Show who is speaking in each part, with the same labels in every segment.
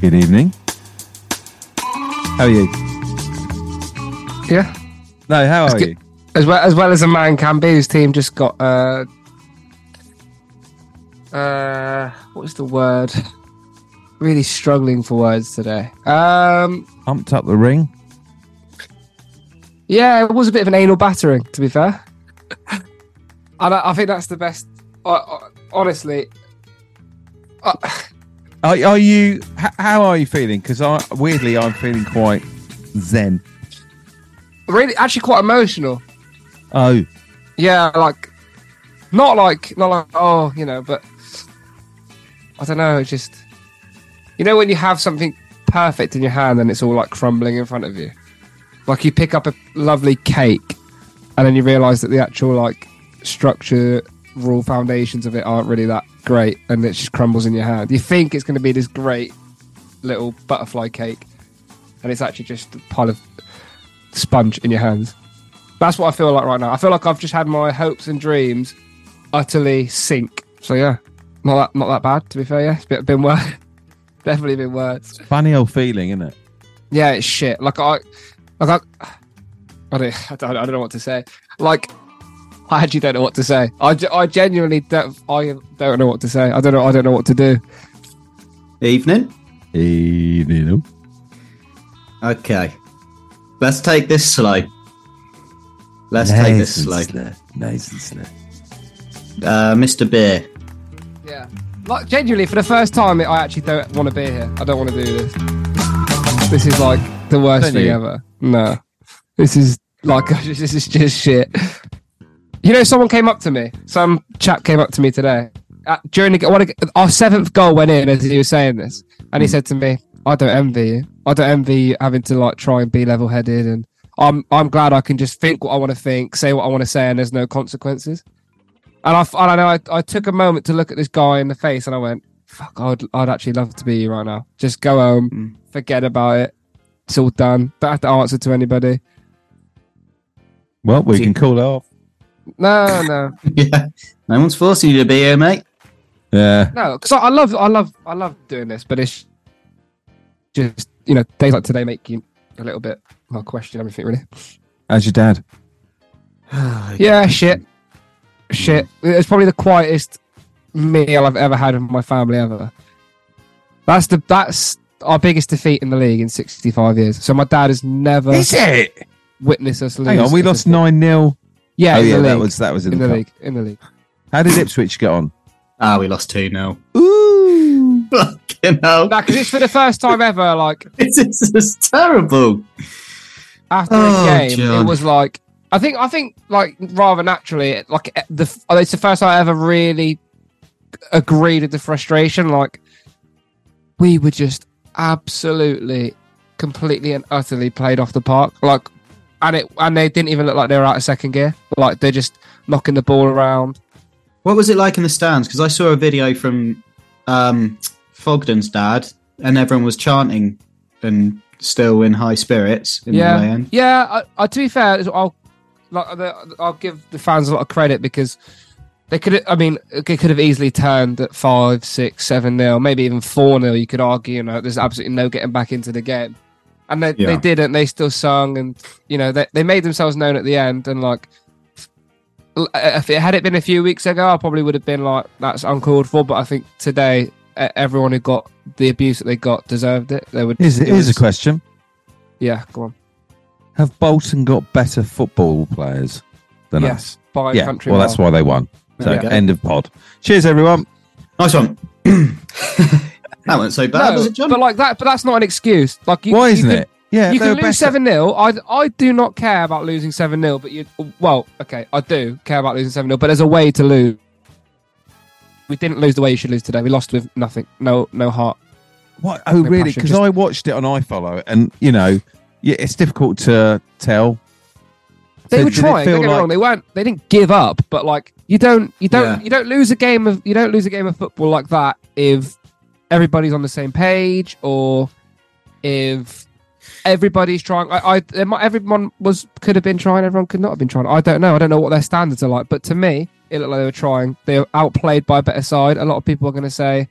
Speaker 1: Good evening. How are you?
Speaker 2: Yeah,
Speaker 1: No, how
Speaker 2: It's
Speaker 1: are
Speaker 2: good.
Speaker 1: you?
Speaker 2: as well as well as a man can be. His team just got uh, uh, what is the word? Really struggling for words today. Um,
Speaker 1: Pumped up the ring.
Speaker 2: yeah, it was a bit of an anal battering, to be fair. and I, I think that's the best. I, I, honestly,
Speaker 1: Are, are you? H- how are you feeling? Because I weirdly I'm feeling quite zen.
Speaker 2: really, actually, quite emotional.
Speaker 1: Oh,
Speaker 2: Yeah, like not like not like oh, you know, but I don't know, it just you know when you have something perfect in your hand and it's all like crumbling in front of you. Like you pick up a lovely cake and then you realize that the actual like structure raw foundations of it aren't really that great and it just crumbles in your hand. You think it's going to be this great little butterfly cake and it's actually just a pile of sponge in your hands. That's what I feel like right now. I feel like I've just had my hopes and dreams utterly sink. So yeah, not that not that bad to be fair. Yeah, it's been, been worse. Definitely been worse.
Speaker 1: funny old feeling, isn't it?
Speaker 2: Yeah, it's shit. Like I, like I, I don't, I don't, I don't know what to say. Like I actually don't know what to say. I, ge- I genuinely don't. I don't know what to say. I don't know. I don't know what to do.
Speaker 3: Evening.
Speaker 1: Evening. oh.
Speaker 3: Okay. Let's take this slow. Let's take this slow.
Speaker 1: Nice and slow.
Speaker 3: Uh, Mr. Beer.
Speaker 2: Yeah. Like genuinely, for the first time, I actually don't want to be here. I don't want to do this. This is like the worst
Speaker 1: Don't
Speaker 2: thing
Speaker 1: you?
Speaker 2: ever. No, this is like this is just shit. You know, someone came up to me. Some chap came up to me today uh, during the, one of, our seventh goal went in as he was saying this, and he said to me, "I don't envy you. I don't envy you having to like try and be level-headed, and I'm I'm glad I can just think what I want to think, say what I want to say, and there's no consequences." And I, f- and I know I, I took a moment to look at this guy in the face, and I went, "Fuck, I'd I'd actually love to be you right now. Just go home, forget about it. It's all done. Don't have to answer to anybody.
Speaker 1: Well, we
Speaker 3: Do you-
Speaker 1: can call it off.
Speaker 2: No, no,
Speaker 3: Yeah. No one's forcing you to be here, mate.
Speaker 1: Yeah.
Speaker 2: no. Because I, I love I love I love doing this, but it's just you know days like today make you a little bit well question everything really.
Speaker 1: How's your dad?
Speaker 2: Yeah, shit. Shit.
Speaker 1: Mm.
Speaker 2: It's probably the quietest meal I've ever had with my family ever. That's the that's our biggest defeat in the league in 65 years. So my dad has never
Speaker 1: it?
Speaker 2: witnessed us lose.
Speaker 1: Hang on, we
Speaker 2: a
Speaker 1: lost
Speaker 2: defeat.
Speaker 1: nine 0
Speaker 2: Yeah,
Speaker 1: oh
Speaker 2: in
Speaker 1: yeah,
Speaker 2: the
Speaker 1: that
Speaker 2: league.
Speaker 1: was that was in,
Speaker 2: in the
Speaker 1: cup.
Speaker 2: league. In the league.
Speaker 1: How did Ipswich get on?
Speaker 3: Ah, we lost 2 0.
Speaker 1: Ooh.
Speaker 3: Fucking hell.
Speaker 2: No, because it's for the first time ever. Like
Speaker 3: This is just terrible.
Speaker 2: after
Speaker 3: Oh,
Speaker 2: the game,
Speaker 3: John.
Speaker 2: it was like I think I think like rather naturally, it- like eh, the f- it's the first time I ever really agreed with the frustration. Like we were just absolutely, completely and utterly played off the park. Like and it and they didn't even look like they were out of second gear. Like they're just knocking the ball around.
Speaker 3: What was it like in the stands? Because I saw a video from um, Fogden's dad, and everyone was chanting and still in high spirits in
Speaker 2: yeah,
Speaker 3: the land.
Speaker 2: yeah. I, I, to be fair, I'll like the- I'll give the fans a lot of credit because they could. I mean, it could have easily turned at five, six, seven nil, maybe even four nil. You could argue, you know, there's absolutely no getting back into the game, and they,
Speaker 3: Yeah.
Speaker 2: they didn't. They still sung, and you know, they they made themselves known at the end, and like. l- If it had it been a few weeks ago, I probably would have been like, "That's uncalled for." But I think today, e- everyone who got the abuse that they got deserved it. They would.
Speaker 1: Here's,
Speaker 2: it
Speaker 1: here's a
Speaker 2: was-
Speaker 1: question:
Speaker 2: Yeah, go on.
Speaker 1: Have Bolton got better football players than us?
Speaker 2: yes, by
Speaker 1: yeah.
Speaker 2: country.
Speaker 1: well, that's
Speaker 2: mile.
Speaker 1: why they won. So,
Speaker 3: There we go.
Speaker 1: end of pod. Cheers, everyone.
Speaker 3: Nice one. that wasn't so bad,
Speaker 2: No,
Speaker 3: was it, John?
Speaker 2: But like that, but that's not an excuse. Like, you,
Speaker 1: why
Speaker 2: you
Speaker 1: isn't
Speaker 2: can-
Speaker 1: it? Yeah,
Speaker 2: you
Speaker 1: they
Speaker 2: can
Speaker 1: were
Speaker 2: lose
Speaker 1: better.
Speaker 2: seven 0 I I do not care about losing seven 0 but you well, okay, I do care about losing seven 0 But there's a way to lose. We didn't lose the way you should lose today. We lost with nothing, no no heart.
Speaker 1: What? Oh,
Speaker 2: No
Speaker 1: really?
Speaker 2: passion,
Speaker 1: Because
Speaker 2: just-
Speaker 1: I watched it on iFollow, and you know, yeah, it's difficult to tell.
Speaker 2: They
Speaker 1: So
Speaker 2: were
Speaker 1: did it
Speaker 2: trying.
Speaker 1: feel
Speaker 2: Don't get me
Speaker 1: like-
Speaker 2: wrong. They weren't. They didn't give up. But like, you don't you don't
Speaker 3: Yeah.
Speaker 2: you don't lose a game of you don't lose a game of football like that if everybody's on the same page or if everybody's trying. I, I there might, everyone was could have been trying. Everyone could not have been trying. I don't know. I don't know what their standards are like. But to me, it looked like they were trying. They were outplayed by a better side. A lot of people are going to say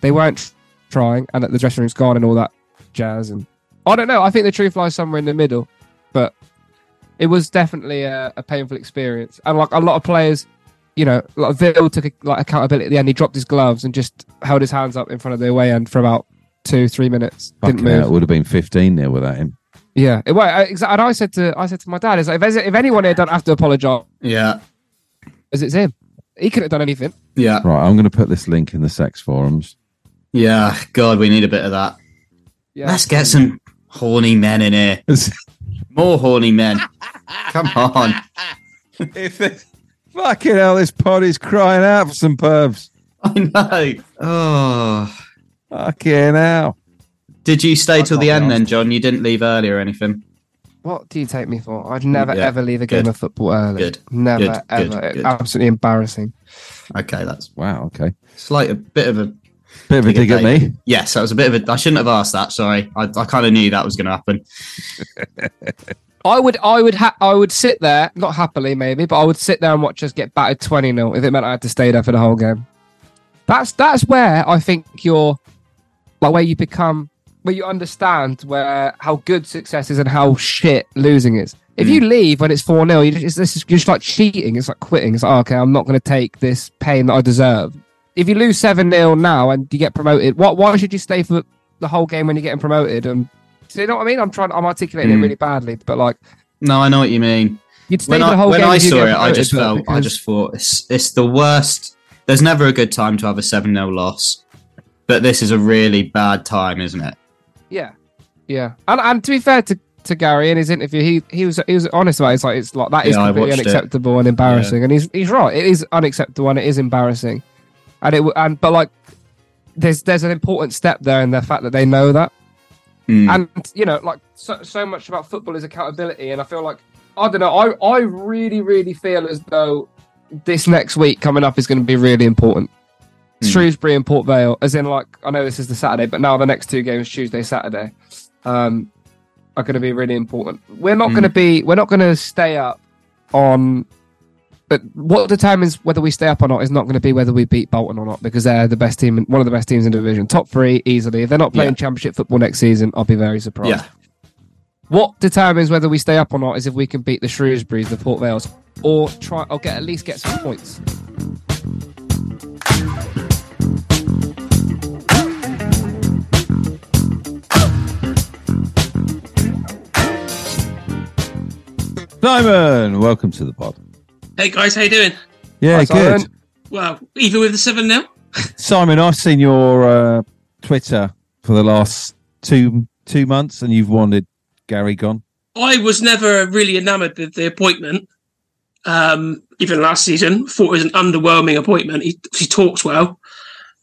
Speaker 2: they weren't trying, and that the dressing room's gone and all that jazz. And I don't know. I think the truth lies somewhere in the middle. But it was definitely a, a painful experience, and like a lot of players. You know, like Ville took like accountability at the end. He dropped his gloves and just held his hands up in front of the away end for about two, three minutes.
Speaker 1: Fucking
Speaker 2: Didn't move.
Speaker 1: hell, it would have been fifteen there without him.
Speaker 2: Yeah, it, well, I, exa- and I said to I said to my dad, "Is like, if, there's- if anyone here don't have to apologise,
Speaker 3: yeah.
Speaker 2: it's him. He couldn't have done anything."
Speaker 3: Yeah.
Speaker 1: Right, I'm going to put this link in the sex forums.
Speaker 3: Yeah. God, we need a bit of that.
Speaker 2: Yeah,
Speaker 3: Let's get some horny men in here. More horny men. Come on.
Speaker 1: if this, fucking hell, this pod is crying out for some pervs.
Speaker 3: I know. Oh.
Speaker 1: Fucking hell.
Speaker 3: Did you stay
Speaker 2: I
Speaker 3: till the
Speaker 2: can't be
Speaker 3: end then, John? You didn't leave early or anything?
Speaker 2: what do you take me for? I'd never
Speaker 3: Yeah,
Speaker 2: ever leave a game
Speaker 3: good.
Speaker 2: of football early.
Speaker 3: Good,
Speaker 2: Never
Speaker 3: good,
Speaker 2: ever.
Speaker 3: good,
Speaker 2: It's
Speaker 3: good.
Speaker 2: Absolutely embarrassing.
Speaker 3: Okay, that's
Speaker 1: Wow. Okay.
Speaker 3: slight a bit of a
Speaker 1: Bit of a dig at me.
Speaker 3: Yes, that was a bit of a. I shouldn't have asked that. Sorry, I, I kind of knew that was going to happen.
Speaker 2: I would, I would, ha- I would sit there, not happily maybe, but I would sit there and watch us get battered twenty 0 if it meant I had to stay there for the whole game. That's that's where I think you're, like, where you become, where you understand where how good success is and how shit losing is. If
Speaker 3: Hmm.
Speaker 2: you leave when it's four 0 you just it's, this is- you're just like cheating. It's like quitting. It's like oh, okay, I'm not going to take this pain that I deserve. If you lose seven 0 now and you get promoted, what why should you stay for the whole game when you're getting promoted? And do you know what I mean? I'm trying. I'm articulating
Speaker 3: Mm.
Speaker 2: it really badly, but like.
Speaker 3: No, I know what you mean.
Speaker 2: You'd stay
Speaker 3: When
Speaker 2: for the
Speaker 3: I,
Speaker 2: whole
Speaker 3: when
Speaker 2: game
Speaker 3: I
Speaker 2: if you
Speaker 3: saw it,
Speaker 2: get
Speaker 3: I
Speaker 2: promoted,
Speaker 3: just
Speaker 2: but
Speaker 3: felt. I
Speaker 2: because-
Speaker 3: just thought it's it's the worst. There's never a good time to have a seven 0 loss, but this is a really bad time, isn't it?
Speaker 2: yeah, yeah. And and to be fair to, to Gary in his interview, he he was he was honest about it. It's like it's like that is
Speaker 3: Yeah, I
Speaker 2: completely
Speaker 3: watched it.
Speaker 2: unacceptable and embarrassing, and he's he's right. It is unacceptable and it is embarrassing, and it w- and but like there's there's an important step there in the fact that they know that.
Speaker 4: Hmm.
Speaker 3: Mm.
Speaker 2: and you know like so, so much about football is accountability and i feel like i don't know i i really really feel as though this next week coming up is going to be really important
Speaker 3: Hmm.
Speaker 2: shrewsbury and port vale as in like i know this is the saturday but now the next two games tuesday saturday um are going to be really important we're not
Speaker 3: Hmm.
Speaker 2: going to be we're not going to stay up on but what determines whether we stay up or not is not going to be whether we beat Bolton or not because they're the best team, one of the best teams in the division, top three easily. If they're not playing
Speaker 3: Yeah.
Speaker 2: championship football next season, I'll be very surprised.
Speaker 3: yeah,
Speaker 2: What determines whether we stay up or not is if we can beat the Shrewsburys, the Port Vales, or try or get at least get some points.
Speaker 1: Simon, welcome to the pod.
Speaker 4: Hey guys, how you doing?
Speaker 1: Yeah,
Speaker 2: Hi,
Speaker 1: good.
Speaker 2: Simon.
Speaker 4: Well, even with the seven 0
Speaker 1: Simon, I've seen your uh, Twitter for the last two two months, and you've wanted Gary gone.
Speaker 4: I was never really enamoured with the appointment. Um, even last season, thought it was an underwhelming appointment. He, he talks well,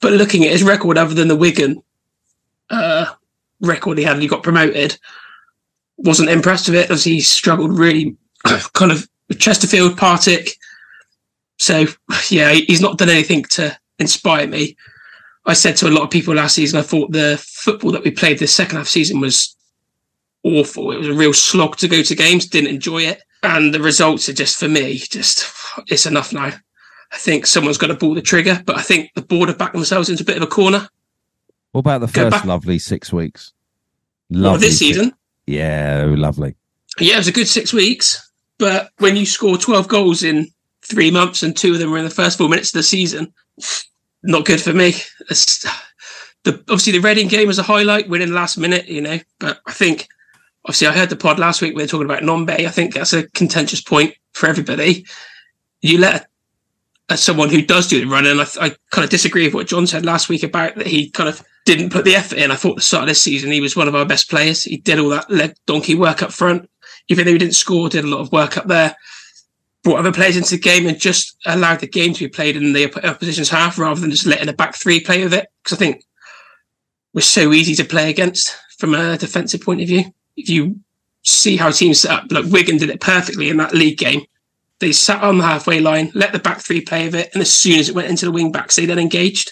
Speaker 4: but looking at his record, other than the Wigan uh, record he had, when he got promoted. Wasn't impressed with it as he struggled really, kind of with Chesterfield, Partick. So yeah, he- he's not done anything to inspire me. I said to a lot of people last season, I thought the football that we played this second half season was awful. It was a real slog to go to games. Didn't enjoy it, and the results are just for me. Just it's enough now. I think someone's got to pull the trigger, but I think the board have backed themselves into a bit of a corner.
Speaker 1: What about the
Speaker 4: Go
Speaker 1: first
Speaker 4: back-
Speaker 1: lovely six weeks?
Speaker 3: Oh,
Speaker 4: Well,
Speaker 1: Lovely
Speaker 4: this
Speaker 1: six-
Speaker 4: season,
Speaker 1: Yeah, lovely.
Speaker 4: yeah, it was a good six weeks. But when you score 12 goals in three months and two of them were in the first four minutes of the season, not good for me. It's- the, obviously, the Reading game was a highlight, winning last minute, you know. But I think, obviously, I heard the pod last week where they're talking about Nombe. I think that's a contentious point for everybody. You let a, someone who does do the run, and I, I kind of disagree with what John said last week about that he kind of didn't put the effort in. I thought the start of this season, he was one of our best players. He did all that leg donkey work up front even though he didn't score, did a lot of work up there, brought other players into the game and just allowed the game to be played in the op- opposition's half rather than just letting a back three play with it. Because I think we're so easy to play against from a defensive point of view. If you see how teams set up, like Wigan did it perfectly in that league game. They sat on the halfway line, let the back three play with it, and as soon as it went into the wing backs, they then engaged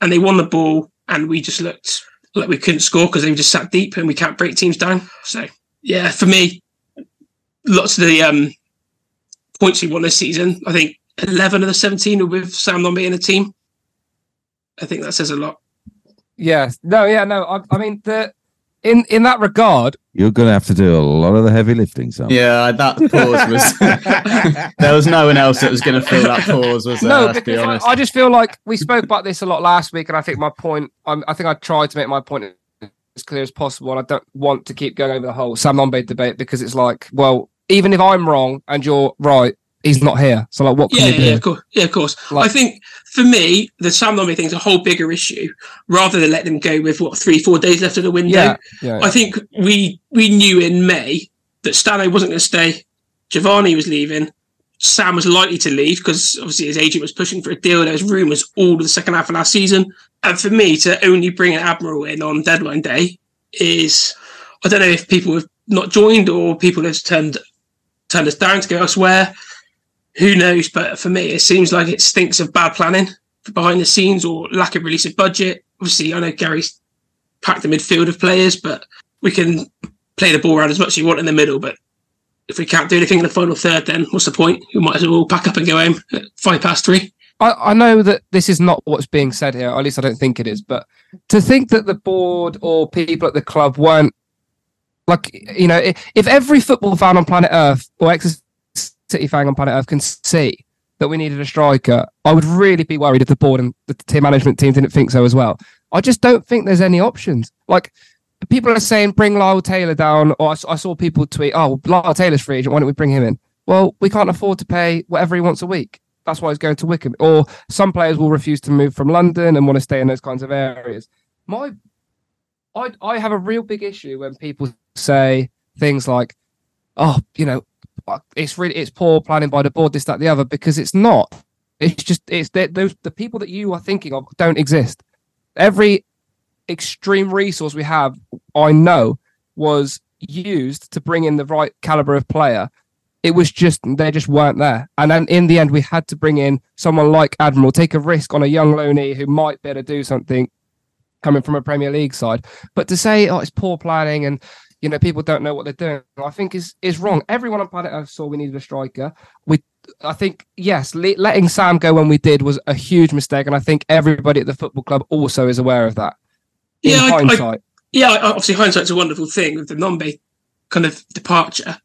Speaker 4: and they won the ball. And we just looked like we couldn't score because they were just sat deep and we can't break teams down. So, yeah, for me, lots of the um, points we won this season. I think 11 of the 17 are with Sam Nombi in the team. I think that says a lot.
Speaker 2: Yes. No. Yeah. No. I, I mean, the in in that regard,
Speaker 1: You're going to have to do a lot of the heavy lifting, Sam.
Speaker 3: Yeah, that pause was. there was no one else that was going to fill that pause, was there?
Speaker 2: no,
Speaker 3: let's be
Speaker 2: because
Speaker 3: honest.
Speaker 2: I, I just feel like we spoke about this a lot last week, and I think my point. I'm, I think I tried to make my point as clear as possible, and I don't want to keep going over the whole Sam Nombe debate because it's like, well, even if I'm wrong and you're right, he's not here. So like, what can
Speaker 4: Yeah,
Speaker 2: you do?
Speaker 4: yeah, of course. Yeah, of course.
Speaker 2: Like-
Speaker 4: I think for me, the Sam Nombi thing's a whole bigger issue rather than let them go with what three, four days left of the window.
Speaker 2: Yeah, yeah.
Speaker 4: I think we we knew in May that Stano wasn't going to stay, Giovanni was leaving, Sam was likely to leave because obviously his agent was pushing for a deal. There was rumours all of the second half of last season, and for me to only bring an admiral in on deadline day is I don't know if people have not joined or people have turned turned us down to go elsewhere. Who knows? But for me, it seems like it stinks of bad planning behind the scenes or lack of release of budget. Obviously, I know Gary's packed the midfield of players, but we can play the ball around as much as you want in the middle, but if we can't do anything in the final third, then what's the point? We might as well pack up and go home at five past three.
Speaker 2: I, I know that this is not what's being said here, or at least I don't think it is, but to think that the board or people at the club weren't like, you know, i- if every football fan on planet Earth or ex City fan on planet Earth can see that we needed a striker, I would really be worried if the board and the team management team didn't think so as well. I just don't think there's any options. Like, people are saying bring Lyle Taylor down, or I, s- I saw people tweet, oh, Lyle Taylor's free agent, why don't we bring him in? Well, we can't afford to pay whatever he wants a week. That's why he's going to Wickham. Or some players will refuse to move from London and want to stay in those kinds of areas. My, I, I have a real big issue when people say things like, "Oh, you know, it's really it's poor planning by the board, this, that, the other," because it's not. It's just it's that those the people that you are thinking of don't exist. Every extreme resource we have, I know, was used to bring in the right caliber of player it was just they just weren't there. And then in the end, we had to bring in someone like Admiral, take a risk on a young loanee who might be able to do something coming from a Premier League side. But to say, oh, it's poor planning and you know people don't know what they're doing, I think is is wrong. Everyone on planet Earth saw we needed a striker. We, I think, yes, le- letting Sam go when we did was a huge mistake, and I think everybody at the football club also is aware of that. In
Speaker 4: Yeah, I- I-
Speaker 2: hindsight,
Speaker 4: Yeah, I- obviously hindsight's a wonderful thing with the Nombe kind of departure,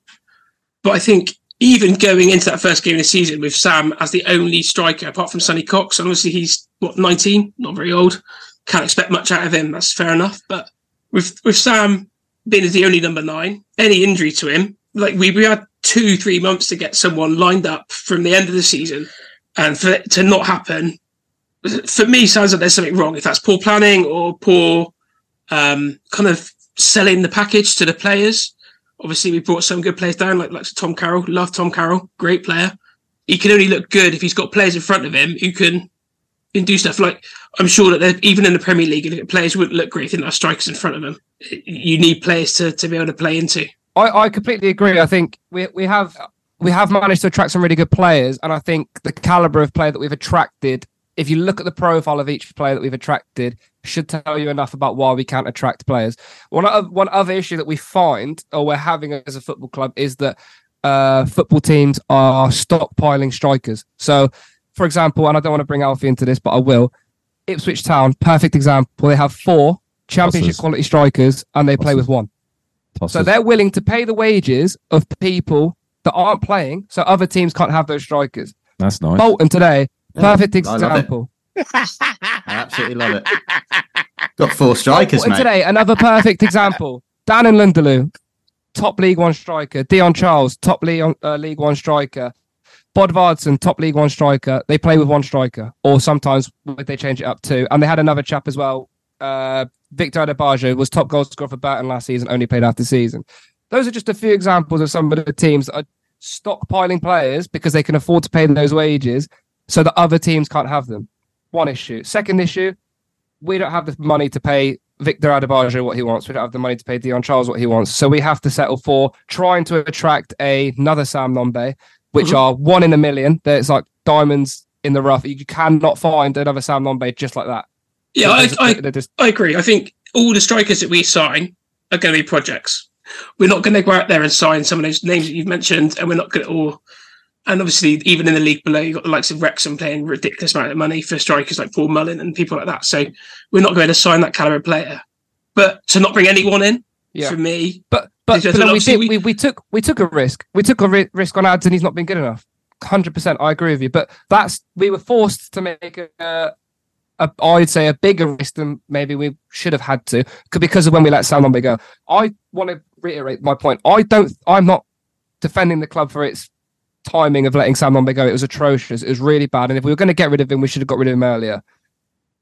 Speaker 4: but I think even going into that first game of the season with Sam as the only striker apart from Sonny Cox, and obviously he's what 19, not very old, can't expect much out of him. That's fair enough, but with with Sam being as the only number nine, any injury to him, like we, we had two, three months to get someone lined up from the end of the season, and for it to not happen, for me sounds like there's something wrong. If that's poor planning or poor um, kind of selling the package to the players. Obviously, we brought some good players down, like like Tom Carroll. Love Tom Carroll, great player. He can only look good if he's got players in front of him who can, can do stuff. Like I'm sure that they're- even in the Premier League, if players wouldn't look great if they didn't have strikers in front of them. You need players to, to be able to play into.
Speaker 2: I, I completely agree. I think we we have we have managed to attract some really good players, and I think the caliber of player that we've attracted. If you look at the profile of each player that we've attracted, should tell you enough about why we can't attract players. One other, one other issue that we find or we're having as a football club is that uh, football teams are stockpiling strikers. So, for example, and I don't want to bring Alfie into this, but I will. Ipswich Town, perfect example. They have four championship
Speaker 1: Tosses.
Speaker 2: quality strikers and they play with one. So
Speaker 1: Tosses.
Speaker 2: they're willing to pay the wages of people that aren't playing, so other teams can't have those strikers.
Speaker 1: That's nice.
Speaker 2: Bolton today, perfect
Speaker 3: I love it.
Speaker 2: example.
Speaker 3: I absolutely love it. Got four strikers,
Speaker 2: Bolton
Speaker 3: mate.
Speaker 2: today, another perfect example. Dan and Lindelof, top League One striker. Dion Charles, top League, uh, League One striker. Bod Vardson, top League One striker. They play with one striker, or sometimes they change it up too. And they had another chap as well. Uh, Victor Adebayo was top goal scorer for Burton last season, only played after season. Those are just a few examples of some of the teams that are stockpiling players because they can afford to pay those wages so that other teams can't have them. One issue. Second issue, we don't have the money to pay Victor Adebayo what he wants. We don't have the money to pay Dion Charles what he wants. So we have to settle for trying to attract a, another Sam Nombe, which are one in a million. There's like diamonds in the rough. You cannot find another Sam Nombe just like that.
Speaker 4: Yeah, I,
Speaker 2: They're
Speaker 4: I,
Speaker 2: just- they're just-
Speaker 4: I agree. I think all the strikers that we sign are going to be projects. We're not going to go out there and sign some of those names that you've mentioned, and we're not going to all. And obviously, even in the league below, you've got the likes of Wrexham paying ridiculous amount of money for strikers like Paul Mullin and people like that. So we're not going to sign that caliber player. But to not bring anyone in,
Speaker 2: yeah.
Speaker 4: for me,
Speaker 2: But but,
Speaker 4: Because
Speaker 2: but
Speaker 4: then
Speaker 2: we,
Speaker 4: obviously
Speaker 2: did,
Speaker 4: we-
Speaker 2: we, we took we took a risk. We took a ri- risk on ads, and he's not been good enough. Hundred percent, I agree with you. But that's we were forced to make a, a I'd say a bigger risk than maybe we should have had to c- because of when we let Sam Lombe go. I want to reiterate my point. I don't. I'm not defending the club for its timing of letting Sam Lombe go. It was atrocious. It was really bad. And if we were going to get rid of him, we should have got rid of him earlier.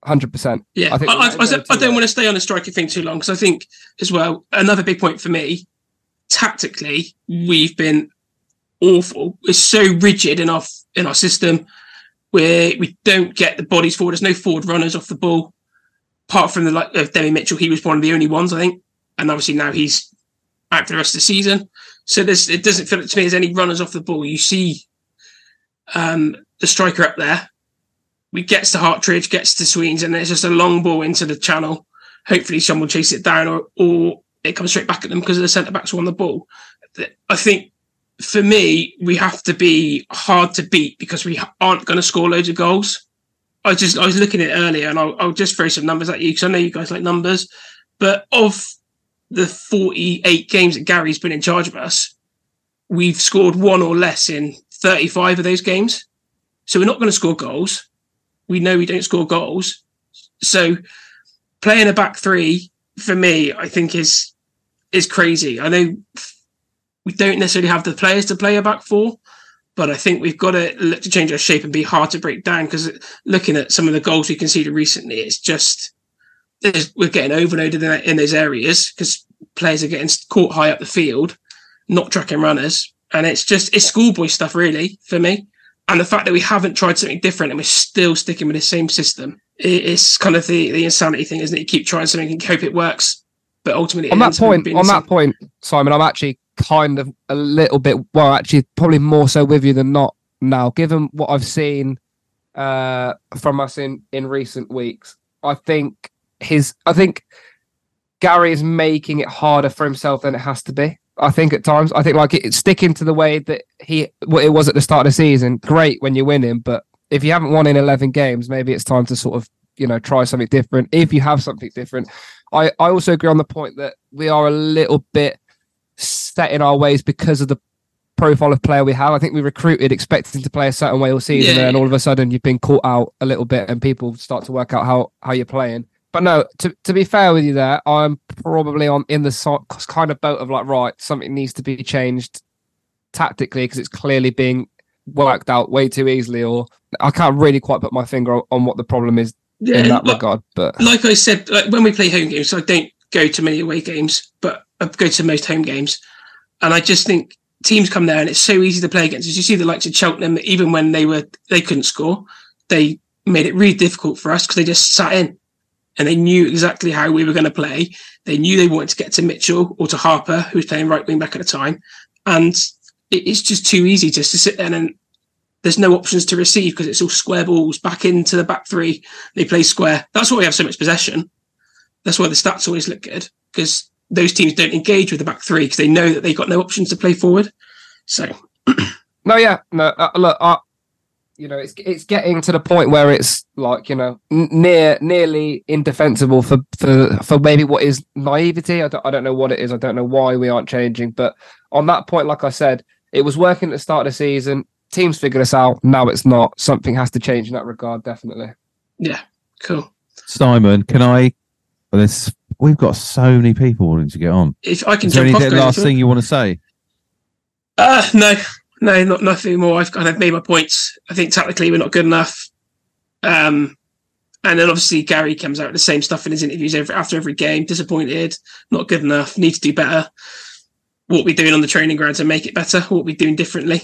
Speaker 2: Hundred percent.
Speaker 4: Yeah,
Speaker 2: I
Speaker 4: I,
Speaker 2: think
Speaker 4: I,
Speaker 2: we
Speaker 4: I,
Speaker 2: might go
Speaker 4: I,
Speaker 2: too
Speaker 4: don't
Speaker 2: late.
Speaker 4: want to stay on the striker thing too long because I think as well another big point for me. Tactically, we've been awful. We're so rigid in our in our system where we don't get the bodies forward. There's no forward runners off the ball, apart from the like of Demi Mitchell. He was one of the only ones I think, and obviously now he's out for the rest of the season. So there's it doesn't feel to me as any runners off the ball. You see, um, the striker up there we gets to Hartridge, gets to Sweens, and it's just a long ball into the channel. Hopefully, someone chases it down, or or it comes straight back at them because the centre backs won the ball. Th- I think for me, we have to be hard to beat because we ha- aren't going to score loads of goals. I just I was looking at it earlier, and I'll, I'll just throw some numbers at you because I know you guys like numbers. But of the forty-eight games that Gary's been in charge of us, we've scored one or less in thirty-five of those games. So we're not going to score goals we know we don't score goals. So playing a back three for me, I think is is crazy. I know we don't necessarily have the players to play a back four, but I think we've got to look to change our shape and be hard to break down because looking at some of the goals we conceded recently, it's just there's- we're getting overloaded in, that- in those areas because players are getting caught high up the field, not tracking runners, and it's just it's schoolboy stuff really for me and the fact that we haven't tried something different and we're still sticking with the same system i- it's kind of the, the insanity thing isn't it you keep trying something and hope it works but ultimately it
Speaker 2: on that
Speaker 4: ends up
Speaker 2: point,
Speaker 4: being
Speaker 2: on
Speaker 4: the
Speaker 2: that
Speaker 4: same.
Speaker 2: point, Simon, I'm actually kind of a little bit, well, actually, probably more so with you than not now, given what I've seen uh, from us in in recent weeks. I think his, I think Gary is making it harder for himself than it has to be. I think at times, I think like it, it's sticking to the way that he what it was at the start of the season. Great when you win him, but if you haven't won in 11 games, maybe it's time to sort of you know try something different. If you have something different. I, I also agree on the point that we are a little bit set in our ways because of the profile of player we have. I think we recruited expecting to play a certain way all season,
Speaker 4: Yeah.
Speaker 2: and all of a sudden you've been caught out a little bit, and people start to work out how, how you're playing. But no, to, to be fair with you, there I'm probably on in the so- kind of boat of like right, something needs to be changed tactically because it's clearly being worked out way too easily, or I can't really quite put my finger on, on what the problem is in
Speaker 4: Yeah,
Speaker 2: that
Speaker 4: look,
Speaker 2: regard. But
Speaker 4: like I said, like when we play home games, I don't go to many away games, but I go to most home games. And I just think teams come there and it's so easy to play against. As you see the likes of Cheltenham, even when they were they couldn't score, they made it really difficult for us because they just sat in and they knew exactly how we were going to play. They knew they wanted to get to Mitchell or to Harper, who was playing right wing back at the time. And it, it's just too easy just to sit there and then there's no options to receive because it's all square balls back into the back three. They play square. That's why we have so much possession That's why the stats always look good because those teams don't engage with the back three because they know that they've got no options to play forward. So
Speaker 2: No, yeah, no. Uh, look, uh, you know, it's it's getting to the point where it's like you know n- near nearly indefensible for for for maybe what is naivety. I don't I don't know what it is. I don't know why we aren't changing. But on that point, like I said, it was working at the start of the season. Teams figured us out. Now it's not. Something has to change in that regard. Definitely.
Speaker 4: yeah, cool.
Speaker 1: Simon, can I? Well, this we've got so many people wanting to get on.
Speaker 4: If I can
Speaker 1: Is there any
Speaker 4: jump off,
Speaker 1: de-
Speaker 4: Graham,
Speaker 1: last
Speaker 4: if you-
Speaker 1: thing you want to say?
Speaker 4: Uh, no, no, not nothing more. I've kind of made my points. I think tactically we're not good enough. Um, and then obviously Gary comes out with the same stuff in his interviews every, after every game. Disappointed, not good enough. Need to do better. What we doing on the training ground to make it better? What we doing differently?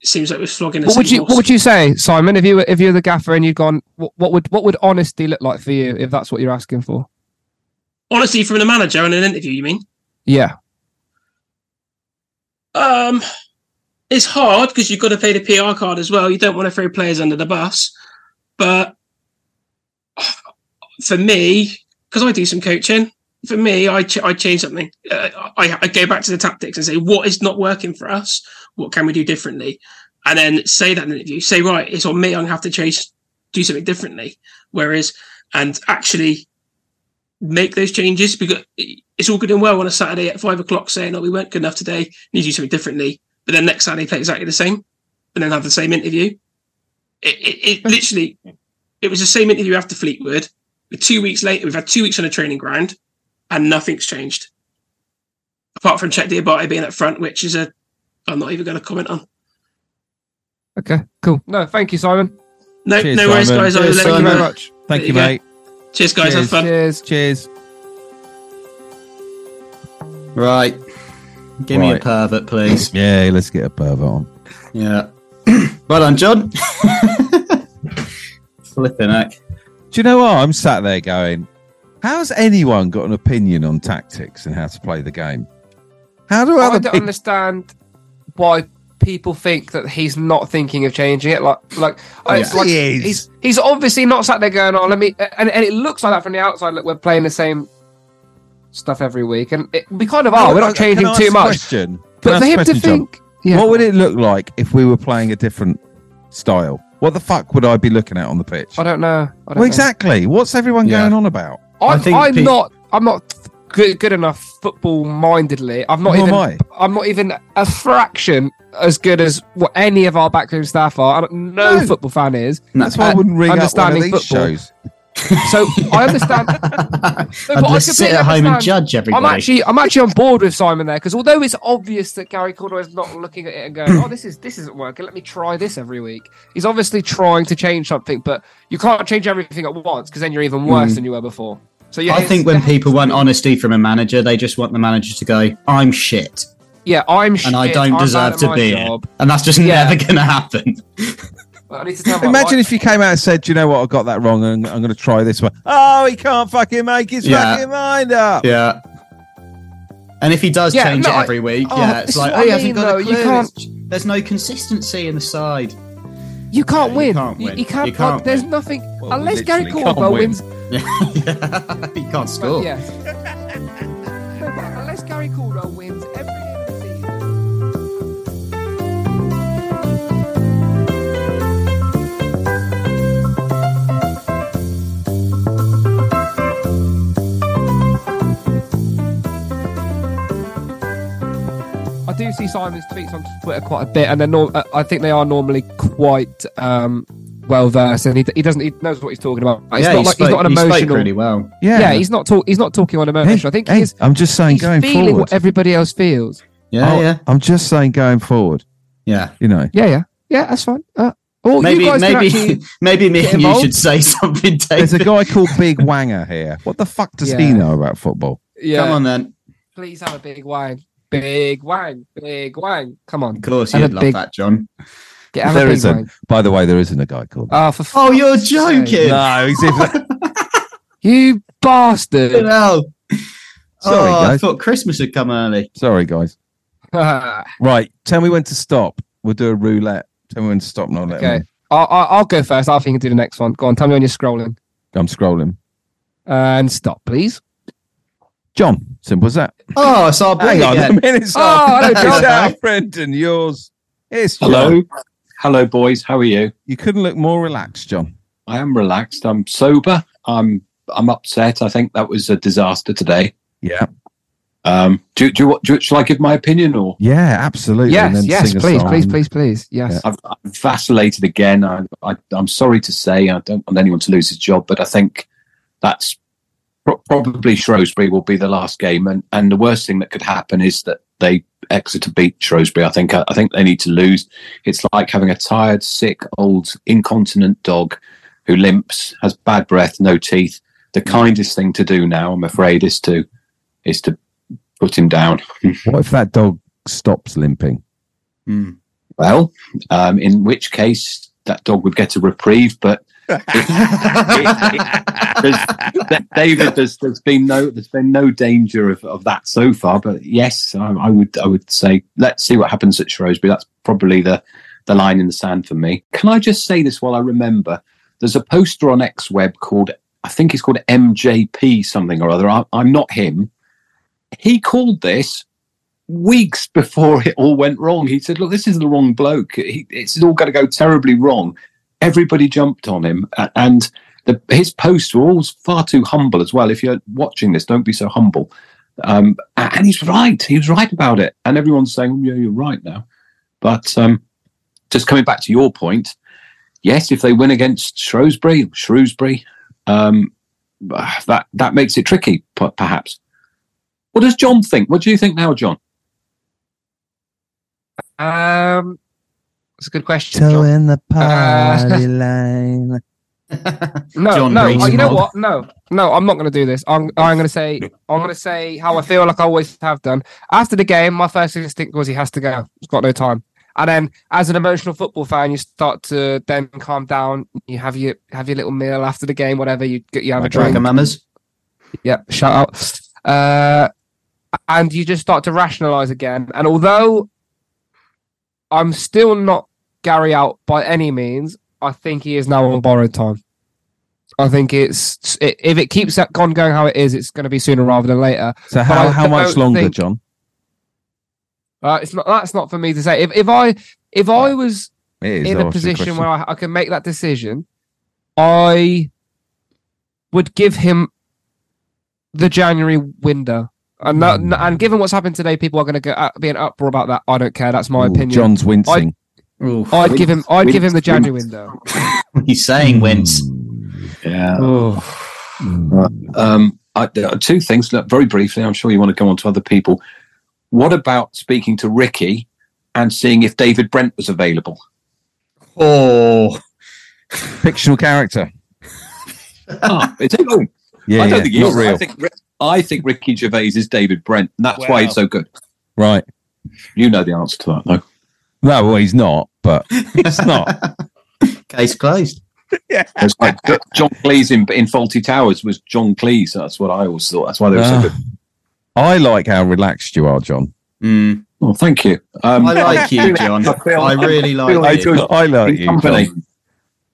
Speaker 4: It seems like we're flogging. a
Speaker 2: What would
Speaker 4: second
Speaker 2: you What
Speaker 4: horse.
Speaker 2: would you say, Simon? If you were if you were the gaffer and you'd gone, what, what would what would honesty look like for you if that's what you're asking for?
Speaker 4: Honestly, from the manager in an interview, you mean?
Speaker 2: Yeah.
Speaker 4: Um, it's hard because you've got to play the PR card as well. You don't want to throw players under the bus, but for me, because I do some coaching, for me, I ch- I change something. Uh, I I go back to the tactics and say what is not working for us. What can we do differently? And then say that in the interview. Say right, it's on me. I'm gonna have to chase, do something differently. Whereas, and actually make those changes because it's all good and well on a Saturday at five o'clock saying, "Oh, we weren't good enough today. Need to do something differently." But then next Saturday play exactly the same, and then have the same interview. It, it, it literally, it was the same interview after Fleetwood. But two weeks later, we've had two weeks on a training ground, and nothing's changed, apart from Check Diabate being up front, which is a I'm not even going to comment on.
Speaker 2: Okay. Cool. No, thank you, Simon.
Speaker 4: No,
Speaker 1: Cheers,
Speaker 4: no worries,
Speaker 1: Simon.
Speaker 4: guys. I will
Speaker 2: Thank
Speaker 4: let
Speaker 2: you
Speaker 4: you
Speaker 2: very
Speaker 4: know.
Speaker 2: much.
Speaker 1: Thank
Speaker 4: There
Speaker 1: you,
Speaker 4: you go.
Speaker 1: mate.
Speaker 4: Cheers, guys. Have
Speaker 1: Cheers.
Speaker 4: fun.
Speaker 2: Cheers.
Speaker 1: Cheers.
Speaker 3: Right. Give me a
Speaker 1: Right.
Speaker 3: pervert, please.
Speaker 1: Yeah, let's get a pervert on.
Speaker 3: Yeah. well done, John. Flipping heck.
Speaker 1: Do you know what? I'm sat there going, how's anyone got an opinion on tactics and how to play the game? How do
Speaker 2: I
Speaker 1: other
Speaker 2: don't
Speaker 1: people?
Speaker 2: understand why people think that he's not thinking of changing it. Like, like, I-
Speaker 3: Yes,
Speaker 2: like,
Speaker 1: he is.
Speaker 2: he's he's obviously not sat there going, "Oh, let me." And, and it looks like that from the outside. Like we're playing the same stuff every week, and it, we kind of are. Oh, we're not
Speaker 1: Can I
Speaker 2: changing
Speaker 1: ask
Speaker 2: too
Speaker 1: a
Speaker 2: much.
Speaker 1: Question? Can I
Speaker 2: But
Speaker 1: ask
Speaker 2: for
Speaker 1: a
Speaker 2: him to
Speaker 1: question, John?
Speaker 2: think, yeah,
Speaker 1: What would it look like if we were playing a different style? What the fuck would I be looking at on the pitch?
Speaker 2: I don't know. I don't
Speaker 1: Well,
Speaker 2: know.
Speaker 1: exactly. What's everyone
Speaker 3: Yeah.
Speaker 1: going on about?
Speaker 3: I
Speaker 2: I'm,
Speaker 3: think
Speaker 2: I'm
Speaker 3: pe-
Speaker 2: not. I'm not good, good enough football mindedly. I'm not
Speaker 1: Nor
Speaker 2: even.
Speaker 1: am
Speaker 2: I'm not even a fraction as good as what any of our backroom staff are. I don't, no,
Speaker 1: No.
Speaker 2: football fan is.
Speaker 3: No,
Speaker 1: That's why I, wouldn't ring up one of
Speaker 2: understanding
Speaker 1: these
Speaker 2: football.
Speaker 1: shows.
Speaker 2: So I understand. No, but
Speaker 3: I'd
Speaker 2: I
Speaker 3: just sit
Speaker 2: completely
Speaker 3: at home and
Speaker 2: understand.
Speaker 3: judge everybody.
Speaker 2: I'm actually, I'm actually on board with Simon there because although it's obvious that Gary Caldwell is not looking at it and going, "Oh, this is this isn't working. Let me try this every week." He's obviously trying to change something, but you can't change everything at once because then you're even
Speaker 1: Mm.
Speaker 2: worse than you were before. So yeah,
Speaker 3: I
Speaker 2: it's
Speaker 3: think when
Speaker 2: definitely-
Speaker 3: people want honesty from a manager, they just want the manager to go, I'm shit.
Speaker 2: yeah, I'm
Speaker 3: And I
Speaker 2: shit,
Speaker 3: don't
Speaker 2: I'm bad
Speaker 3: deserve
Speaker 2: at
Speaker 3: to
Speaker 2: my
Speaker 3: be here.
Speaker 2: job.
Speaker 3: And that's just
Speaker 2: Yeah.
Speaker 3: never going to happen.
Speaker 2: I need to tell my
Speaker 1: Imagine
Speaker 2: wife-
Speaker 1: if you came out and said, "Do you know what? I got that wrong, and I'm going to try this one." Oh, he can't fucking make his
Speaker 3: Yeah.
Speaker 1: fucking mind up.
Speaker 3: Yeah. And if he does
Speaker 2: Yeah,
Speaker 3: change
Speaker 2: no,
Speaker 3: it every week,
Speaker 2: oh,
Speaker 3: yeah,
Speaker 2: this
Speaker 3: it's
Speaker 2: is
Speaker 3: like,
Speaker 2: what
Speaker 3: oh,
Speaker 2: I
Speaker 3: he hasn't
Speaker 2: mean,
Speaker 3: got
Speaker 2: though,
Speaker 3: a
Speaker 2: you
Speaker 3: clue.
Speaker 2: can't-
Speaker 3: It's- There's no consistency in the side.
Speaker 2: You can't
Speaker 3: Yeah, you
Speaker 2: win.
Speaker 3: can't
Speaker 2: You
Speaker 3: win.
Speaker 2: you can't.
Speaker 3: You can't
Speaker 2: like, There's
Speaker 3: win.
Speaker 2: nothing
Speaker 1: Well,
Speaker 2: unless
Speaker 1: literally
Speaker 2: Gary
Speaker 1: can't
Speaker 2: Caldwell
Speaker 1: win.
Speaker 2: wins.
Speaker 3: he can't score.
Speaker 2: Yeah. No, but unless Gary Caldwell wins every game of the season. I do see Simon's tweets on Twitter quite a bit, and they're norm- uh, I- I think they are normally quite um, well versed, and he, d- he doesn't he knows what he's talking about. It's
Speaker 3: Yeah,
Speaker 2: not
Speaker 3: he
Speaker 2: like he's
Speaker 3: spoke-
Speaker 2: not an
Speaker 3: he spoke
Speaker 2: emotional.
Speaker 3: really well.
Speaker 1: Yeah,
Speaker 2: yeah. he's not talk- he's not talking on
Speaker 1: Hey,
Speaker 2: emotion. I think
Speaker 1: hey,
Speaker 2: he's,
Speaker 1: I'm just saying,
Speaker 2: he's
Speaker 1: going
Speaker 2: feeling
Speaker 1: forward.
Speaker 2: what everybody else feels.
Speaker 3: Yeah,
Speaker 1: Oh,
Speaker 3: yeah,
Speaker 1: I'm just saying, going forward.
Speaker 3: yeah.
Speaker 1: You know,
Speaker 2: Yeah, yeah, yeah. That's fine. Uh, well,
Speaker 3: Maybe,
Speaker 2: you guys can
Speaker 3: maybe,
Speaker 2: actually-
Speaker 3: maybe me
Speaker 2: get
Speaker 3: and you
Speaker 2: involved.
Speaker 3: should say something.
Speaker 1: there's a
Speaker 3: David.
Speaker 1: guy called Big Wanger here. What the fuck does he
Speaker 2: Yeah.
Speaker 1: know about football?
Speaker 2: yeah.
Speaker 3: Come on then.
Speaker 2: Please have a big wang, big wang, big wang. Come on,
Speaker 3: Of course,
Speaker 2: Have
Speaker 3: you'd
Speaker 2: a
Speaker 3: love
Speaker 2: big-
Speaker 3: that, John.
Speaker 2: get have
Speaker 1: There
Speaker 2: a big
Speaker 1: isn't.
Speaker 2: wang.
Speaker 1: By the way, there isn't a guy called.
Speaker 2: Oh, for
Speaker 3: Oh, you're
Speaker 2: fuck's sake.
Speaker 3: joking.
Speaker 1: no, he's even,
Speaker 2: you
Speaker 3: Good
Speaker 2: bastard!
Speaker 3: hell.
Speaker 1: Sorry,
Speaker 3: oh, I
Speaker 1: guys.
Speaker 3: thought Christmas had come early.
Speaker 1: sorry, guys.
Speaker 2: I,
Speaker 1: Right, tell me when to stop. We'll do a roulette. Tell me when to stop. Not let
Speaker 2: Okay.
Speaker 3: Um,
Speaker 1: me.
Speaker 2: I, I'll go first. I think you can do the next one. Go on, tell me when you're scrolling
Speaker 1: I'm scrolling.
Speaker 2: and stop, please.
Speaker 1: John. Simple as that.
Speaker 3: Oh, it's our boy
Speaker 1: Hang on a
Speaker 3: again.
Speaker 1: minute. It's
Speaker 2: Oh,
Speaker 1: our,
Speaker 2: hello,
Speaker 1: it's
Speaker 2: John.
Speaker 1: our friend and yours. It's John.
Speaker 5: Hello. Hello, boys. How are you?
Speaker 1: You couldn't look more relaxed, John.
Speaker 5: I am relaxed. I'm sober. I'm I'm upset. I think that was a disaster today.
Speaker 1: Yeah.
Speaker 5: Um, do, do, you want- do, shall I give my opinion or?
Speaker 1: Yeah, absolutely. and
Speaker 2: Yes,
Speaker 1: then
Speaker 2: yes,
Speaker 1: sing a
Speaker 2: please,
Speaker 1: song.
Speaker 2: please, please, please. Yes.
Speaker 5: I've, I've vacillated again. I, I, I'm sorry to say, I don't want anyone to lose his job, but I think that's pro- probably Shrewsbury will be the last game. And, and the worst thing that could happen is that they Exeter beat Shrewsbury. I think uh, I, I think they need to lose. It's like having a tired, sick, old, incontinent dog who limps, has bad breath, no teeth. The kindest thing to do now, I'm afraid, is to is to put him down.
Speaker 1: What if that dog stops limping?
Speaker 3: Hmm.
Speaker 5: Well, um, in which case that dog would get a reprieve, but there's, David, there's, there's been no there's been no danger of, of that so far. But yes, I, I would I would say let's see what happens at Shrewsbury. That's probably the the line in the sand for me. Can I just say this while I remember? There's a poster on X Web called I think it's called MJP something or other. I, I'm not him. He called this weeks before it all went wrong. He said, "Look, this is the wrong bloke. He, it's all going to go terribly wrong." Everybody jumped on him, a- and the, his posts were all far too humble as well. If you're watching this, don't be so humble. Um, a- and he's right. He was right about it. And everyone's saying, "Oh, yeah, you're right now. But um, just coming back to your point, yes, if they win against Shrewsbury, Shrewsbury, um, that, that makes it tricky, per- perhaps. What does John think? What do you think now, John?
Speaker 2: Um, it's a good question. John. Uh,
Speaker 1: in the
Speaker 2: party
Speaker 1: line.
Speaker 2: No,
Speaker 3: John
Speaker 2: no.
Speaker 3: Brees
Speaker 2: oh, you know
Speaker 3: mod.
Speaker 2: what? No, no. I'm not going to do this. I'm. I'm going to say. I'm going to say how I feel, like I always have done. After the game, my first instinct was he has to go. He's got no time. And then, as an emotional football fan, you start to then calm down. You have your have your little meal after the game, whatever. You get you have a
Speaker 1: Like
Speaker 2: drink.
Speaker 3: Dragon Mamas.
Speaker 2: Yep, shout out. Uh, and you just start to rationalize again. And although I'm still not Gary out by any means, I think he is now on borrowed time. I think it's i if it keeps that on going how it is, it's going to be sooner rather than later.
Speaker 1: So
Speaker 2: But
Speaker 1: how,
Speaker 2: I
Speaker 1: how much
Speaker 2: don't
Speaker 1: longer,
Speaker 2: think-
Speaker 1: John?
Speaker 2: Uh, it's not that's not for me to say. If if I if I was
Speaker 1: It is
Speaker 2: in a
Speaker 1: obviously
Speaker 2: position
Speaker 1: question.
Speaker 2: where I, I can make that decision, I would give him the January window. And, no-
Speaker 5: Mm.
Speaker 1: Hmm.
Speaker 2: and given what's happened today, people are going to go uh, be an uproar about that. I don't care. That's my
Speaker 1: Ooh,
Speaker 2: opinion.
Speaker 1: John's wincing.
Speaker 3: Oof.
Speaker 2: I'd give him. I'd give him the
Speaker 5: Wince,
Speaker 2: January
Speaker 5: wince.
Speaker 2: window.
Speaker 3: He's
Speaker 1: Hmm.
Speaker 3: saying Wince.
Speaker 5: Yeah.
Speaker 3: Oh.
Speaker 1: Mm.
Speaker 5: Um, I, there are two things. Look, very briefly, I'm sure you want to go on to other people. What about speaking to Ricky and seeing if David Brent was available?
Speaker 3: Oh,
Speaker 1: Fictional character.
Speaker 5: Ah, is it? Oh,
Speaker 1: Yeah,
Speaker 5: I don't
Speaker 1: yeah,
Speaker 5: think he
Speaker 1: not
Speaker 5: is.
Speaker 1: real.
Speaker 5: I think, Ri- I think Ricky Gervais is David Brent, and that's why he's so good.
Speaker 1: Right.
Speaker 5: You know the answer to that, though.
Speaker 1: No, well, he's not, but it's not.
Speaker 3: case closed.
Speaker 5: It's like Jo- John Cleese in, in Faulty Towers was John Cleese. That's what I always thought. That's why they were so
Speaker 1: Ah.
Speaker 5: good.
Speaker 1: I like how relaxed you are, John.
Speaker 3: Mm.
Speaker 5: Oh, thank you. Um,
Speaker 3: I like you, John.
Speaker 5: I feel-
Speaker 3: I really
Speaker 5: feel
Speaker 3: like you.
Speaker 5: good.
Speaker 1: I like
Speaker 5: in
Speaker 1: you.
Speaker 5: company.
Speaker 1: John.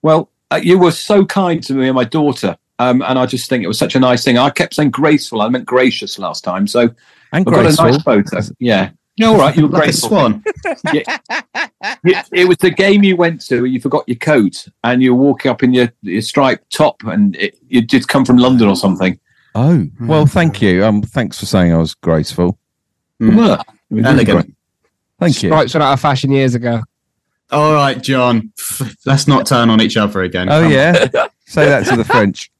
Speaker 5: Well, uh, you were so kind to me and my daughter, um, and I just think it was such a nice thing. I kept saying graceful; I meant gracious last time. So I've
Speaker 1: And
Speaker 5: got a
Speaker 1: graceful.
Speaker 5: nice photo. Yeah, no, all right, you were
Speaker 3: Like a
Speaker 5: graceful.
Speaker 3: swan.
Speaker 5: It, it was the game you went to, where you forgot your coat, and you were walking up in your, your striped top, and it, you did come from London or something.
Speaker 1: Oh,
Speaker 3: Hmm.
Speaker 1: well, thank you. Um, thanks for saying I was graceful.
Speaker 5: You
Speaker 3: Mm.
Speaker 5: were. You were doing great.
Speaker 3: Elegant.
Speaker 1: Thank you.
Speaker 2: Stripes went out of fashion years ago.
Speaker 3: All right, John. Let's not turn on each other again.
Speaker 1: Oh
Speaker 3: Come on.
Speaker 1: yeah. Say that to the French.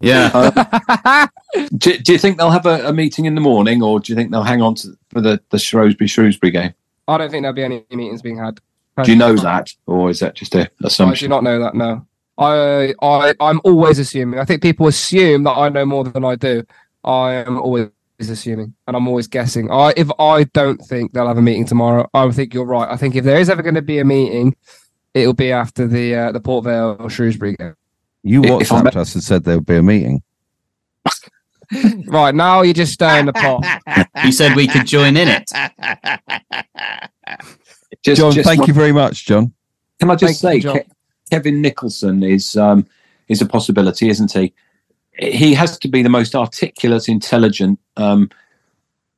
Speaker 3: Yeah.
Speaker 5: Um, Do, do you think they'll have a, a meeting in the morning, or do you think they'll hang on to, for the, the Shrewsbury Shrewsbury game?
Speaker 2: I don't think there'll be any meetings being had.
Speaker 5: Do you know that, or is that just a
Speaker 2: I do
Speaker 5: assumption?
Speaker 2: not know that. No, I, I, I'm always assuming. I think people assume that I know more than I do. I am always assuming, and I'm always guessing. I, if I don't think they'll have a meeting tomorrow, I think you're right. I think if there is ever going to be a meeting, it'll be after the uh, the Port Vale or Shrewsbury game.
Speaker 1: You
Speaker 5: If- if I'm-
Speaker 1: WhatsApped us and said there would be a meeting.
Speaker 2: Right now, you're just stirring the pot.
Speaker 3: You said we could join in it.
Speaker 5: Just-
Speaker 1: John,
Speaker 5: just
Speaker 1: thank
Speaker 5: one-
Speaker 1: you very much, John.
Speaker 5: Can I just say,
Speaker 2: Thank you, John.
Speaker 5: Ke- Kevin Nicholson is um, is a possibility, isn't he? he has to be the most articulate, intelligent um,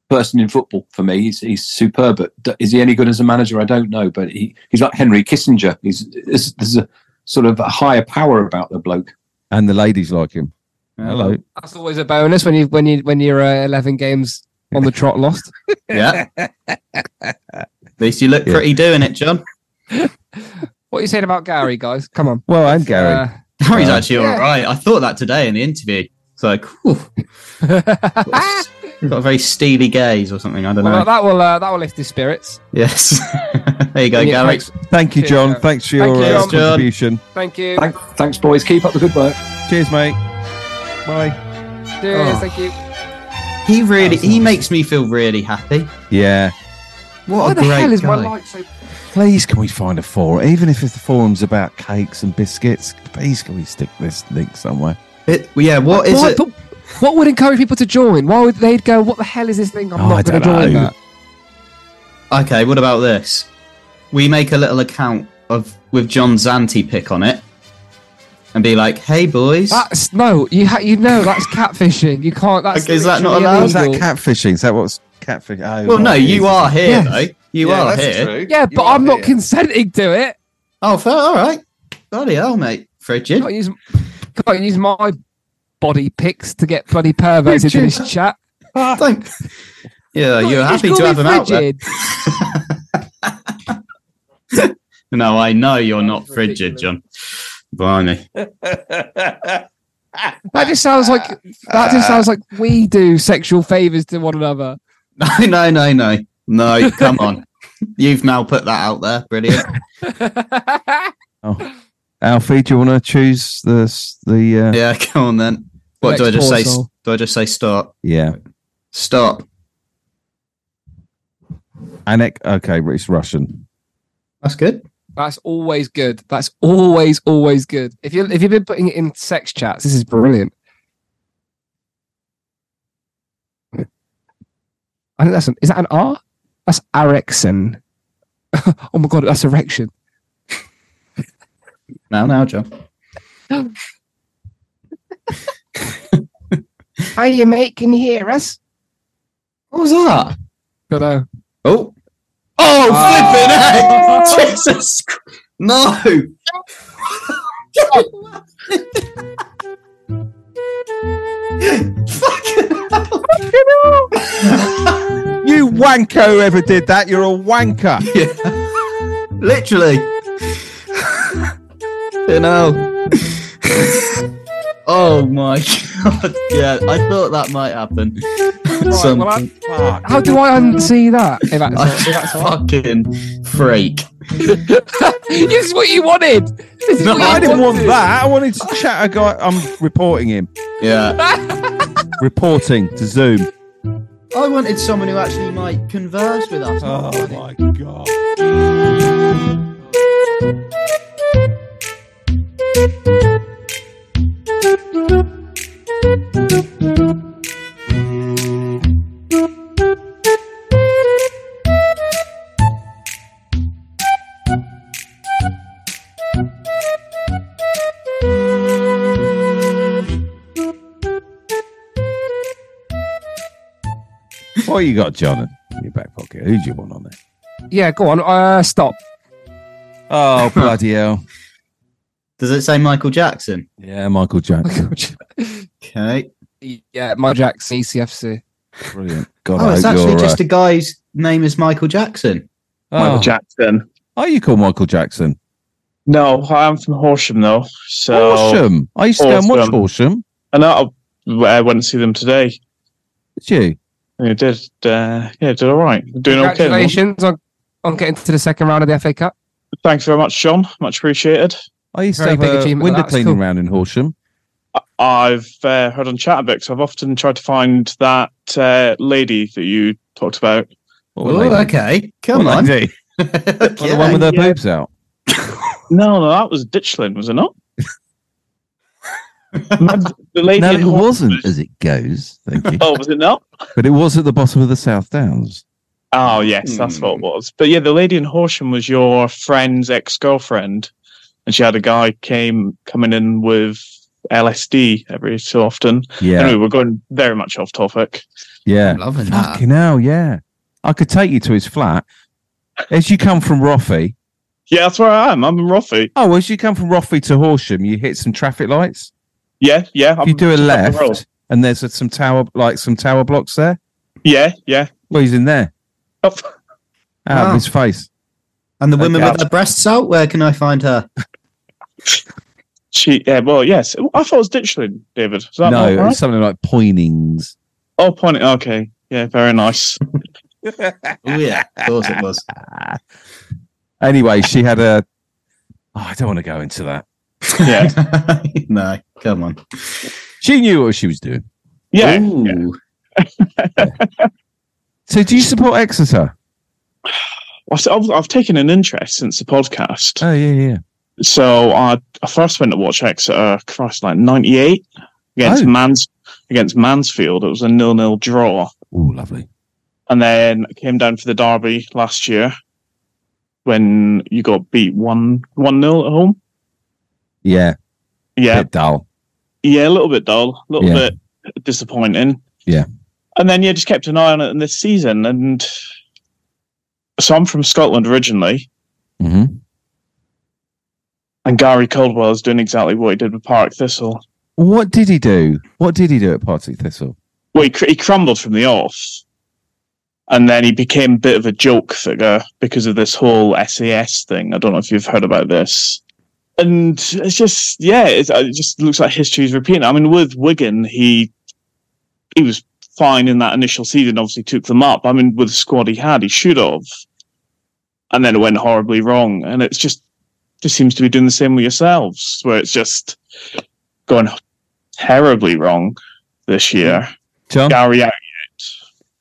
Speaker 5: person in football for me. He's, he's superb. But d- is he any good as a manager? I don't know. But he, he's like Henry Kissinger. He's there's, there's a sort of a higher power about the bloke.
Speaker 1: And the ladies like him. Hello.
Speaker 2: That's always a bonus when you when you when you're uh, eleven games on the trot lost.
Speaker 3: Yeah. At least you look
Speaker 1: Yeah.
Speaker 3: pretty doing it, John.
Speaker 2: What are you saying about Gary, guys? Come on.
Speaker 1: Well, and Gary.
Speaker 2: Uh,
Speaker 3: Gary's
Speaker 1: Uh,
Speaker 3: actually
Speaker 2: yeah.
Speaker 3: all right. I thought that today in the interview. It's like, whew, got a very steely gaze or something. I don't
Speaker 2: well,
Speaker 3: know.
Speaker 2: that will uh, that will lift his spirits.
Speaker 3: Yes. there you go,
Speaker 2: And yeah,
Speaker 3: Gary.
Speaker 2: thanks-
Speaker 1: Thank you,
Speaker 2: Cheers,
Speaker 1: John.
Speaker 2: Gary.
Speaker 1: Thanks for your
Speaker 2: Thank you,
Speaker 1: uh,
Speaker 3: John. John.
Speaker 1: contribution.
Speaker 2: Thank you.
Speaker 5: Thank, thanks, boys. Keep up the good work.
Speaker 1: Cheers, mate. Bye.
Speaker 2: Cheers,
Speaker 3: Oh.
Speaker 2: Thank you.
Speaker 3: He really,
Speaker 1: That was
Speaker 3: he
Speaker 1: nice.
Speaker 3: makes me feel really happy.
Speaker 1: Yeah.
Speaker 3: What
Speaker 2: Why
Speaker 3: a
Speaker 2: the
Speaker 3: great
Speaker 2: hell is
Speaker 3: guy.
Speaker 2: my light so?
Speaker 1: Please, can we find a forum? Even if the forum's about cakes and biscuits, please can we stick this link somewhere?
Speaker 3: It- well, yeah, what is
Speaker 2: Why-
Speaker 3: it?
Speaker 2: but What would encourage people to join? Why would they'd go? What the hell is this thing? I'm
Speaker 1: Oh, I
Speaker 2: not going to
Speaker 1: don't
Speaker 2: join
Speaker 1: know.
Speaker 2: that.
Speaker 3: Okay, what about this? We make a little account of with John Zanti pick on it, and be like, "Hey boys,
Speaker 2: That's no. You ha- you know that's catfishing. You can't. That's
Speaker 3: Okay, is that not
Speaker 2: literally
Speaker 3: allowed?
Speaker 1: How's that
Speaker 2: illegal.
Speaker 1: catfishing? Is that what's catfishing? Oh,
Speaker 3: well,
Speaker 1: right,
Speaker 3: no,
Speaker 1: it is,
Speaker 3: you are here
Speaker 2: Yes.
Speaker 3: though. You are here.
Speaker 2: Yeah, but I'm not consenting to it.
Speaker 3: Oh, fair, all right. Bloody hell, mate. Frigid.
Speaker 2: Can't use can't use my body pics to get bloody perverts into this chat.
Speaker 3: Don't. Yeah, you're
Speaker 2: Just
Speaker 3: happy
Speaker 2: call
Speaker 3: to
Speaker 2: me
Speaker 3: have him out there.
Speaker 2: frigid.
Speaker 3: No, I know you're not
Speaker 2: That's
Speaker 3: frigid,
Speaker 2: ridiculous.
Speaker 3: John. Blimey.
Speaker 2: That just sounds like that just sounds like we do sexual favors to one another.
Speaker 3: No, no, no, no. No, come on. You've now put that out there. Brilliant.
Speaker 1: Oh. Alfie, do you want to choose the s- the uh, yeah.
Speaker 3: Yeah, come on then. What do I
Speaker 2: Next
Speaker 3: just say?
Speaker 2: portal.
Speaker 3: Do I just say stop? Stop.
Speaker 1: Anek? Okay, it's Russian.
Speaker 3: That's good.
Speaker 2: That's always good. That's always always good. If you if you've been putting it in sex chats, this is brilliant. I think that's an, is that an R? That's Ericsson. oh my god, that's erection.
Speaker 3: Now, now, John.
Speaker 2: Hiya, mate. Can you hear us?
Speaker 3: What was that?
Speaker 2: Don't know.
Speaker 3: Oh. Oh, flipping heck! Jesus Christ. No.
Speaker 1: You wanker! Whoever did that, you're a wanker.
Speaker 3: Yeah. Literally. you know. oh my god. Yeah, I thought that might happen. Something.
Speaker 2: well, I-
Speaker 6: Ah,
Speaker 2: How do I unsee that? If that's,
Speaker 3: I- fucking freak.
Speaker 2: this is what you wanted. This is
Speaker 3: No,
Speaker 2: what you
Speaker 1: I didn't want
Speaker 2: wanted.
Speaker 1: that. I wanted to chat a guy. I'm reporting him.
Speaker 3: Yeah.
Speaker 1: Reporting to Zoom.
Speaker 3: I wanted someone who actually might converse with us.
Speaker 1: Oh my god. What you got, John, in your back pocket? Who do you want on there?
Speaker 2: Yeah, go on. Uh, stop.
Speaker 1: Oh bloody hell!
Speaker 3: Does it say Michael Jackson?
Speaker 1: Yeah, Michael Jackson,
Speaker 3: Okay.
Speaker 2: yeah, my Jack's ECFC.
Speaker 1: brilliant. God,
Speaker 3: Oh,
Speaker 1: I
Speaker 3: it's
Speaker 1: hope
Speaker 3: actually
Speaker 1: you're,
Speaker 3: just
Speaker 1: uh,
Speaker 3: a guy's name is Michael Jackson.
Speaker 6: Michael
Speaker 1: oh.
Speaker 6: Jackson.
Speaker 1: oh, you call Michael Jackson?
Speaker 6: No, I'm from Horsham though, so
Speaker 1: Horsham. I used to go and watch
Speaker 6: Awesome.
Speaker 1: Horsham.
Speaker 6: and I, I went to see them today.
Speaker 1: Did you?
Speaker 6: And it did, uh, yeah, did all right. Doing okay.
Speaker 2: Congratulations on, on getting to the second round of the FA Cup.
Speaker 6: Thanks very much, John. Much appreciated.
Speaker 1: I used
Speaker 2: Very
Speaker 1: to
Speaker 2: big
Speaker 1: have a
Speaker 2: achievement,
Speaker 1: window
Speaker 2: that's
Speaker 1: cleaning
Speaker 2: cool.
Speaker 1: round in Horsham.
Speaker 6: I've uh, heard on Chatterbox. I've often tried to find that uh, lady that you talked about.
Speaker 1: What
Speaker 3: Oh,
Speaker 1: were they?
Speaker 3: okay. Come
Speaker 1: What
Speaker 3: on.
Speaker 1: were they?
Speaker 3: Okay.
Speaker 1: The one with her
Speaker 6: Yeah.
Speaker 1: boobs out.
Speaker 6: No, no, that was Ditchling, was it not? the lady
Speaker 1: No,
Speaker 6: in
Speaker 1: it
Speaker 6: Horsham
Speaker 1: wasn't
Speaker 6: was-
Speaker 1: as it goes. Thank you.
Speaker 6: Oh, was it not?
Speaker 1: But it was at the bottom of the South Downs.
Speaker 6: Oh, yes, that's what it
Speaker 3: Hmm.
Speaker 6: was. But yeah, the lady in Horsham was your friend's ex girlfriend, and she had a guy came coming in with LSD every so often.
Speaker 1: Yeah.
Speaker 6: Anyway, we're going very much off topic.
Speaker 1: Yeah.
Speaker 3: I'm loving that.
Speaker 1: Fucking hell, yeah. I could take you to his flat. As you come from Roffey,
Speaker 6: Yeah, that's where I am. I'm in Roffey.
Speaker 1: oh, as you come from Roffey to Horsham, you hit some traffic lights.
Speaker 6: Yeah, yeah.
Speaker 1: If
Speaker 6: I'm
Speaker 1: you do a
Speaker 6: just up the road.
Speaker 1: left, and there's a, some tower, like some tower blocks there.
Speaker 6: Yeah, yeah.
Speaker 1: Well, he's in there,
Speaker 6: Up-
Speaker 1: out
Speaker 3: Wow.
Speaker 1: of his face.
Speaker 3: And the woman
Speaker 6: Okay.
Speaker 3: with her breasts out, where can I find her?
Speaker 6: She, yeah, well, yes. I thought it was Ditchling, David. Is that
Speaker 1: no,
Speaker 6: not right?
Speaker 1: it's something like Poynings.
Speaker 6: Oh, pointing. Okay. Yeah, very nice.
Speaker 3: Oh, yeah. Of course it was.
Speaker 1: Anyway, she had a. Oh, I don't want to go into that.
Speaker 6: Yeah.
Speaker 3: no, come on.
Speaker 1: She knew what she was doing.
Speaker 6: Yeah.
Speaker 3: Ooh.
Speaker 1: So, do you support Exeter?
Speaker 6: I've, I've- I've taken an interest since the podcast.
Speaker 1: Oh yeah, yeah.
Speaker 6: So I, I first went to watch Exeter, Christ, like 98 against,
Speaker 1: Oh.
Speaker 6: Mans, against Mansfield. It was a nil-nil draw.
Speaker 1: Oh, lovely.
Speaker 6: And then I came down for the derby last year when you got beat 1 1 0 at home.
Speaker 1: Yeah,
Speaker 6: Yeah.
Speaker 1: bit dull.
Speaker 6: Yeah, a little bit dull, a little
Speaker 1: Yeah.
Speaker 6: bit disappointing.
Speaker 1: Yeah.
Speaker 6: And then you just kept an eye on it in this season. And so I'm from Scotland originally,
Speaker 1: hmm
Speaker 6: and Gary Caldwell is doing exactly what he did with Park Thistle.
Speaker 1: What did he do? What did he do at Partick Thistle?
Speaker 6: Well, he, cr- he crumbled from the off. And then he became a bit of a joke figure because of this whole SES thing. I don't know if you've heard about this. And it's just, yeah, it's, it just looks like history's repeating. I mean, with Wigan, he he was fine in that initial season, obviously took them up. I mean, with the squad he had, he should have. And then it went horribly wrong. And it's just, just seems to be doing the same with yourselves, where it's just going terribly wrong this year.
Speaker 1: John,
Speaker 6: Gary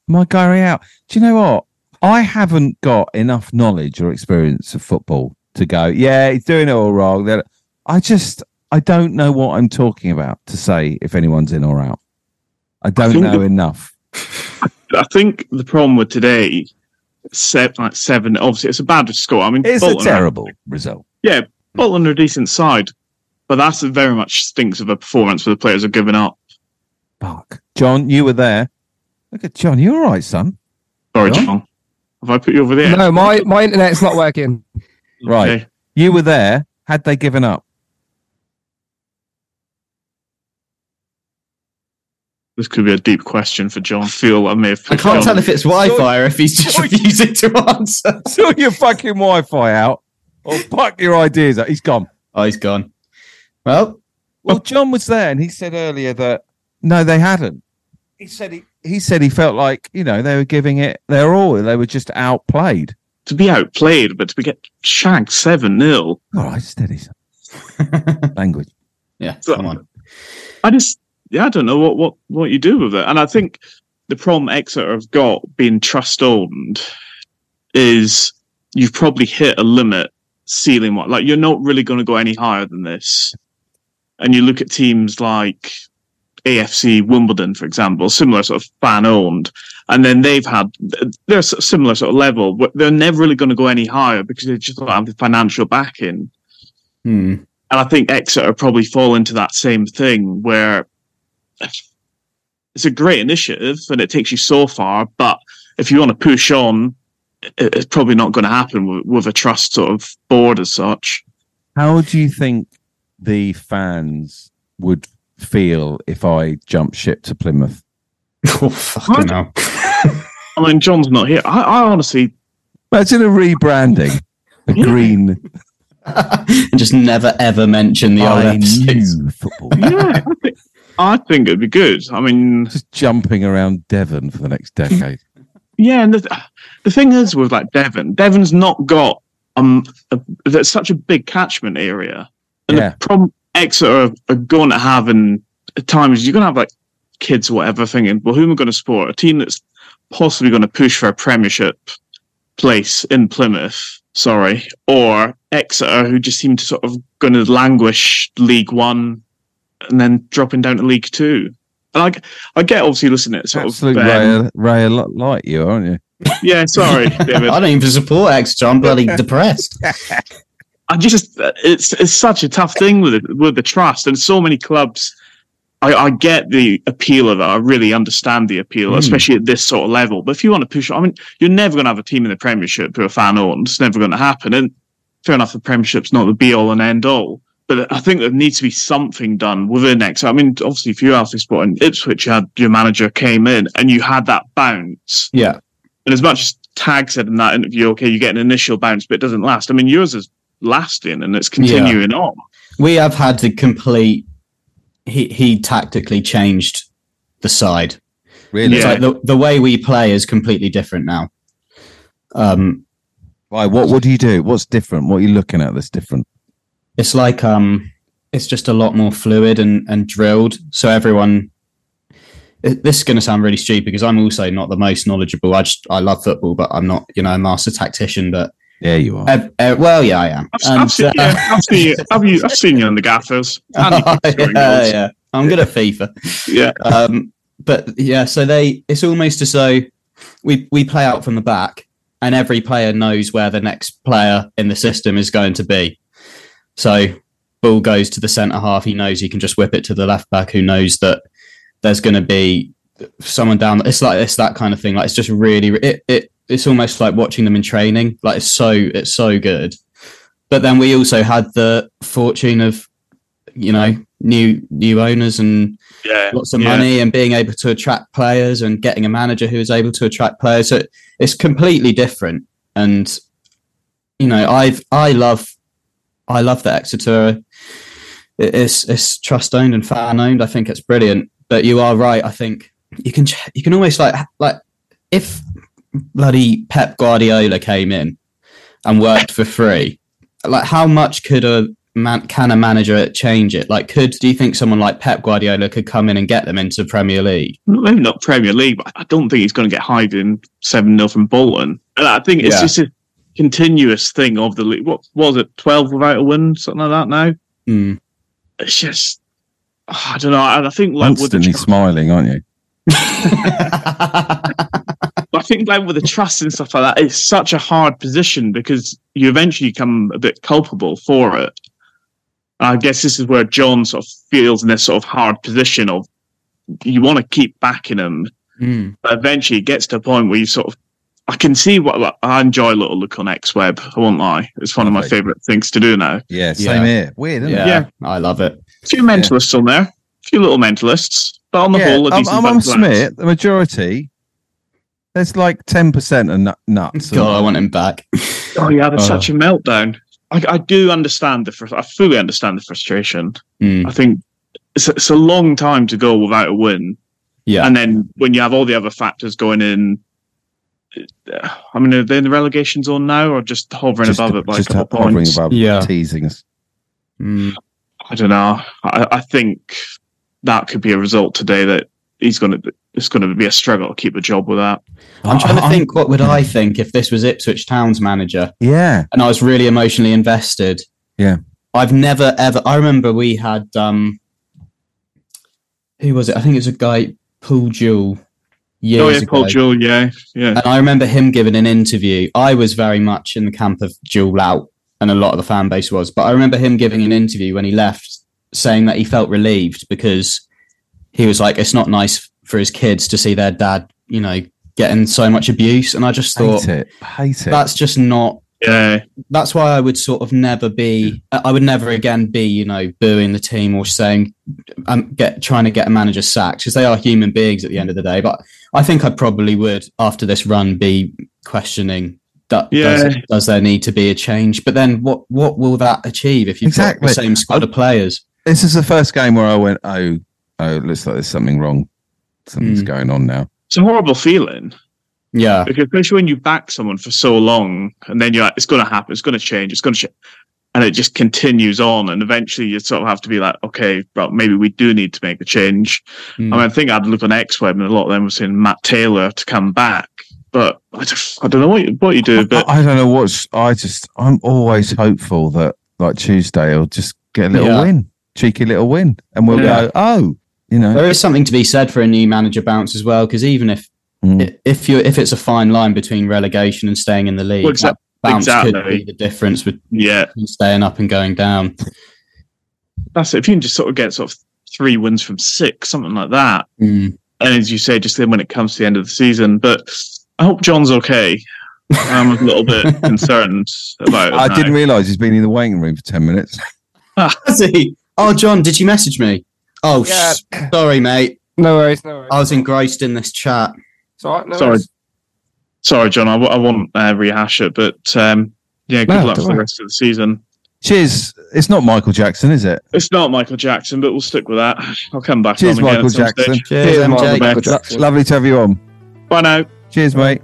Speaker 1: my Gary out. Do you know what? I haven't got enough knowledge or experience of football to go. Yeah, he's doing it all wrong. That- I just I don't know what I'm talking about to say if anyone's in or out. I don't
Speaker 6: think
Speaker 1: know
Speaker 6: the-
Speaker 1: enough.
Speaker 6: I think the problem with today, se- like seven, obviously it's a bad score. I mean,
Speaker 1: It's a
Speaker 6: Bolton,
Speaker 1: terrible result.
Speaker 6: Bolton are a decent side, but that's a very much stinks of a performance where the players are giving up.
Speaker 1: Fuck, John, you were there. Look at John. You're all right, son.
Speaker 6: Sorry,
Speaker 1: Yeah.
Speaker 6: John. Have I put you over there?
Speaker 2: No, my, my internet's not working.
Speaker 1: Right.
Speaker 6: Okay.
Speaker 1: You were there. Had they given up?
Speaker 6: This could be a deep question for John. I feel I may have.
Speaker 3: I
Speaker 6: Put
Speaker 3: can't
Speaker 6: John-
Speaker 3: tell if it's Wi Fi or if he's just refusing to answer.
Speaker 1: Sort your fucking Wi-Fi out, or fuck your ideas out. He's gone.
Speaker 3: Oh, he's gone. Well,
Speaker 1: Well, John was there, and he said earlier that no, they hadn't. He said he he said he felt like you know they were giving it their all. They were just outplayed.
Speaker 6: to be outplayed, but to be get shagged seven 0
Speaker 1: All right, steady son. language.
Speaker 3: yeah,
Speaker 6: So-
Speaker 3: come on.
Speaker 6: I just, yeah, I don't know what what what you do with it. And I think the problem Exeter have got being trust owned is you've probably hit a limit ceiling what like you're not really going to go any higher than this. And you look at teams like AFC Wimbledon, for example, similar sort of fan owned, and then they've had they're sort of similar sort of level. but They're never really going to go any higher because they just don't have the financial backing.
Speaker 3: Hmm.
Speaker 6: And I think Exeter probably fall into that same thing where it's a great initiative and it takes you so far, but if you want to push on, it- it's probably not going to happen with, with a trust sort of board as such.
Speaker 1: How do you think the fans would feel if I jumped ship to Plymouth?
Speaker 3: Oh, fucking hell.
Speaker 6: I mean, John's not here. I, I honestly,
Speaker 1: Imagine a rebranding, a
Speaker 6: Yeah.
Speaker 1: green
Speaker 3: and just never ever mention the old
Speaker 1: I
Speaker 3: episodes.
Speaker 1: knew football.
Speaker 6: yeah, I think, I think it'd be good. I mean,
Speaker 1: Just jumping around Devon for the next decade.
Speaker 6: yeah, and the, the thing is with like Devon, Devon's not got um, a, that's such a big catchment area. And
Speaker 1: yeah,
Speaker 6: the problem Exeter are, are going to have in at times you're going to have like kids or whatever thinking, well, who am I going to support? A team that's possibly going to push for a Premiership place in Plymouth, sorry, or Exeter who just seem to sort of going to languish League One and then dropping down to League Two. And I, g- I get obviously listening to sort
Speaker 1: absolute
Speaker 6: of um,
Speaker 1: Ray, Ray a lot like you, aren't you?
Speaker 6: yeah, sorry, David.
Speaker 3: I don't even support Exeter. I'm bloody depressed.
Speaker 6: I just uh, it's it's such a tough thing with it, with the trust and so many clubs. I, I get the appeal of it. I really understand the appeal,
Speaker 1: Mm.
Speaker 6: especially at this sort of level. But if you want to push, I mean, you're never going to have a team in the Premiership who are fan owned. It's never going to happen. And fair enough, the Premiership's not the be all and end all. But I think there needs to be something done within next. I mean, obviously, if you were Sport in Ipswich, you had your manager came in and you had that bounce.
Speaker 3: Yeah.
Speaker 6: And as much as Tag said in that interview, okay, you get an initial bounce, but it doesn't last. I mean, yours is lasting and it's continuing on.
Speaker 3: We have had the complete. He he tactically changed the side.
Speaker 1: Really?
Speaker 3: It's like the the way we play is completely different now. Um,
Speaker 1: Why? What? What do you do? What's different? What are you looking at? That's different.
Speaker 3: it's like um it's just a lot more fluid and and drilled so everyone it- this is going to sound really stupid because i'm also not the most knowledgeable i just i love football but i'm not you know a master tactician but
Speaker 1: Yeah, you are.
Speaker 3: ev- ev- well yeah i am
Speaker 6: I've,
Speaker 3: And,
Speaker 6: I've, seen,
Speaker 3: uh, Oh,
Speaker 6: yeah, I've, seen, you, I've, you, I've seen you in the gaffers. And you keep scoring
Speaker 3: yeah,
Speaker 6: goals.
Speaker 3: yeah. i'm good at fifa
Speaker 6: Yeah.
Speaker 3: um but yeah so they it's almost as though we we play out from the back and every player knows where the next player in the system is going to be so ball goes to the centre half he knows he can just whip it to the left back who knows that there's going to be someone down it's like it's that kind of thing like it's just really it, it it's almost like watching them in training like it's so it's so good but then we also had the fortune of you know new new owners and
Speaker 6: yeah.
Speaker 3: lots of
Speaker 6: yeah.
Speaker 3: money and being able to attract players and getting a manager who is able to attract players. So it's completely different. And you know, I've I love I love that Exeter. It- It's it's trust owned and fan owned. I think it's brilliant. But you are right. I think you can ch- you can almost like like if bloody Pep Guardiola came in and worked for free, like how much could a man, can a manager change it? Like, could do you think someone like Pep Guardiola could come in and get them into Premier League?
Speaker 6: Maybe not Premier League, but I don't think he's going to get hived in 7 0 from Bolton. And I think it's
Speaker 3: Yeah.
Speaker 6: just a continuous thing of the league. What was it, 12 without a win, something like that now?
Speaker 3: Mm.
Speaker 6: It's just, oh, I don't know. And I think, like, with the
Speaker 1: Constantly smiling, aren't you?
Speaker 6: But I think like with the trust and stuff like that, it's such a hard position because you eventually become a bit culpable for it. I guess this is where John sort of feels in this sort of hard position of you want to keep backing him,
Speaker 3: Mm.
Speaker 6: but eventually it gets to a point where you sort of I can see what what- I enjoy a little look on X Web. I won't lie; it's one of my
Speaker 1: Lovely.
Speaker 6: favorite things to do now.
Speaker 1: Yeah,
Speaker 3: same
Speaker 1: same here. Weird,
Speaker 3: Yeah,
Speaker 1: isn't it?
Speaker 6: Yeah.
Speaker 3: I love it.
Speaker 6: A few mentalists on there, a few little mentalists, but on the whole, a
Speaker 1: I'm,
Speaker 6: decent
Speaker 1: I'm,
Speaker 6: bunch of lads.
Speaker 1: Smith. The majority. There's like ten percent are nu- nuts.
Speaker 3: God, I want him back.
Speaker 6: Oh yeah, that's
Speaker 3: Oh.
Speaker 6: such a meltdown. I, I do understand the. Fr- I fully understand the frustration.
Speaker 3: Mm.
Speaker 6: I think it's, it's a long time to go without a win,
Speaker 3: Yeah,
Speaker 6: and then when you have all the other factors going in, uh, I mean, are they in the relegation zone now, or just hovering
Speaker 1: just,
Speaker 6: above it by
Speaker 1: just
Speaker 6: a couple
Speaker 1: hovering
Speaker 6: points?
Speaker 1: above,
Speaker 3: Yeah.
Speaker 1: teasing us.
Speaker 3: Mm.
Speaker 6: I don't know. I, I think that could be a result today that he's going to. It's going to be a struggle to keep a job with that.
Speaker 3: I'm trying to think. What would I think if this was Ipswich Town's manager?
Speaker 1: Yeah,
Speaker 3: and I was really emotionally invested.
Speaker 1: Yeah.
Speaker 3: I've never ever I remember we had um who was it? I think it was a guy Paul Jewell years
Speaker 6: oh yeah,
Speaker 3: ago.
Speaker 6: Paul Jewell. Yeah, yeah.
Speaker 3: And I remember him giving an interview. I was very much in the camp of Jewell out and a lot of the fan base was, but I remember him giving an interview when he left saying that he felt relieved because he was like it's not nice for his kids to see their dad, you know, getting so much abuse and I just thought
Speaker 1: hate it, hate it.
Speaker 3: that's just not
Speaker 6: yeah.
Speaker 3: that's why I would sort of never be. I would never again be, you know, booing the team or saying, um, get trying to get a manager sacked because they are human beings at the end of the day. But I think I probably would after this run be questioning that.
Speaker 6: Yeah.
Speaker 3: Does, does there need to be a change? But then what what will that achieve if you've got
Speaker 1: Exactly.
Speaker 3: the same squad of players?
Speaker 1: this is the first game where I went, oh, oh, it looks like there's something wrong. Something's
Speaker 3: Mm.
Speaker 1: going on now.
Speaker 6: It's a horrible feeling.
Speaker 3: Yeah,
Speaker 6: Because especially when you back someone for so long, and then you're like, it's going to happen, it's going to change, it's going to change, and it just continues on, and eventually you sort of have to be like, okay, well, maybe we do need to make a change.
Speaker 3: Mm.
Speaker 6: I mean, I think I'd look on X Web, and a lot of them were saying Matt Taylor to come back, but I, just, I don't know what you, what you do, but
Speaker 1: I, I don't know what's. I just, I'm always hopeful that like Tuesday will just get a little
Speaker 3: Yeah.
Speaker 1: win, cheeky little win, and we'll
Speaker 6: Yeah.
Speaker 1: go, oh, you know,
Speaker 3: there is something to be said for a new manager bounce as well because even if
Speaker 1: Mm.
Speaker 3: i- if you if it's a fine line between relegation and staying in the league,
Speaker 6: Well, exac-
Speaker 3: bounce could
Speaker 6: Exactly.
Speaker 3: be the difference with
Speaker 6: Yeah,
Speaker 3: staying up and going down.
Speaker 6: that's it. If you can just sort of get sort of three wins from six, something like that,
Speaker 3: Mm.
Speaker 6: and as you say, just then when it comes to the end of the season. But I hope John's okay. I'm a little bit concerned about.
Speaker 1: I didn't realise he's been in the waiting room for ten minutes.
Speaker 6: Ah.
Speaker 3: Has he? Oh, John, did you message me? Oh,
Speaker 2: Yeah.
Speaker 3: sh- sorry, mate.
Speaker 2: No worries, no worries.
Speaker 3: I was engrossed in this chat.
Speaker 2: It's all right, no
Speaker 6: Sorry.
Speaker 2: worries.
Speaker 6: Sorry, John. I, w- I won't uh, rehash it, but um, yeah, good
Speaker 2: No, don't
Speaker 6: luck for the
Speaker 2: worry.
Speaker 6: rest of the season.
Speaker 1: Cheers. It's not Michael Jackson, is it?
Speaker 6: It's not Michael Jackson, but we'll stick with that. I'll come back.
Speaker 1: Cheers,
Speaker 6: on again
Speaker 1: Michael
Speaker 6: at some stage.
Speaker 1: Jackson.
Speaker 3: Cheers,
Speaker 2: Cheers,
Speaker 3: MJ.
Speaker 2: Michael
Speaker 1: Lo-
Speaker 2: Jackson.
Speaker 1: lovely to have you on.
Speaker 6: Bye now.
Speaker 1: Cheers, mate.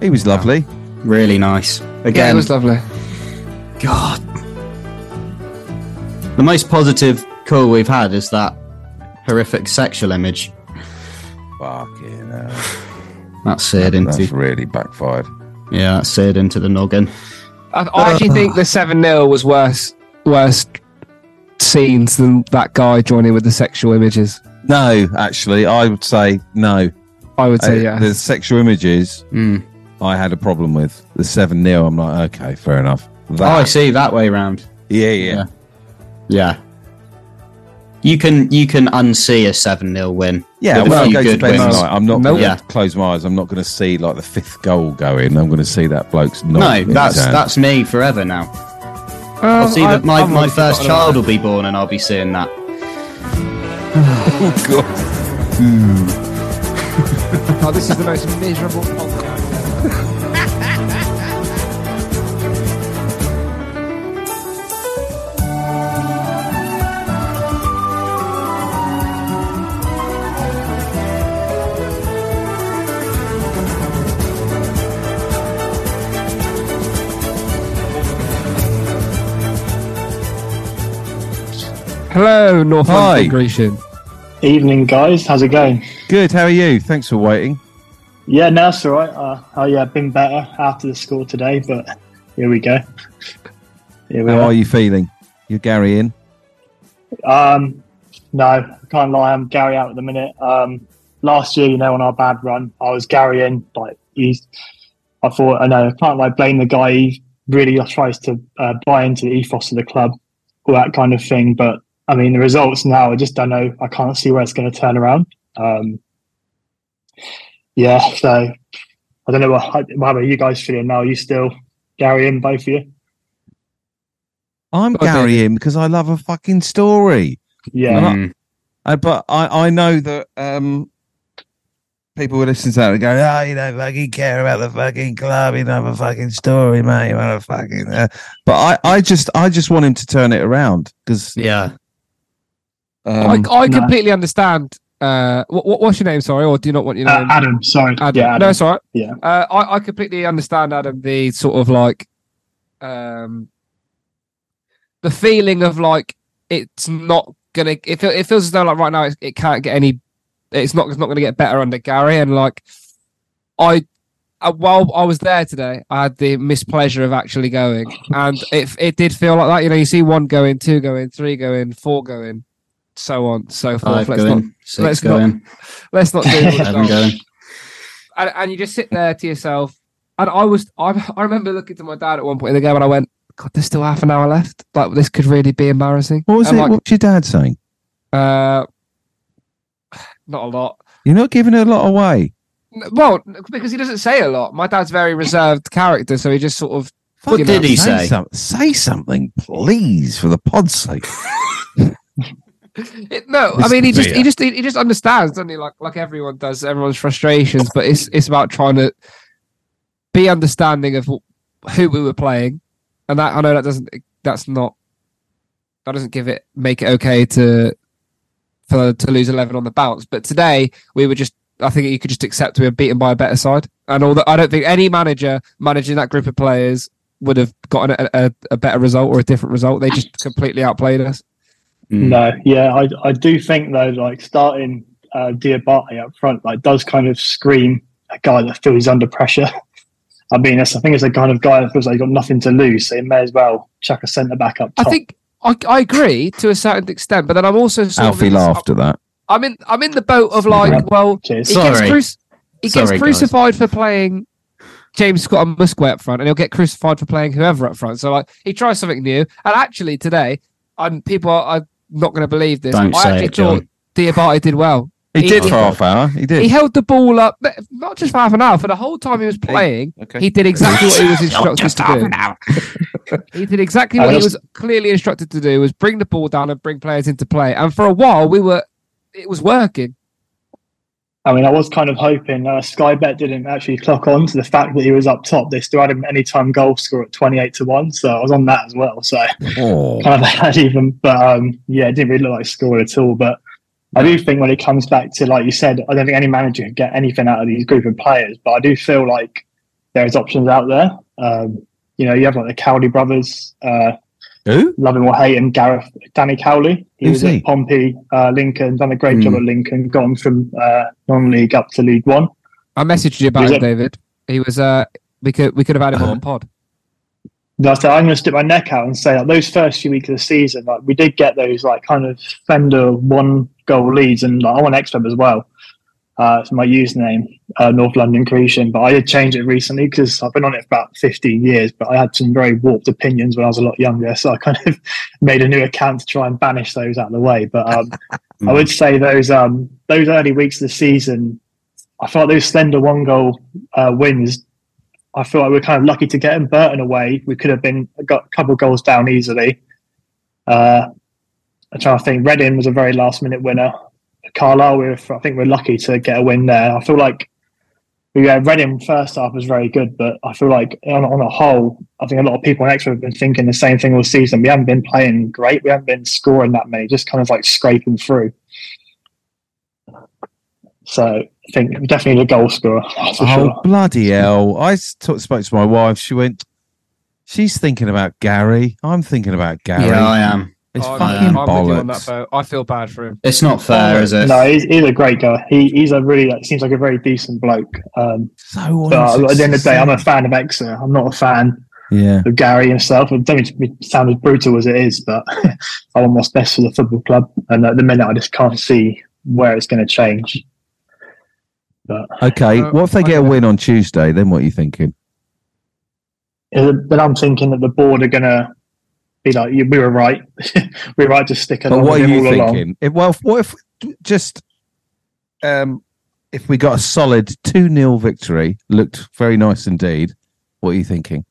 Speaker 1: He was lovely.
Speaker 3: Really nice.
Speaker 2: Yeah,
Speaker 3: Again,
Speaker 2: it was lovely.
Speaker 3: God. The most positive call we've had is that horrific sexual image.
Speaker 1: Fucking hell.
Speaker 3: That's seared
Speaker 1: That's
Speaker 3: into.
Speaker 1: really backfired.
Speaker 3: Yeah, that's seared into the noggin.
Speaker 2: I, I actually think the 7 0 was worse, worse scenes than that guy joining with the sexual images.
Speaker 1: No, actually, I would say no.
Speaker 2: I would
Speaker 1: Uh,
Speaker 2: say, yeah.
Speaker 1: The sexual images
Speaker 3: Mm.
Speaker 1: I had a problem with. The 7 0, I'm like, okay, fair enough.
Speaker 3: Oh, I
Speaker 1: That,
Speaker 3: see that way round.
Speaker 1: yeah, yeah.
Speaker 3: Yeah. Yeah. You can you can unsee a seven 0 win.
Speaker 1: Yeah,
Speaker 3: With a
Speaker 1: when I
Speaker 3: few
Speaker 1: go to
Speaker 3: good
Speaker 1: bed
Speaker 3: wins.
Speaker 1: tonight, I'm not
Speaker 2: No.
Speaker 1: going to
Speaker 3: Yeah.
Speaker 1: close my eyes. I'm not going to see like the fifth goal go in. I'm going to see that bloke's knob
Speaker 3: No,
Speaker 1: in his
Speaker 3: that's
Speaker 1: hand.
Speaker 3: that's me forever now.
Speaker 2: Um,
Speaker 3: I'll see that my, my first child will be born and I'll be seeing that.
Speaker 2: Oh, this is the most miserable podcast. Hello, North
Speaker 1: Hi.
Speaker 2: London Grecian.
Speaker 7: Evening, guys. How's it going?
Speaker 1: Good. How are you? Thanks for waiting.
Speaker 7: Yeah, no, it's all right. Uh, oh, yeah, been better after the score today, but here we go. Here we
Speaker 1: How
Speaker 7: are.
Speaker 1: are you feeling? You're Gary in.
Speaker 7: Um, no, I can't lie. I'm Gary out at the minute. Um, last year, you know, on our bad run, I was Gary in. Like he's, I thought, I know, I can't like blame the guy. He really tries to uh, buy into the ethos of the club, all that kind of thing. But I mean, the results now, I just don't know. I can't see where it's going to turn around. Um, yeah, so I don't know what, how are you guys feeling now? Are you still Gary in, both of you?
Speaker 1: I'm
Speaker 2: Okay.
Speaker 1: Gary in because I love a fucking story.
Speaker 7: Yeah.
Speaker 1: Well,
Speaker 3: Mm.
Speaker 1: Uh, but I, I know that um, people will listen to that and go, oh, you don't fucking care about the fucking club. You don't have a fucking story, mate. You want a fucking. Uh. But I, I just I just want him to turn it around because.
Speaker 3: Yeah.
Speaker 1: Um,
Speaker 2: I, I
Speaker 7: no.
Speaker 2: completely understand. Uh, what, what, what's your name? Sorry, or do you not want your
Speaker 7: Uh,
Speaker 2: name?
Speaker 7: Adam, sorry.
Speaker 2: Adam.
Speaker 7: Yeah,
Speaker 2: No,
Speaker 7: Adam.
Speaker 2: it's all right.
Speaker 7: Yeah.
Speaker 2: Uh, I, I completely understand, Adam, the sort of like um, the feeling of like it's not going to, it, feel, it feels as though like right now it, it can't get any, it's not, it's not going to get better under Gary. And like, I, uh, while I was there today, I had the mispleasure of actually going. And it, it did feel like that. You know, you see one going, two going, three going, four going, so on, so forth.
Speaker 3: Five
Speaker 2: Let's
Speaker 3: going,
Speaker 2: not,
Speaker 3: six
Speaker 2: let's not-
Speaker 3: going,
Speaker 2: let's not do all the
Speaker 3: seven
Speaker 2: goals
Speaker 3: going.
Speaker 2: and, and you just sit there to yourself. And I was, I, I remember looking to my dad at one point in the game, and I went, "God, there's still half an hour left. Like this could really be embarrassing."
Speaker 1: what was it?
Speaker 2: And like,
Speaker 1: What's your dad saying?
Speaker 2: uh, not a lot.
Speaker 1: You're not giving a lot away.
Speaker 2: N- Well, n- because he doesn't say a lot. My dad's a very reserved character, so he just sort of.
Speaker 3: What
Speaker 2: you
Speaker 3: did
Speaker 2: know,
Speaker 3: he say?
Speaker 1: some- say something, please, for the pod's sake.
Speaker 2: It, no, I
Speaker 1: This
Speaker 2: mean he
Speaker 1: is
Speaker 2: just
Speaker 1: me.
Speaker 2: he just he, he just understands, doesn't he? Like like everyone does, everyone's frustrations. But it's it's about trying to be understanding of wh- who we were playing, and that I know that doesn't that's not that doesn't give it make it okay to for to lose eleven on the bounce. But today we were just I think you could just accept we were beaten by a better side, and although I don't think any manager managing that group of players would have gotten a, a, a better result or a different result. They just completely outplayed us.
Speaker 3: Mm.
Speaker 7: No, yeah, I, I do think though, like starting uh, Diabate up front, like does kind of scream a guy that feels under pressure. I mean, that's, I think it's the kind of guy that feels like he's got nothing to lose, so he may as well chuck a centre back up
Speaker 2: I
Speaker 7: top.
Speaker 2: think I, I agree to a certain extent, but then I'm also sort
Speaker 1: Alfie
Speaker 2: of
Speaker 1: laughed at that.
Speaker 2: I'm in I'm in the boat of like, well,
Speaker 7: Cheers.
Speaker 2: he gets
Speaker 3: Sorry.
Speaker 2: cruci- he gets
Speaker 3: Sorry, guys.
Speaker 2: crucified for playing James Scott and Musquet up front, and he'll get crucified for playing whoever up front. So like he tries something new, and actually today, I'm people are, are not going to believe this.
Speaker 3: Don't
Speaker 2: I
Speaker 3: say
Speaker 2: actually
Speaker 3: it, John.
Speaker 2: thought Diabate did well.
Speaker 1: He, did for
Speaker 2: he-
Speaker 1: half hour. He did.
Speaker 2: He held the ball up, but not just for half an hour. For the whole time he was playing,
Speaker 1: okay.
Speaker 2: he did exactly what he was instructed to do. he did exactly what he was clearly instructed to do: was bring the ball down and bring players into play. And for a while, we were, it was working.
Speaker 7: I mean, I was kind of hoping uh, Sky Bet didn't actually clock on to the fact that he was up top. They still had him anytime goal score at 28 to 1, so I was on that as well. So
Speaker 1: Oh.
Speaker 7: kind of had even, but um, yeah, it didn't really look like he scored at all. But I do think when it comes back to, like you said, I don't think any manager could get anything out of these group of players, but I do feel like there's options out there. Um, you know, you have like the Cowley brothers, uh,
Speaker 1: Who?
Speaker 7: love him or hate him, Gareth, Danny Cowley. He
Speaker 1: Who's
Speaker 7: was
Speaker 1: he? Hmm.
Speaker 7: at Pompey, uh, Lincoln, done a great job at Lincoln, got him from uh, non-league up to League One.
Speaker 2: I messaged you about
Speaker 7: Is
Speaker 2: him,
Speaker 7: it-
Speaker 2: David. He was uh we could we could have had him
Speaker 3: Uh-huh.
Speaker 2: on pod.
Speaker 7: And I said, I'm going to stick my neck out and say that those first few weeks of the season, like we did get those like kind of fender one goal leads, and like, I want XFM as well. Uh, it's my username, uh, North London Creation, but I did change it recently because I've been on it for about 15 years. But I had some very warped opinions when I was a lot younger, so I kind of made a new account to try and banish those out of the way. But um, I would say those um, those early weeks of the season, I felt those slender one goal uh, wins I feel like we're kind of lucky to get in Burton away. We could have been got a couple goals down easily. Uh, I'm trying to think. Reading was a very last minute winner. Carlisle, we were, I think we're lucky to get a win there. I feel like we yeah, Reading first half was very good, but I feel like on, on a whole, I think a lot of people in Exeter have been thinking the same thing all season. We haven't been playing great. We haven't been scoring that many. Just kind of like scraping through. So I think definitely the goal scorer. That's for
Speaker 1: oh
Speaker 7: sure.
Speaker 1: bloody hell! I s- talk- spoke to my wife. She went. She's thinking about Gary. I'm thinking about Gary.
Speaker 3: Yeah, I am.
Speaker 1: It's
Speaker 2: Oh, I'm-
Speaker 1: fucking
Speaker 2: I'm with you on that,
Speaker 1: bollocks.
Speaker 2: Bo. I feel bad for him.
Speaker 3: It's not fair, is it?
Speaker 7: Um, No, he's, he's a great guy. He, he's a really like, seems like a very decent bloke. Um,
Speaker 1: So
Speaker 7: but at the end of the day, I'm a
Speaker 1: unsuccessful.
Speaker 7: fan of Exeter. I'm not a fan
Speaker 1: yeah.
Speaker 7: of Gary himself. I don't mean to sound as brutal as it is, but I want what's best for the football club. And at the minute, I just can't see where it's going to change. But
Speaker 1: Okay.
Speaker 2: Uh,
Speaker 1: what if they get a
Speaker 2: okay.
Speaker 1: win on Tuesday? Then what are you thinking?
Speaker 7: uh, then I'm thinking that the board are going to be like, "Yeah, "We were right. we were right to stick
Speaker 1: But
Speaker 7: along
Speaker 1: what
Speaker 7: with
Speaker 1: are
Speaker 7: him
Speaker 1: you
Speaker 7: all along."
Speaker 1: thinking? If, well, if- what if just um, if we got a solid two 0 victory, looked very nice indeed. What are you thinking?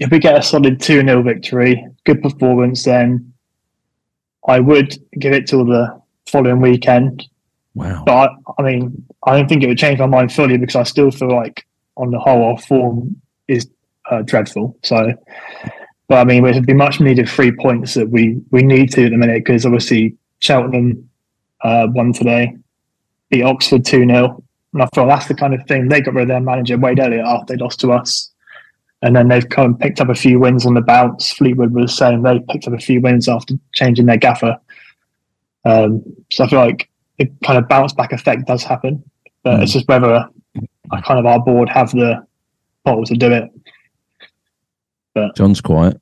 Speaker 7: if we get a solid 2 0 victory, good performance, then I would give it till the following weekend.
Speaker 1: Wow.
Speaker 7: But I, I mean, I don't think it would change my mind fully because I still feel like, on the whole, our form is uh, dreadful. So, but I mean, it would be much needed three points that we, we need to at the minute because obviously Cheltenham uh, won today, beat Oxford 2 0. And I thought that's the kind of thing they got rid of their manager, Wade Elliott, after they lost to us. And then they've come and picked up a few wins on the bounce. Fleetwood was saying they picked up a few wins after changing their gaffer. Um, so I feel like the kind of bounce back effect does happen, but it's just whether I kind of our board have the bottle to do it.
Speaker 1: John's quiet.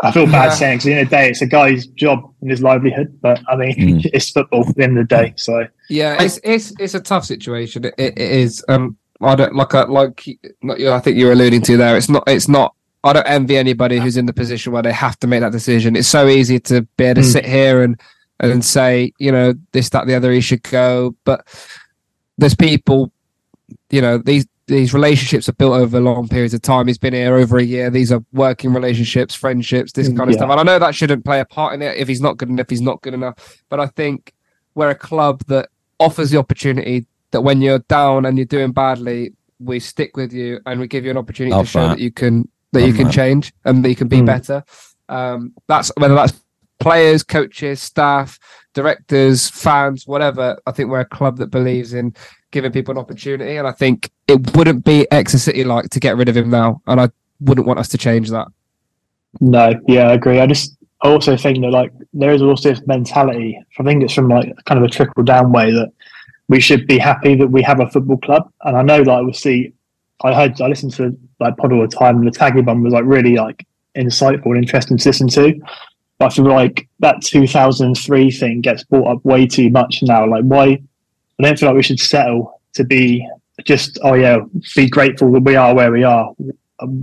Speaker 7: I feel bad
Speaker 2: Yeah.
Speaker 7: saying because at the end of the day, it's a guy's job and his livelihood. But I mean,
Speaker 1: Mm.
Speaker 7: it's football at the end of the day. So
Speaker 2: Yeah, it's it's it's a tough situation. It, it it is. Um, I don't like uh, like not you. I think you're alluding to there. It's not. It's not. I don't envy anybody who's in the position where they have to make that decision. It's so easy to be able to
Speaker 7: Mm.
Speaker 2: sit here and and say, you know, this, that, the other, he should go. But there's people, you know, these these relationships are built over long periods of time. He's been here over a year. These are working relationships, friendships, this
Speaker 7: Mm,
Speaker 2: kind of
Speaker 7: yeah.
Speaker 2: stuff. And I know that shouldn't play a part in it. If he's not good enough, he's not good enough. But I think we're a club that offers the opportunity that when you're down and you're doing badly, we stick with you and we give you an opportunity
Speaker 1: Love
Speaker 2: to show
Speaker 1: that.
Speaker 2: that. you can that you
Speaker 1: Love
Speaker 2: can
Speaker 1: that.
Speaker 2: change and that you
Speaker 8: Hmm.
Speaker 2: can be
Speaker 7: Mm.
Speaker 2: better. Um, that's whether that's players, coaches, staff, directors, fans, whatever. I think we're a club that believes in giving people an opportunity, and I think it wouldn't be Exeter City like to get rid of him now, and I wouldn't want us to change that.
Speaker 7: no, yeah, I agree. I just I also think that like there is also this mentality. I think it's from like kind of a trickle down way that we should be happy that we have a football club. And I know like we see, I heard I listened to like pod all the time, and the Taggy Bum was like really like insightful and interesting to listen to. But I feel like that 2003 thing gets brought up way too much now. Like, why? I don't feel like we should settle to be just oh yeah, be grateful that we are where we are.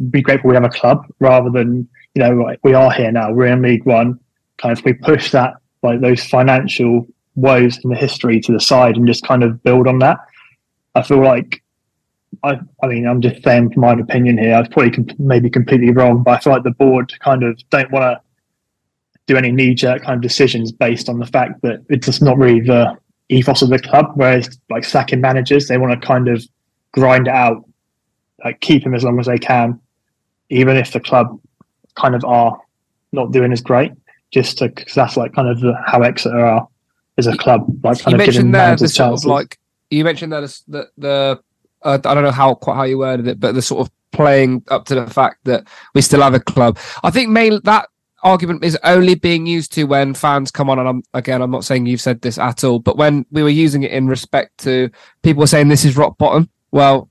Speaker 7: Be grateful we have a club rather than you know right, we are here now. We're in League One. Kind of we push that like those financial woes in the history to the side and just kind of build on that. I feel like I, I mean, I'm just saying my opinion here. I was probably com- maybe completely wrong, but I feel like the board kind of don't want to do any knee-jerk kind of decisions based on the fact that it's just not really the ethos of the club. Whereas, like sacking managers, they want to kind of grind it out, like keep him as long as they can, even if the club kind of are not doing as great. Just to, cause that's like kind of the, how Exeter are as a club. Like kind
Speaker 2: you
Speaker 7: of giving
Speaker 2: mentioned there the
Speaker 7: managers
Speaker 2: sort
Speaker 7: chances.
Speaker 2: of like you mentioned that as- that the uh, I don't know how quite how you worded it, but the sort of playing up to the fact that we still have a club. I think main that argument is only being used to when fans come on, and I'm again I'm not saying you've said this at all, but when we were using it in respect to people were saying this is rock bottom. Well,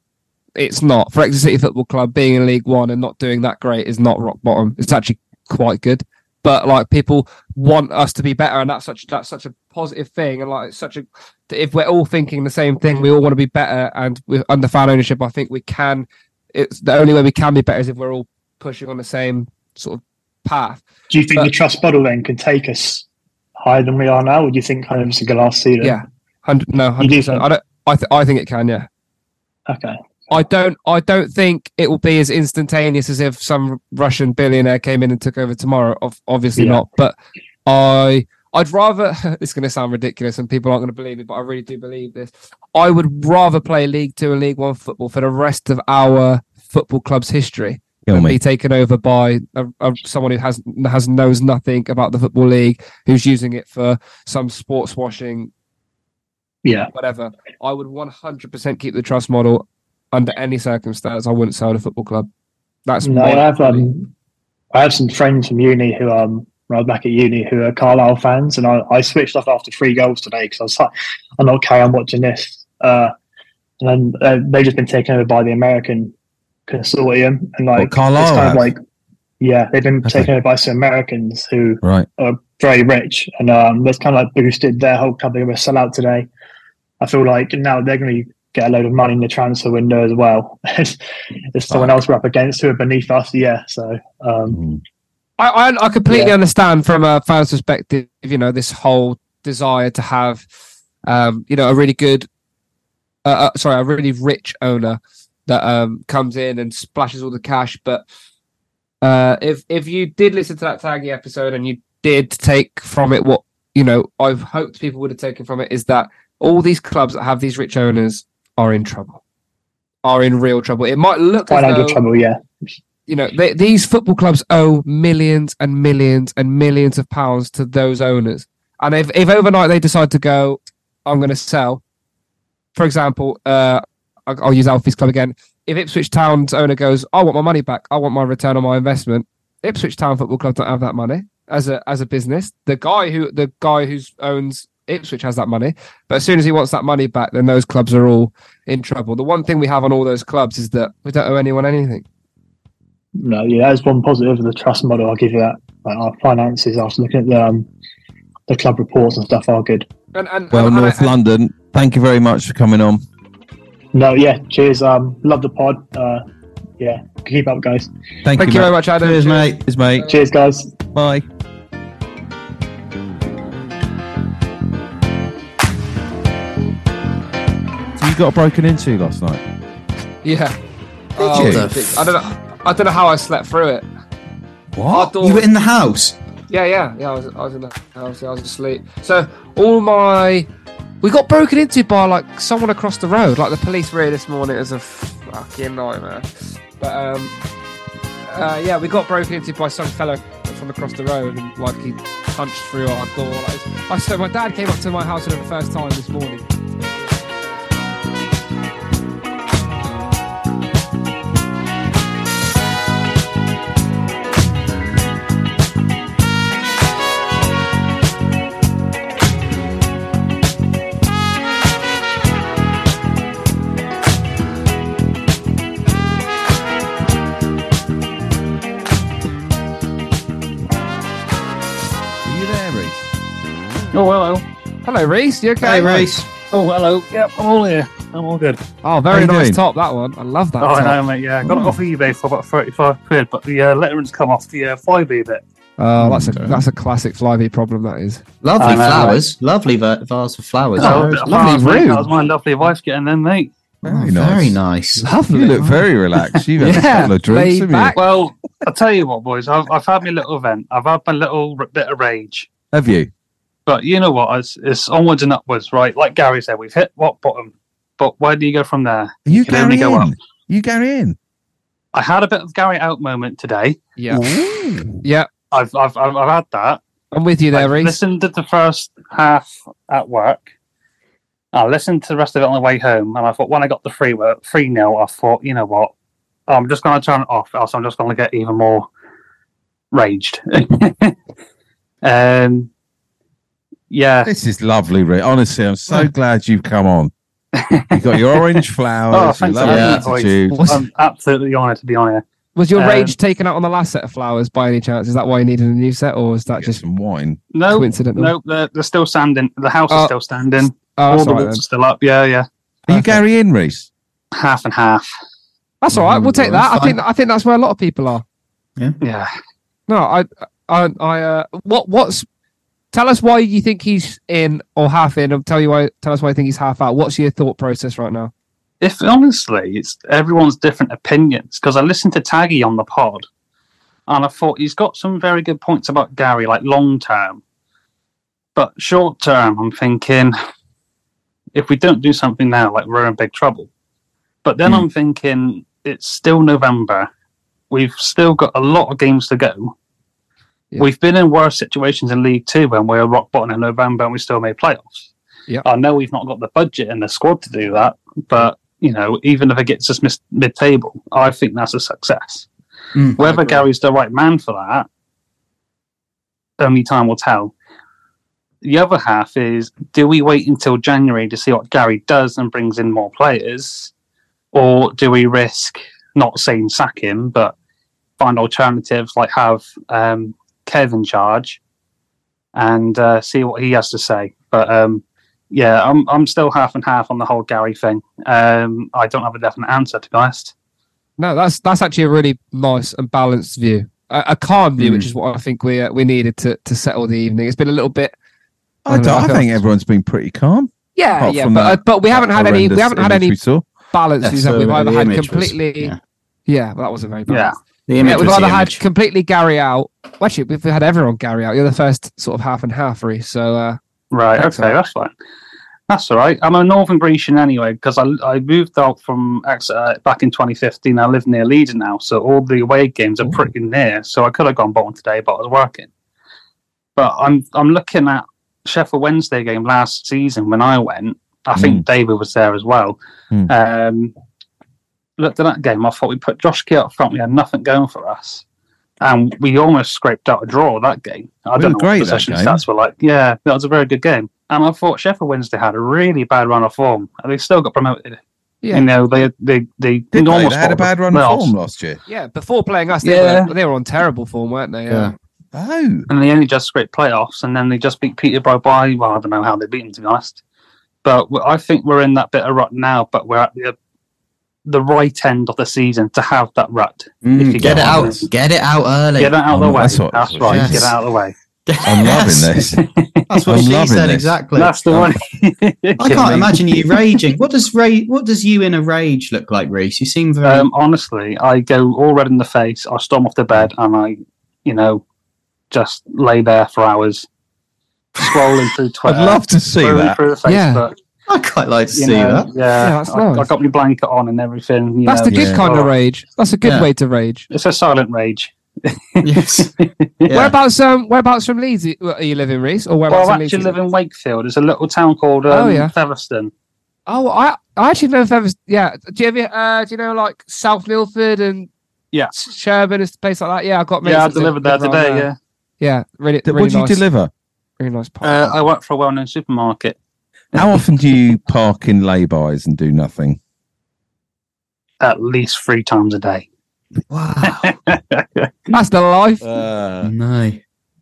Speaker 2: it's not for Exeter City Football Club being in League One and not doing that great is not rock bottom. It's actually quite good. But like people want us to be better, and that's such that's such a positive thing, and like it's such a if we're all thinking the same thing, we all want to be better, and with under fan ownership, I think we can. It's the only way we can be better is if we're all pushing on the same sort of path.
Speaker 7: Do you think
Speaker 2: But-
Speaker 7: the trust model then can take us higher than we are now? Or do you think kind of it's a glass ceiling?
Speaker 2: Yeah, hundred no,
Speaker 7: You
Speaker 2: hundred
Speaker 7: do
Speaker 2: percent.
Speaker 7: think-
Speaker 2: I don't. I th- I think it can. Yeah.
Speaker 7: Okay.
Speaker 2: I don't. I don't think it will be as instantaneous as if some Russian billionaire came in and took over tomorrow. Of obviously
Speaker 7: Yeah.
Speaker 2: not. But I. I'd rather. This is going to sound ridiculous, and people aren't going to believe it, but I really do believe this. I would rather play League Two and League One football for the rest of our football club's history
Speaker 1: Kill
Speaker 2: and
Speaker 1: me.
Speaker 2: be taken over by a, a, someone who has has knows nothing about the football league, who's using it for some sports washing
Speaker 7: Yeah.
Speaker 2: whatever. I would 100% keep the trust model under any circumstance. I wouldn't sell the football club. That's
Speaker 7: no, I
Speaker 2: my-
Speaker 7: have um, I have some friends from uni who um when I was back at uni who are Carlisle fans, and I, I switched off after three goals today because I was like, I'm not carry on watching this. Uh, and then uh, they've just been taken over by the American consortium, and like
Speaker 1: Carlisle
Speaker 7: it's kind
Speaker 1: have?
Speaker 7: of like yeah, they've been
Speaker 1: Okay.
Speaker 7: taken over by some Americans who
Speaker 1: Right.
Speaker 7: very rich, and um, that's kind of like boosted their whole club. They were sell out today. I feel like now they're going to get a load of money in the transfer window as well. There's someone else we're up against who are beneath us, yeah. So um,
Speaker 1: Mm.
Speaker 2: I, I, I completely understand from a fan's perspective, you know, this whole desire to have, um, you know, a really good, uh, uh, sorry, a really rich owner that um, comes in and splashes all the cash. But uh, if if you did listen to that Taggy episode and you did take from it what you know, I've hoped people would have taken from it is that all these clubs that have these rich owners are in trouble, are in real trouble. It might look as
Speaker 7: financial
Speaker 2: though-
Speaker 7: trouble, yeah.
Speaker 2: you know, they, these football clubs owe millions and millions and millions of pounds to those owners. And if, if overnight they decide to go, I'm going to sell, for example, uh, I- I'll use Alfie's club again. If Ipswich Town's owner goes, I want my money back, I want my return on my investment, Ipswich Town Football Club don't have that money as a as a business. The guy who the guy who owns Ipswich has that money, but as soon as he wants that money back, then those clubs are all in trouble. The one thing we have on all those clubs is that we don't owe anyone anything.
Speaker 7: No, yeah, that's one positive of the trust model. I'll give you that. Like our finances, after looking at the um, the club reports and stuff, are good.
Speaker 2: And, and,
Speaker 1: Well,
Speaker 2: and, and
Speaker 1: North
Speaker 2: I-
Speaker 1: London, thank you very much for coming on.
Speaker 7: No, yeah, cheers. Um, love the pod. Uh, yeah, keep up, guys.
Speaker 1: Thank,
Speaker 2: Thank you very much, Adam.
Speaker 3: Cheers, mate.
Speaker 1: Cheers, mate.
Speaker 7: Cheers, guys.
Speaker 1: Bye. So you got broken into last night.
Speaker 2: Yeah. Did
Speaker 1: you?
Speaker 2: I don't know. I don't know how I slept through it. Our
Speaker 1: What?
Speaker 2: door-
Speaker 3: You were in the house.
Speaker 2: yeah, yeah, yeah. I was, I was in the house. Yeah, I was asleep. So all my, we got broken into by like someone across the road. Like the police were here this morning. It was a fucking nightmare. But um, uh, yeah, we got broken into by some fellow from across the road, and like he punched through our door. Like, I so my dad came up to my house for the first time this morning.
Speaker 1: Are you there, Reese?
Speaker 2: Oh hello, hello, Reese. You okay?
Speaker 3: Hey, Reese.
Speaker 5: Oh, hello. Yep, I'm all here.
Speaker 9: I'm all good.
Speaker 2: Oh,
Speaker 9: Oh, How
Speaker 2: very
Speaker 9: you
Speaker 2: nice
Speaker 9: doing?
Speaker 2: top that one. I love that.
Speaker 9: oh,
Speaker 2: top. Hmm.
Speaker 9: I know, mate. Yeah, I got it off eBay for about 35 quid, but the uh, lettering's come off the uh, 5e bit.
Speaker 2: Oh, that's a that's a classic flyby problem. That is.
Speaker 3: Lovely
Speaker 9: Uh,
Speaker 3: flowers. Lovely va- vase of flowers.
Speaker 9: Oh, a bit of flowers,
Speaker 3: lovely
Speaker 9: mate.
Speaker 3: room.
Speaker 9: That was my lovely wife getting them, mate.
Speaker 2: Oh,
Speaker 1: Very
Speaker 3: Very
Speaker 1: nice.
Speaker 3: nice.
Speaker 2: Lovely.
Speaker 1: You look very relaxed. You've had a
Speaker 2: Yeah,
Speaker 1: couple of drinks,
Speaker 2: laid
Speaker 1: haven't
Speaker 2: back.
Speaker 9: Well, I'll tell you what, boys. I've, I've had my little event. I've had my little r- bit of rage.
Speaker 1: you? Have you?
Speaker 9: But you know what? It's, it's onwards and upwards, right? Like Gary said, we've hit rock bottom. But where do you go from there?
Speaker 1: Are you
Speaker 9: can only
Speaker 1: Gary
Speaker 9: go
Speaker 1: in? You Gary in?
Speaker 9: I had a bit of Gary out moment today.
Speaker 2: Yeah.
Speaker 1: Ooh.
Speaker 2: Yeah.
Speaker 9: I've I've I've, I've had that.
Speaker 2: I'm with you
Speaker 9: I
Speaker 2: there, Reese.
Speaker 9: listened to the first half at work. I listened to the rest of it on the way home, and I thought when I got the free work, free nil, I thought, you know what, I'm just going to turn it off, else I'm just going to get even more raged. um, yeah,
Speaker 1: This is lovely, Rick. Honestly, I'm so glad you've come on. You got your orange flowers,
Speaker 9: Oh,
Speaker 1: your
Speaker 9: thanks
Speaker 1: lovely
Speaker 3: for
Speaker 9: having me,
Speaker 1: attitude.
Speaker 2: Was,
Speaker 9: I'm absolutely honoured to be on here.
Speaker 2: was your
Speaker 9: um,
Speaker 2: rage taken out on the last set of flowers by any chance? Is that why you needed a new set, or is that
Speaker 1: Get
Speaker 2: just
Speaker 1: some wine.
Speaker 9: No,
Speaker 2: coincidental?
Speaker 9: no, they're, they're still standing. The house
Speaker 2: Oh.
Speaker 1: Ah.
Speaker 9: is still standing.
Speaker 2: Oh,
Speaker 9: all
Speaker 2: that's
Speaker 9: the
Speaker 2: all right.
Speaker 9: walls
Speaker 2: then.
Speaker 9: are still up. Yeah, yeah,
Speaker 1: Are you
Speaker 2: Perfect.
Speaker 1: Gary in, Reese?
Speaker 9: half and half.
Speaker 2: That's all right. We'll take that. I
Speaker 3: Fine.
Speaker 2: think I think that's where a lot of people are.
Speaker 9: Yeah.
Speaker 2: No, I, I, I. Uh, what, what's? Tell us why you think he's in or half in. And tell you why. Tell us why you think he's half out. What's your thought process right now?
Speaker 9: if honestly, it's everyone's different opinions. Because I listened to Taggy on the pod, and I thought he's got some very good points about Gary, like long term. But short term, I'm thinking if we don't do something now, like we're in big trouble. But then I'm thinking it's still November. We've still got a lot of games to go.
Speaker 2: Yeah.
Speaker 9: We've been in worse situations in League Two when we were rock bottom in November and we still made playoffs.
Speaker 2: Yeah.
Speaker 9: I know we've not got the budget and the squad to do that, but you know, even if it gets us mis- mid-table, I think that's a success.
Speaker 3: Mm,
Speaker 9: Whether Gary's the right man for that, only time will tell. The other half is: do we wait until January to see what Gary does and brings in more players, or do we risk not saying sack him but find alternatives like have um, Kev in charge and uh, see what he has to say? But um, yeah, I'm I'm still half and half on the whole Gary thing. Um, I don't have a definite answer to be honest.
Speaker 2: No, that's that's actually a really nice and balanced view, a, a calm view,
Speaker 1: Hmm.
Speaker 2: which is what I think we uh, we needed to to settle the evening. It's been a little bit.
Speaker 1: I,
Speaker 2: don't know,
Speaker 1: don't, I
Speaker 2: feel-
Speaker 1: think everyone's been pretty calm.
Speaker 2: Yeah,
Speaker 1: apart
Speaker 2: yeah,
Speaker 1: from
Speaker 2: but
Speaker 1: that-
Speaker 2: uh, but we haven't had any we
Speaker 1: horrendous
Speaker 2: haven't had
Speaker 1: image
Speaker 2: any
Speaker 1: we saw.
Speaker 2: balances.
Speaker 3: Yeah,
Speaker 2: have we?
Speaker 3: so
Speaker 2: we've either
Speaker 3: the
Speaker 2: had
Speaker 3: image was-
Speaker 2: completely.
Speaker 3: yeah.
Speaker 2: yeah, well, that wasn't very bad.
Speaker 9: Yeah.
Speaker 3: The
Speaker 2: Yeah,
Speaker 3: image
Speaker 2: we've
Speaker 3: was
Speaker 2: either
Speaker 3: the
Speaker 2: had
Speaker 3: image.
Speaker 2: completely Gary out. Well, actually, we've had everyone Gary out. You're the first sort of half and half, Reece. So uh,
Speaker 9: Right.
Speaker 2: Excellent.
Speaker 9: Okay, that's fine. That's all right. I'm a Northern Grecian anyway because I, I moved out from Exeter back in 2015. I live near Leeds now, so all the away games are pretty near. So I could have gone bottom today, but I was working. But I'm I'm looking at Sheffield Wednesday game last season when I went. I think David was there as well.
Speaker 1: Mm.
Speaker 9: Um, looked at that game. I thought we put Josh Key up front. We had nothing going for us, and we almost scraped out a draw that game. I
Speaker 1: We
Speaker 9: don't
Speaker 1: were
Speaker 9: know
Speaker 1: great
Speaker 9: what
Speaker 1: that
Speaker 9: possession
Speaker 1: game.
Speaker 9: stats were like. Yeah, that was a very good game. And I thought Sheffield Wednesday had a really bad run of form, and they still got promoted.
Speaker 2: Yeah.
Speaker 9: You know, they they they,
Speaker 1: Did they?
Speaker 9: almost
Speaker 1: They had a
Speaker 9: got
Speaker 1: bad run
Speaker 9: playoffs,
Speaker 1: of form last year.
Speaker 2: yeah, before playing us, they,
Speaker 9: Yeah.
Speaker 2: were, they were on terrible form, weren't they?
Speaker 3: Yeah.
Speaker 1: Oh,
Speaker 9: and they only just scraped playoffs, and then they just beat Peterborough by. Well, I don't know how they beat them to be honest, but w- I think we're in that bit of rut now. But we're at the the right end of the season to have that rut.
Speaker 3: Mm,
Speaker 9: if you
Speaker 3: get
Speaker 9: go
Speaker 3: it
Speaker 9: on
Speaker 3: out.
Speaker 9: this.
Speaker 3: Get it out early.
Speaker 9: Get it out of the
Speaker 1: Oh,
Speaker 9: way.
Speaker 1: that's
Speaker 9: That's,
Speaker 1: what-
Speaker 9: right.
Speaker 3: yes.
Speaker 9: Get it out of the way.
Speaker 1: I'm
Speaker 3: Yes.
Speaker 1: loving this.
Speaker 3: That's what
Speaker 1: I'm
Speaker 3: she
Speaker 1: loving
Speaker 3: said
Speaker 1: this.
Speaker 3: exactly.
Speaker 9: That's the one.
Speaker 3: I can't imagine you raging. What does ra- What does you in a rage look like, Reese? You seem very.
Speaker 9: Um, honestly, I go all red in the face. I storm off the bed and I, you know, just lay there for hours, scrolling through Twitter.
Speaker 1: I'd love to see
Speaker 9: scrolling
Speaker 1: that.
Speaker 9: through
Speaker 2: Yeah.
Speaker 9: Facebook.
Speaker 3: I quite like to
Speaker 9: you
Speaker 3: see
Speaker 9: know,
Speaker 3: that.
Speaker 9: Yeah,
Speaker 2: Yeah, that's
Speaker 9: I,
Speaker 2: nice.
Speaker 9: I got my blanket on and everything. you
Speaker 2: That's
Speaker 9: know,
Speaker 2: the good
Speaker 9: just-
Speaker 2: kind of
Speaker 9: oh,
Speaker 2: rage. That's a good
Speaker 3: Yeah.
Speaker 2: way to rage.
Speaker 9: It's a silent rage.
Speaker 3: Yes. Yeah.
Speaker 2: Whereabouts um whereabouts from Leeds y- are you living, Reese? Or whereabouts
Speaker 9: Well, I
Speaker 2: in Leeds?
Speaker 9: actually
Speaker 2: are
Speaker 9: live
Speaker 2: you-
Speaker 9: in Wakefield. It's a little town called um,
Speaker 2: Oh, yeah.
Speaker 9: Featherstone.
Speaker 2: Oh, I I actually know if ever yeah. Do you ever uh do you know like South Milford and
Speaker 9: Yeah.
Speaker 2: Sherburn and place like that? Yeah, I got mates
Speaker 9: Yeah, I
Speaker 2: that live-
Speaker 9: delivered there
Speaker 2: live around
Speaker 9: today. Yeah,
Speaker 2: Yeah, really,
Speaker 1: Th-
Speaker 2: really
Speaker 1: what do you
Speaker 2: nice,
Speaker 1: deliver?
Speaker 2: Really nice part.
Speaker 9: uh, I work for a well-known supermarket.
Speaker 1: How often do you park in laybys and do nothing?
Speaker 9: At least three times a day.
Speaker 3: Wow.
Speaker 2: That's the life.
Speaker 3: no.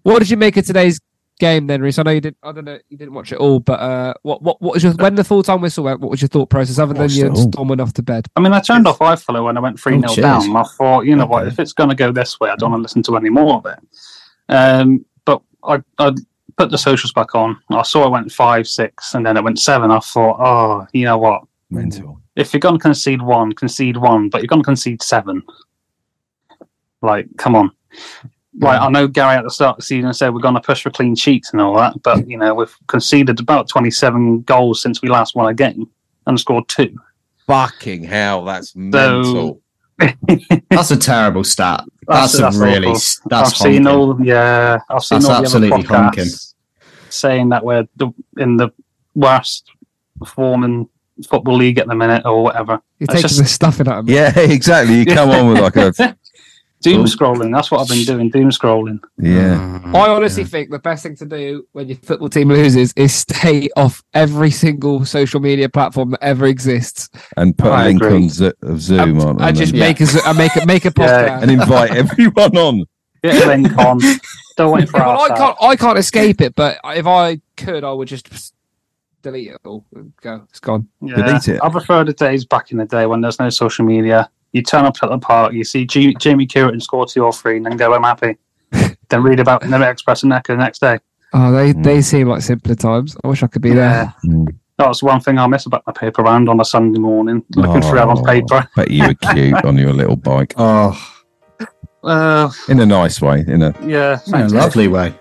Speaker 2: What did you make of today's game then, Reese? I know you didn't. I don't know. You didn't watch it all, but uh, what what what was your when the full time whistle went? What was your thought process other than
Speaker 9: Watched it
Speaker 2: you
Speaker 9: all.
Speaker 2: storming off to bed?
Speaker 9: I mean, I turned off iFollow when I went 3
Speaker 2: Oh,
Speaker 9: 0
Speaker 2: cheers.
Speaker 9: down. I thought, you know what, if it's going to go this way, I don't want to listen to any more of it. Um, but I, I put the socials back on. I saw it went 5 6, and then it went 7. I thought, oh, you know what?
Speaker 1: Mental.
Speaker 9: If you're going to concede one, concede one, but you're going to concede seven. Like, come on. Like, I know Gary at the start of the season said we're going to push for clean sheets and all that, but, you know, we've conceded about 27 goals since we last won a game and scored two.
Speaker 1: Fucking hell, that's
Speaker 9: mental.
Speaker 3: That's a terrible stat. That's, a really
Speaker 9: awful.
Speaker 3: s- that's
Speaker 9: I've seen
Speaker 3: honking.
Speaker 9: all yeah I've seen
Speaker 3: That's
Speaker 9: all the
Speaker 3: absolutely
Speaker 9: other podcasts
Speaker 3: honking.
Speaker 9: saying that we're the, in the worst form in football league at the minute or whatever.
Speaker 2: You're
Speaker 9: It's
Speaker 2: taking
Speaker 9: just
Speaker 2: the stuffing out of me.
Speaker 1: Yeah, exactly. You come on with like a Oh.
Speaker 9: doom scrolling. That's what I've been doing. Doom scrolling.
Speaker 1: Mm, yeah.
Speaker 2: I honestly think the best thing to do when your football team loses is stay off every single social media platform that ever exists.
Speaker 1: And put a
Speaker 9: I
Speaker 1: link
Speaker 9: agree.
Speaker 1: on Zo- of Zoom on.
Speaker 2: I just
Speaker 3: Yeah.
Speaker 2: make a I make a make a podcast.
Speaker 1: and invite everyone on.
Speaker 9: Bit of link on. Don't wait for
Speaker 2: Yeah, well,
Speaker 9: our
Speaker 2: Oh, I can't I can't escape it, but if I could, I would just delete it all and go. It's gone.
Speaker 1: Delete it.
Speaker 9: I prefer the days back in the day when there's no social media. You turn up at the park, you see G- Jamie Curran score two or three, and then go, I'm happy. then read about the Express and Necker the next day.
Speaker 2: Oh, they they seem like simpler times. I wish I could be there.
Speaker 1: Mm.
Speaker 9: That's one thing I miss about my paper round on a Sunday morning, looking through everyone's
Speaker 1: Oh,
Speaker 9: paper.
Speaker 1: Bet you were cute on your little bike
Speaker 3: Oh,
Speaker 9: Uh,
Speaker 1: in a nice way. In a
Speaker 9: yeah,
Speaker 3: in a
Speaker 9: thanks.
Speaker 3: lovely way.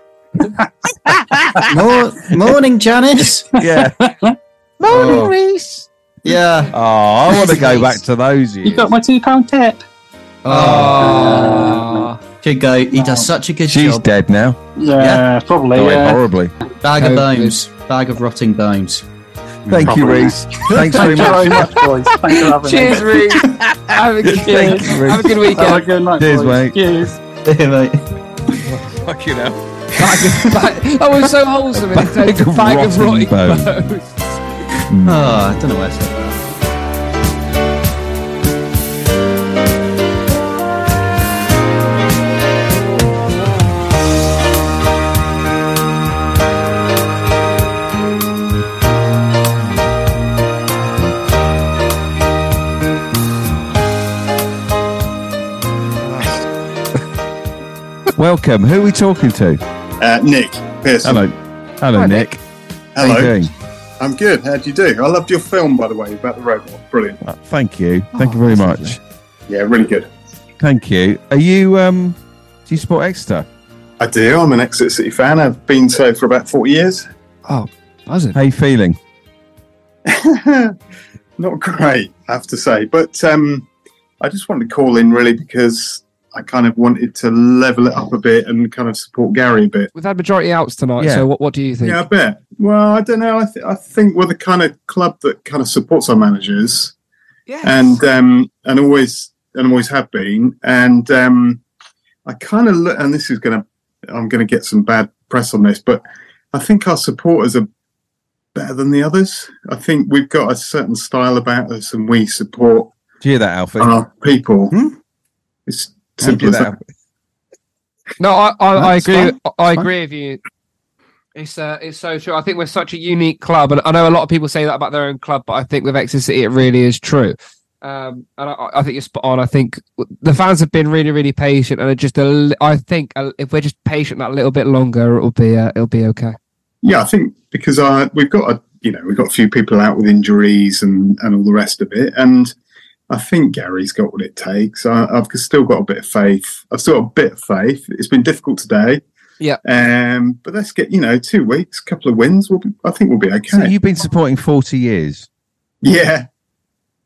Speaker 3: Mor- morning, Janice.
Speaker 1: yeah.
Speaker 9: Oh.
Speaker 3: Morning,
Speaker 9: Reese.
Speaker 3: Yeah.
Speaker 1: Oh, I want to go back to those years.
Speaker 9: You got my two pound tip.
Speaker 3: Oh,
Speaker 2: Ah,
Speaker 3: should go. He does such a good
Speaker 1: She's
Speaker 3: job.
Speaker 1: dead now.
Speaker 9: Yeah, probably.
Speaker 1: Died
Speaker 9: yeah.
Speaker 1: horribly.
Speaker 3: Bag of
Speaker 2: Oh,
Speaker 3: bones. Bag of rotting bones.
Speaker 1: Thank
Speaker 9: Probably.
Speaker 1: you, Reese. Thanks very
Speaker 9: Thank you
Speaker 1: much.
Speaker 9: very much, boys. Thanks for having
Speaker 2: Cheers,
Speaker 9: me.
Speaker 2: Reese. have, a good,
Speaker 1: Thank you, Reese.
Speaker 2: have a good
Speaker 9: Have a
Speaker 2: weekend.
Speaker 9: good night,
Speaker 1: Cheers,
Speaker 9: boys.
Speaker 1: mate.
Speaker 9: Cheers.
Speaker 3: Yeah, mate.
Speaker 1: Fucking hell.
Speaker 2: that was so wholesome. Oh, It's a bag, of rotting
Speaker 1: bones.
Speaker 2: bones.
Speaker 1: Hmm.
Speaker 3: Oh, I don't know where I said that.
Speaker 1: Welcome. Who are we talking to?
Speaker 10: Uh, Nick Pearson.
Speaker 1: Hello. Hello,
Speaker 2: Hi,
Speaker 1: Nick.
Speaker 10: Hello.
Speaker 1: How you doing?
Speaker 10: I'm good. How do you do? I loved your film, by the way, about the robot. Brilliant.
Speaker 1: Uh, Thank you.
Speaker 10: Oh,
Speaker 1: Thank you very much.
Speaker 10: Yeah, really good.
Speaker 1: Thank you. Are you um do you support Exeter?
Speaker 10: I do. I'm an Exit City fan. I've been so for about 40 years. Oh,
Speaker 2: Buzzing.
Speaker 1: How you feeling?
Speaker 10: Not great, I have to say. But um, I just wanted to call in really because I kind of wanted to level it up a bit and kind of support Gary a bit.
Speaker 2: We've had majority outs tonight.
Speaker 1: Yeah.
Speaker 2: So what what do you think?
Speaker 10: Yeah, I bet. Well, I don't know. I, th- I think we're the kind of club that kind of supports our managers,
Speaker 2: Yes.
Speaker 10: and um, and always and always have been. And um, I kind of look, and this is going to, I'm going to get some bad press on this, but I think our supporters are better than the others. I think we've got a certain style about us, and we support
Speaker 1: Do you hear that, Alfie?
Speaker 10: our people.
Speaker 2: Hmm?
Speaker 10: It's
Speaker 1: Do you
Speaker 10: simple
Speaker 1: hear
Speaker 10: as
Speaker 1: that,
Speaker 10: that.
Speaker 1: Alfie?
Speaker 2: No, I, I, I
Speaker 1: That's
Speaker 2: agree.
Speaker 1: fine.
Speaker 2: I
Speaker 1: fine.
Speaker 2: agree with you. It's uh, it's so true. I think we're such a unique club, and I know a lot of people say that about their own club, but I think with Exeter City, it really is true. Um, and I, I think you're spot on. I think the fans have been really, really patient, and are just a li- I think uh, if we're just patient that little bit longer, it'll be uh, it'll be okay.
Speaker 10: Yeah, I think because uh, we've got a you know we've got a few people out with injuries and and all the rest of it, and I think Gary's got what it takes. I, I've still got a bit of faith. I've still got a bit of faith. It's been difficult today.
Speaker 2: Yeah.
Speaker 10: Um, but let's get you know two weeks, couple of wins. We'll be, I think we'll be okay.
Speaker 1: So you've been supporting forty years.
Speaker 10: Yeah.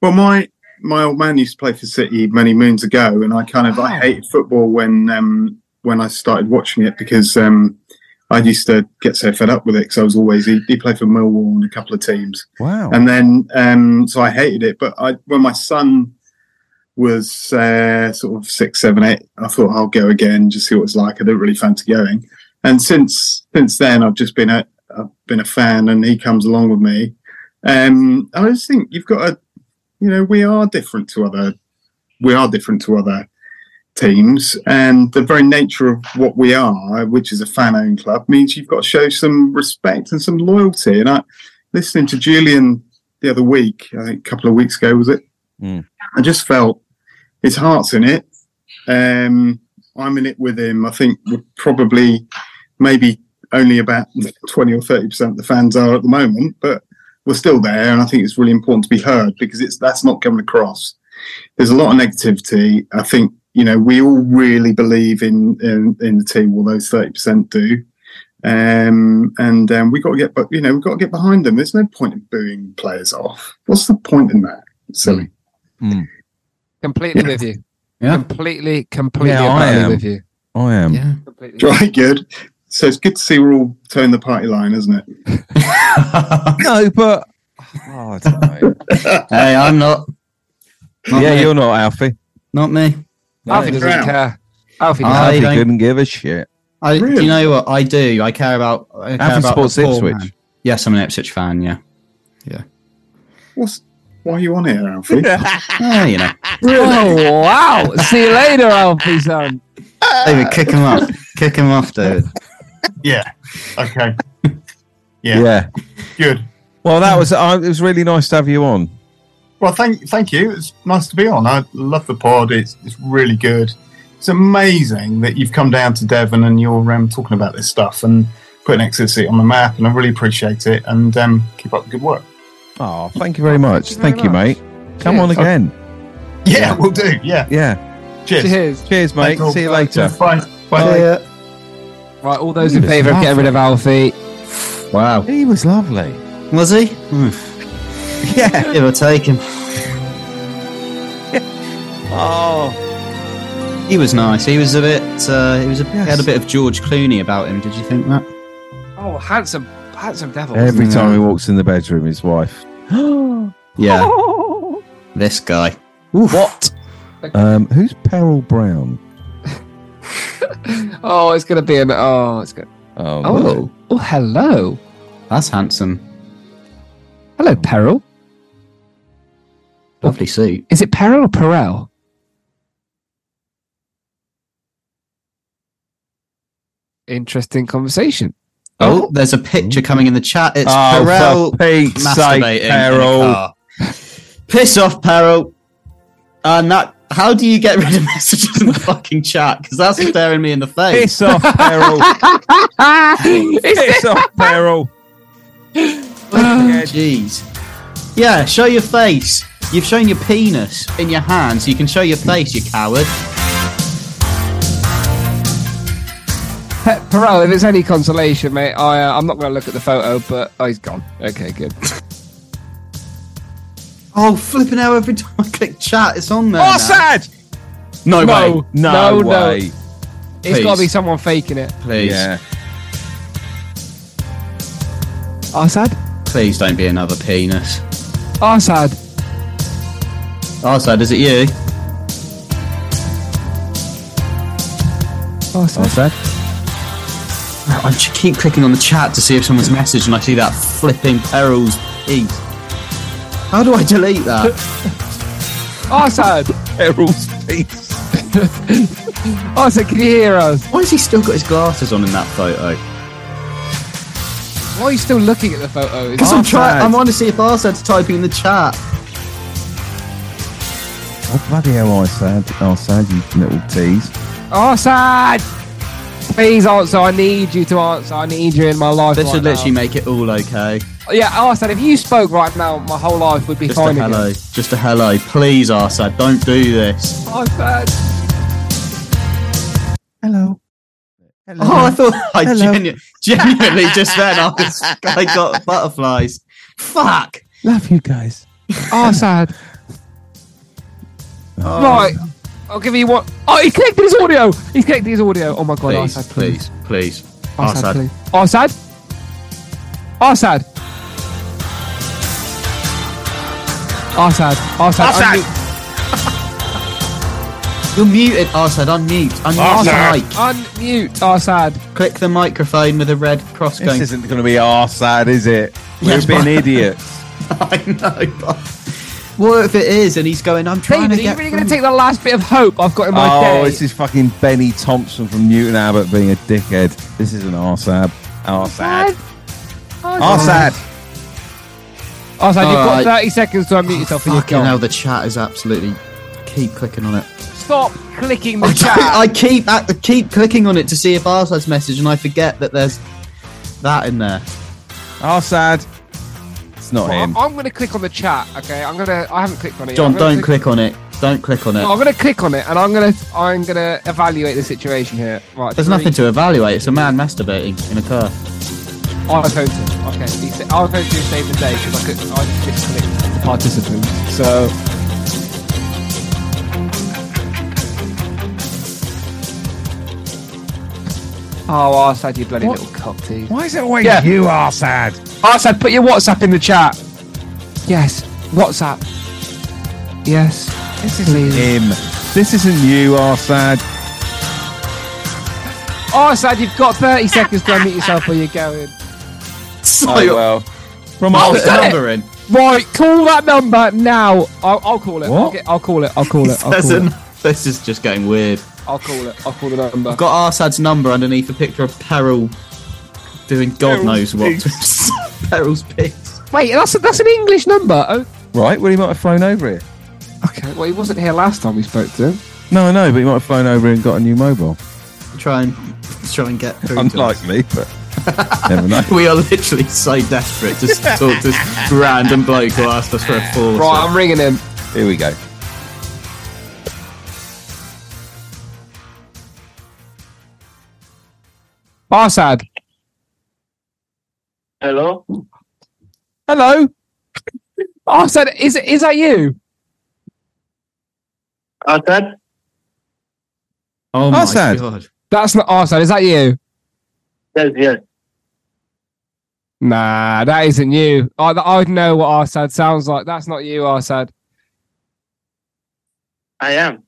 Speaker 10: Well, my my old man used to play for City many moons ago, and I kind of I hated football when um, when I started watching it because um, I used to get so fed up with it because I was always he, he played for Millwall and a couple of teams,
Speaker 1: Wow.
Speaker 10: and then um, so I hated it. But I when my son was uh, sort of six, seven, eight, I thought I'll go again, just see what it's like. I didn't really fancy going, and since since then I've just been a I've been a fan, and he comes along with me. Um, I just think you've got a, you know, we are different to other, we are different to other teams and the very nature of what we are, which is a fan owned club, means you've got to show some respect and some loyalty. And I listening to Julian the other week, I think a couple of weeks ago was it? I just felt his heart's in it. Um, I'm in it with him. I think we're probably maybe only about 20 or 30% of the fans are at the moment, but we're still there. And I think it's really important to be heard because it's that's not coming across. There's a lot of negativity. I think, you know, we all really believe in, in, in the team, all those 30% do. Um, and um, we got to get, but you know, we've got to get behind them. There's no point in booing players off. What's the point in that? Silly.
Speaker 2: Completely
Speaker 10: Yeah.
Speaker 2: with you.
Speaker 10: Yeah.
Speaker 2: Completely, completely
Speaker 10: Yeah, I
Speaker 2: entirely
Speaker 10: am.
Speaker 2: with you.
Speaker 1: I am. Yeah.
Speaker 10: Right, good. So it's good to see we're all towing the party line, isn't it?
Speaker 1: no, but oh, I don't know.
Speaker 3: hey, I'm not. Not
Speaker 1: yeah,
Speaker 3: me.
Speaker 1: you're not Alfie.
Speaker 3: Not me.
Speaker 2: Alfie doesn't care. Alfie doesn't
Speaker 3: I
Speaker 1: Alfie
Speaker 3: don't-
Speaker 1: couldn't give a shit.
Speaker 3: I, Do you know what I do? I care about. I care
Speaker 1: Alfie
Speaker 3: about
Speaker 1: supports
Speaker 3: the poor
Speaker 1: Ipswich.
Speaker 3: man. Yes, I'm an Ipswich fan. Yeah, yeah.
Speaker 10: What's why are you on here, Alfie?
Speaker 3: Ah, you know,
Speaker 2: Oh, wow. See you later, Alfie son.
Speaker 3: David, kick him off. kick him off, David.
Speaker 10: Yeah. Okay.
Speaker 1: Yeah.
Speaker 10: Good.
Speaker 1: Well, that was. Uh, it was really nice to have you on.
Speaker 10: Well, thank thank you. It's nice to be on. I love the pod. It's it's really good. It's amazing that you've come down to Devon and you're um, talking about this stuff and putting Exeter City on the map. And I really appreciate it. And um, keep up the good work.
Speaker 1: Oh, thank you very much.
Speaker 10: Thank
Speaker 1: Thank
Speaker 10: you
Speaker 1: you,
Speaker 10: very
Speaker 1: mate. Come
Speaker 10: Cheers.
Speaker 1: on again.
Speaker 10: Yeah, we'll do. Yeah.
Speaker 1: Yeah.
Speaker 10: Cheers.
Speaker 2: Cheers.
Speaker 1: Cheers, mate.
Speaker 10: Thanks all.
Speaker 1: See you later.
Speaker 10: Bye.
Speaker 2: Bye.
Speaker 10: Bye.
Speaker 2: Right, all those in favour of getting rid of Alfie.
Speaker 3: Wow,
Speaker 1: He was lovely. Mm.
Speaker 3: was he? yeah, give or take him.
Speaker 1: Oh,
Speaker 3: He was nice. He was a bit. Uh, he was a,
Speaker 1: Yes.
Speaker 3: he had a bit of George Clooney about him. Did you think that?
Speaker 2: Oh, handsome, handsome devil.
Speaker 1: every time he walks in the bedroom, his wife.
Speaker 3: Yeah. this guy. What?
Speaker 1: Um, who's Peril Brown?
Speaker 2: Oh, it's gonna be an. Oh, it's gonna.
Speaker 1: Oh, no.
Speaker 2: Oh, oh, hello,
Speaker 3: That's handsome.
Speaker 2: hello, Peril.
Speaker 3: Lovely suit.
Speaker 2: Is it Peril or Perel? Interesting conversation.
Speaker 3: Oh, there's a picture coming in the chat. It's
Speaker 1: Oh,
Speaker 3: Perel
Speaker 1: for Pete's
Speaker 3: masturbating.
Speaker 1: sake,
Speaker 3: in a
Speaker 1: Peril.
Speaker 3: car. Piss off, Peril. And that. How do you get rid of messages in the fucking chat? Because that's staring me in the face.
Speaker 1: Piss off, Peril. Piss off, Peril.
Speaker 3: Jeez. Yeah, show your face. You've shown your penis in your hands. You can show your face, you coward.
Speaker 2: Pe- Perel, if it's any consolation, mate, I, uh, I'm not going to look at the photo, but oh, he's gone. Okay, good.
Speaker 3: Oh, flipping out every time I click chat. It's on there.
Speaker 1: Oh,
Speaker 3: now.
Speaker 1: sad.
Speaker 3: No,
Speaker 2: No.
Speaker 3: way.
Speaker 1: No,
Speaker 2: No, no.
Speaker 1: way.
Speaker 2: It's got to be
Speaker 3: Please.
Speaker 2: someone faking it.
Speaker 3: Please.
Speaker 1: Yeah.
Speaker 2: Arsad?
Speaker 3: Please don't be another penis.
Speaker 2: Arsad.
Speaker 3: Oh, sad, is it you?
Speaker 2: Arsad.
Speaker 1: What's that?
Speaker 3: I just keep clicking on the chat to see if someone's messaged and I see that flipping perils eat. How do I delete that?
Speaker 2: Arsad.
Speaker 1: Perils Pete's.
Speaker 2: Arsad, can you hear us?
Speaker 3: Why has he still got his glasses on in that photo?
Speaker 2: Why are you still looking at the photo? It's-
Speaker 3: Because I'm trying.
Speaker 1: Arsad.
Speaker 3: I'm on to see if Arsad's typing in the chat.
Speaker 1: Oh, bloody hell, I sad. Oh, sad, you little tease.
Speaker 2: Arsad! Please answer. I need you to answer. I need you in my life.
Speaker 3: This
Speaker 2: right
Speaker 3: would
Speaker 2: now.
Speaker 3: literally make it all okay.
Speaker 2: Yeah, Arsad, if you spoke right now, my whole life would be
Speaker 3: Just
Speaker 2: fine
Speaker 3: a
Speaker 2: again.
Speaker 3: hello. Just a hello. Please, Arsad, don't do this.
Speaker 2: Arsad.
Speaker 1: Hello.
Speaker 3: Oh, I thought I
Speaker 1: Hello.
Speaker 3: genu- genuinely just then I, was, I got butterflies. Fuck.
Speaker 1: Love you guys.
Speaker 2: Arsad. Right. I'll give you one. Oh, he connected his audio. He connected his audio. Oh my god,
Speaker 3: Please,
Speaker 2: Arsad, please.
Speaker 3: please, please.
Speaker 2: Arsad,
Speaker 3: Arsad.
Speaker 2: please. Arsad? Arsad? Arsad. Arsad.
Speaker 3: Arsad.
Speaker 2: unmute-
Speaker 3: You're muted, Arsad. Unmute. Unmute the mic.
Speaker 2: Unmute Arsad.
Speaker 3: Click the microphone with a red cross
Speaker 1: This
Speaker 3: going.
Speaker 1: isn't going to be our sad, is it? We've
Speaker 3: Yes,
Speaker 1: been
Speaker 3: but-
Speaker 1: idiots.
Speaker 3: I know, but What if it is? And he's going, I'm trying
Speaker 2: David,
Speaker 3: to
Speaker 2: are you
Speaker 3: get.
Speaker 2: really going to take the last bit of hope I've got in my
Speaker 1: Oh,
Speaker 2: day?
Speaker 1: this is fucking Benny Thompson from Newton Abbott being a dickhead. This is an arsad. Arsad. Arsad.
Speaker 2: Oh, so you've got
Speaker 3: Alright.
Speaker 2: 30 seconds to unmute yourself and you're
Speaker 3: Fucking
Speaker 2: gone.
Speaker 3: hell, the chat is absolutely. Keep clicking on it.
Speaker 2: Stop clicking the chat.
Speaker 3: I keep I keep clicking on it to see if Arsad's message, and I forget that there's that in there.
Speaker 1: Arsad. It's not
Speaker 2: Well,
Speaker 1: him.
Speaker 2: I'm, going to click on the chat. Okay, I'm gonna. I haven't clicked on it. Oh, yet.
Speaker 3: John,
Speaker 2: I'm gonna
Speaker 3: don't click on it. Don't click on it.
Speaker 2: No, I'm going to click on it, and I'm going to. I'm going to evaluate the situation here. Right.
Speaker 3: There's
Speaker 2: three-
Speaker 3: nothing to evaluate. It's a man masturbating in a car.
Speaker 2: iPhone. two. Okay. he sa- iPhone two saved the day because I could. I just clicked participant. So. Oh, Arsad, you bloody
Speaker 1: What?
Speaker 2: little cock tease.
Speaker 1: Why is it always
Speaker 2: Yeah.
Speaker 1: you, Arsad?
Speaker 2: Arsad, put your WhatsApp in the chat. Yes, WhatsApp. Yes,
Speaker 1: This isn't
Speaker 2: Please.
Speaker 1: him. This isn't you, Arsad.
Speaker 2: Arsad, you've got 30 seconds to unmute yourself where you're going.
Speaker 3: So
Speaker 1: Oh, well. From
Speaker 2: Oh,
Speaker 1: Arsad.
Speaker 2: that-
Speaker 3: numbering.
Speaker 2: Right, call that number now. I'll, I'll call it. I'll,
Speaker 1: What?
Speaker 2: get, I'll call it. I'll call it. I'll call it.
Speaker 3: This is just getting weird.
Speaker 2: I'll call it. I'll call the number.
Speaker 3: I've got Arsad's number underneath a picture of Peril doing God
Speaker 10: Perel's
Speaker 3: knows what.
Speaker 10: pigs.
Speaker 3: to himself. Perel's pigs.
Speaker 2: Wait, that's that's an English number. Oh,
Speaker 1: Right? Well, he might have flown over here.
Speaker 2: okay. Well, he wasn't here last time we spoke to him.
Speaker 1: No, I know, but he might have flown over and got a new mobile.
Speaker 3: Try and try and get through. to us.
Speaker 1: Unlike me, but never know.
Speaker 3: We are literally so desperate to talk to this random bloke who asked us for a four.
Speaker 2: Right, I'm ringing him.
Speaker 1: Here we go.
Speaker 2: Arsad.
Speaker 11: Hello?
Speaker 2: Hello. Arsad, is is that you?
Speaker 11: Arsad?
Speaker 3: oh my
Speaker 1: Arsad.
Speaker 3: god.
Speaker 2: That's not Arsad. Is that you?
Speaker 11: Yes, yes.
Speaker 2: Nah, that isn't you. I I know what Arsad sounds like. That's not you, Arsad.
Speaker 11: I am.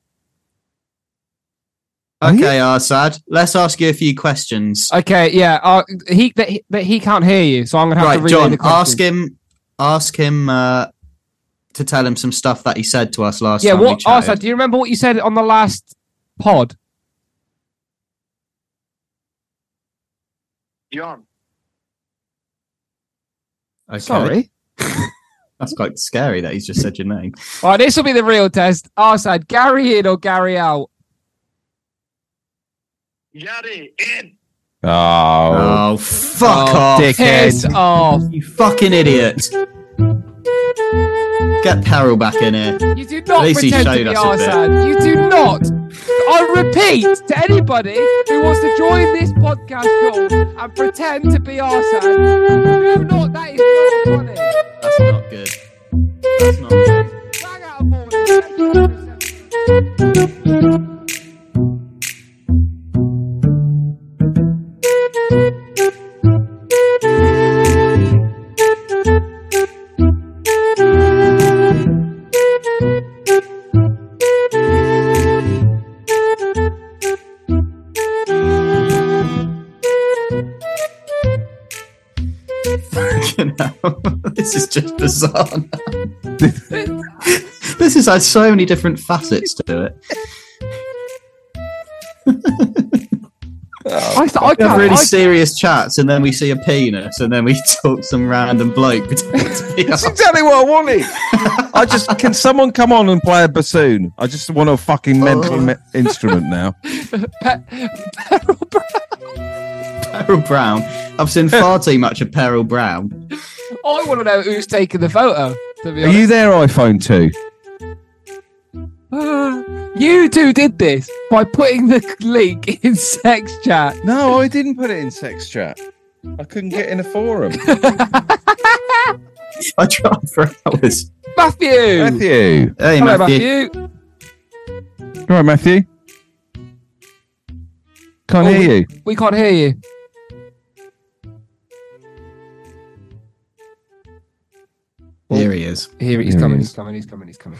Speaker 1: Are you-
Speaker 3: Okay, Arsad. Let's ask you a few questions.
Speaker 2: Okay, yeah. Uh, he that he, that he can't hear you, so I'm gonna have to
Speaker 3: Right,
Speaker 2: relay
Speaker 3: John.
Speaker 2: the question.
Speaker 3: Ask him. Ask him uh, to tell him some stuff that he said to us last
Speaker 2: Yeah,
Speaker 3: time. we
Speaker 2: what
Speaker 3: chatted.
Speaker 2: Arsad? Do you remember what you said on the last pod?
Speaker 11: John.
Speaker 3: Okay.
Speaker 2: Sorry.
Speaker 3: That's quite scary that he's just said your name.
Speaker 2: All right, this will be the real test. Arsad, Gary in or Gary out?
Speaker 11: Gary, in.
Speaker 1: Oh.
Speaker 3: Oh, fuck
Speaker 2: Oh,
Speaker 3: off.
Speaker 1: dickhead.
Speaker 2: Piss off.
Speaker 3: You fucking idiot. Get Peril back in here.
Speaker 2: You do not
Speaker 3: At least he
Speaker 2: pretend
Speaker 3: showed
Speaker 2: to be
Speaker 3: us a bit.
Speaker 2: Arsad. You do not. I repeat to anybody who wants to join this podcast call and pretend to be Arsad, do not. That is not funny.
Speaker 3: That's not good. That's not good.
Speaker 2: Bang out of order.
Speaker 3: Fucking hell. this is just bizarre. now. this has had so many different facets to it.
Speaker 2: I, th- I
Speaker 3: We have
Speaker 2: can't.
Speaker 3: really
Speaker 2: I,
Speaker 3: serious chats, and then we see a penis, and then we talk some random bloke. pretending to be us.
Speaker 1: That's exactly what I wanted. I just can someone come on and play a bassoon? I just want a fucking mental me- instrument now.
Speaker 3: Peril Brown. I've seen far too much of Peril Brown.
Speaker 2: I want to know who's taking the photo. To be
Speaker 1: Are you there, iPhone two?
Speaker 2: honest. Uh, you two did this by putting the link in sex chat.
Speaker 1: No, I didn't put it in sex chat. I couldn't get in a forum.
Speaker 3: I tried for hours.
Speaker 2: Matthew.
Speaker 1: Matthew,
Speaker 3: Hey,
Speaker 2: Hello,
Speaker 3: Matthew.
Speaker 2: Matthew.
Speaker 1: You all right, Matthew. Can't
Speaker 2: Oh,
Speaker 1: hear
Speaker 2: we-
Speaker 1: you.
Speaker 2: We can't hear you.
Speaker 3: Here he is.
Speaker 2: Here he's
Speaker 1: There he
Speaker 2: coming.
Speaker 1: is.
Speaker 2: He's coming. He's coming. He's coming.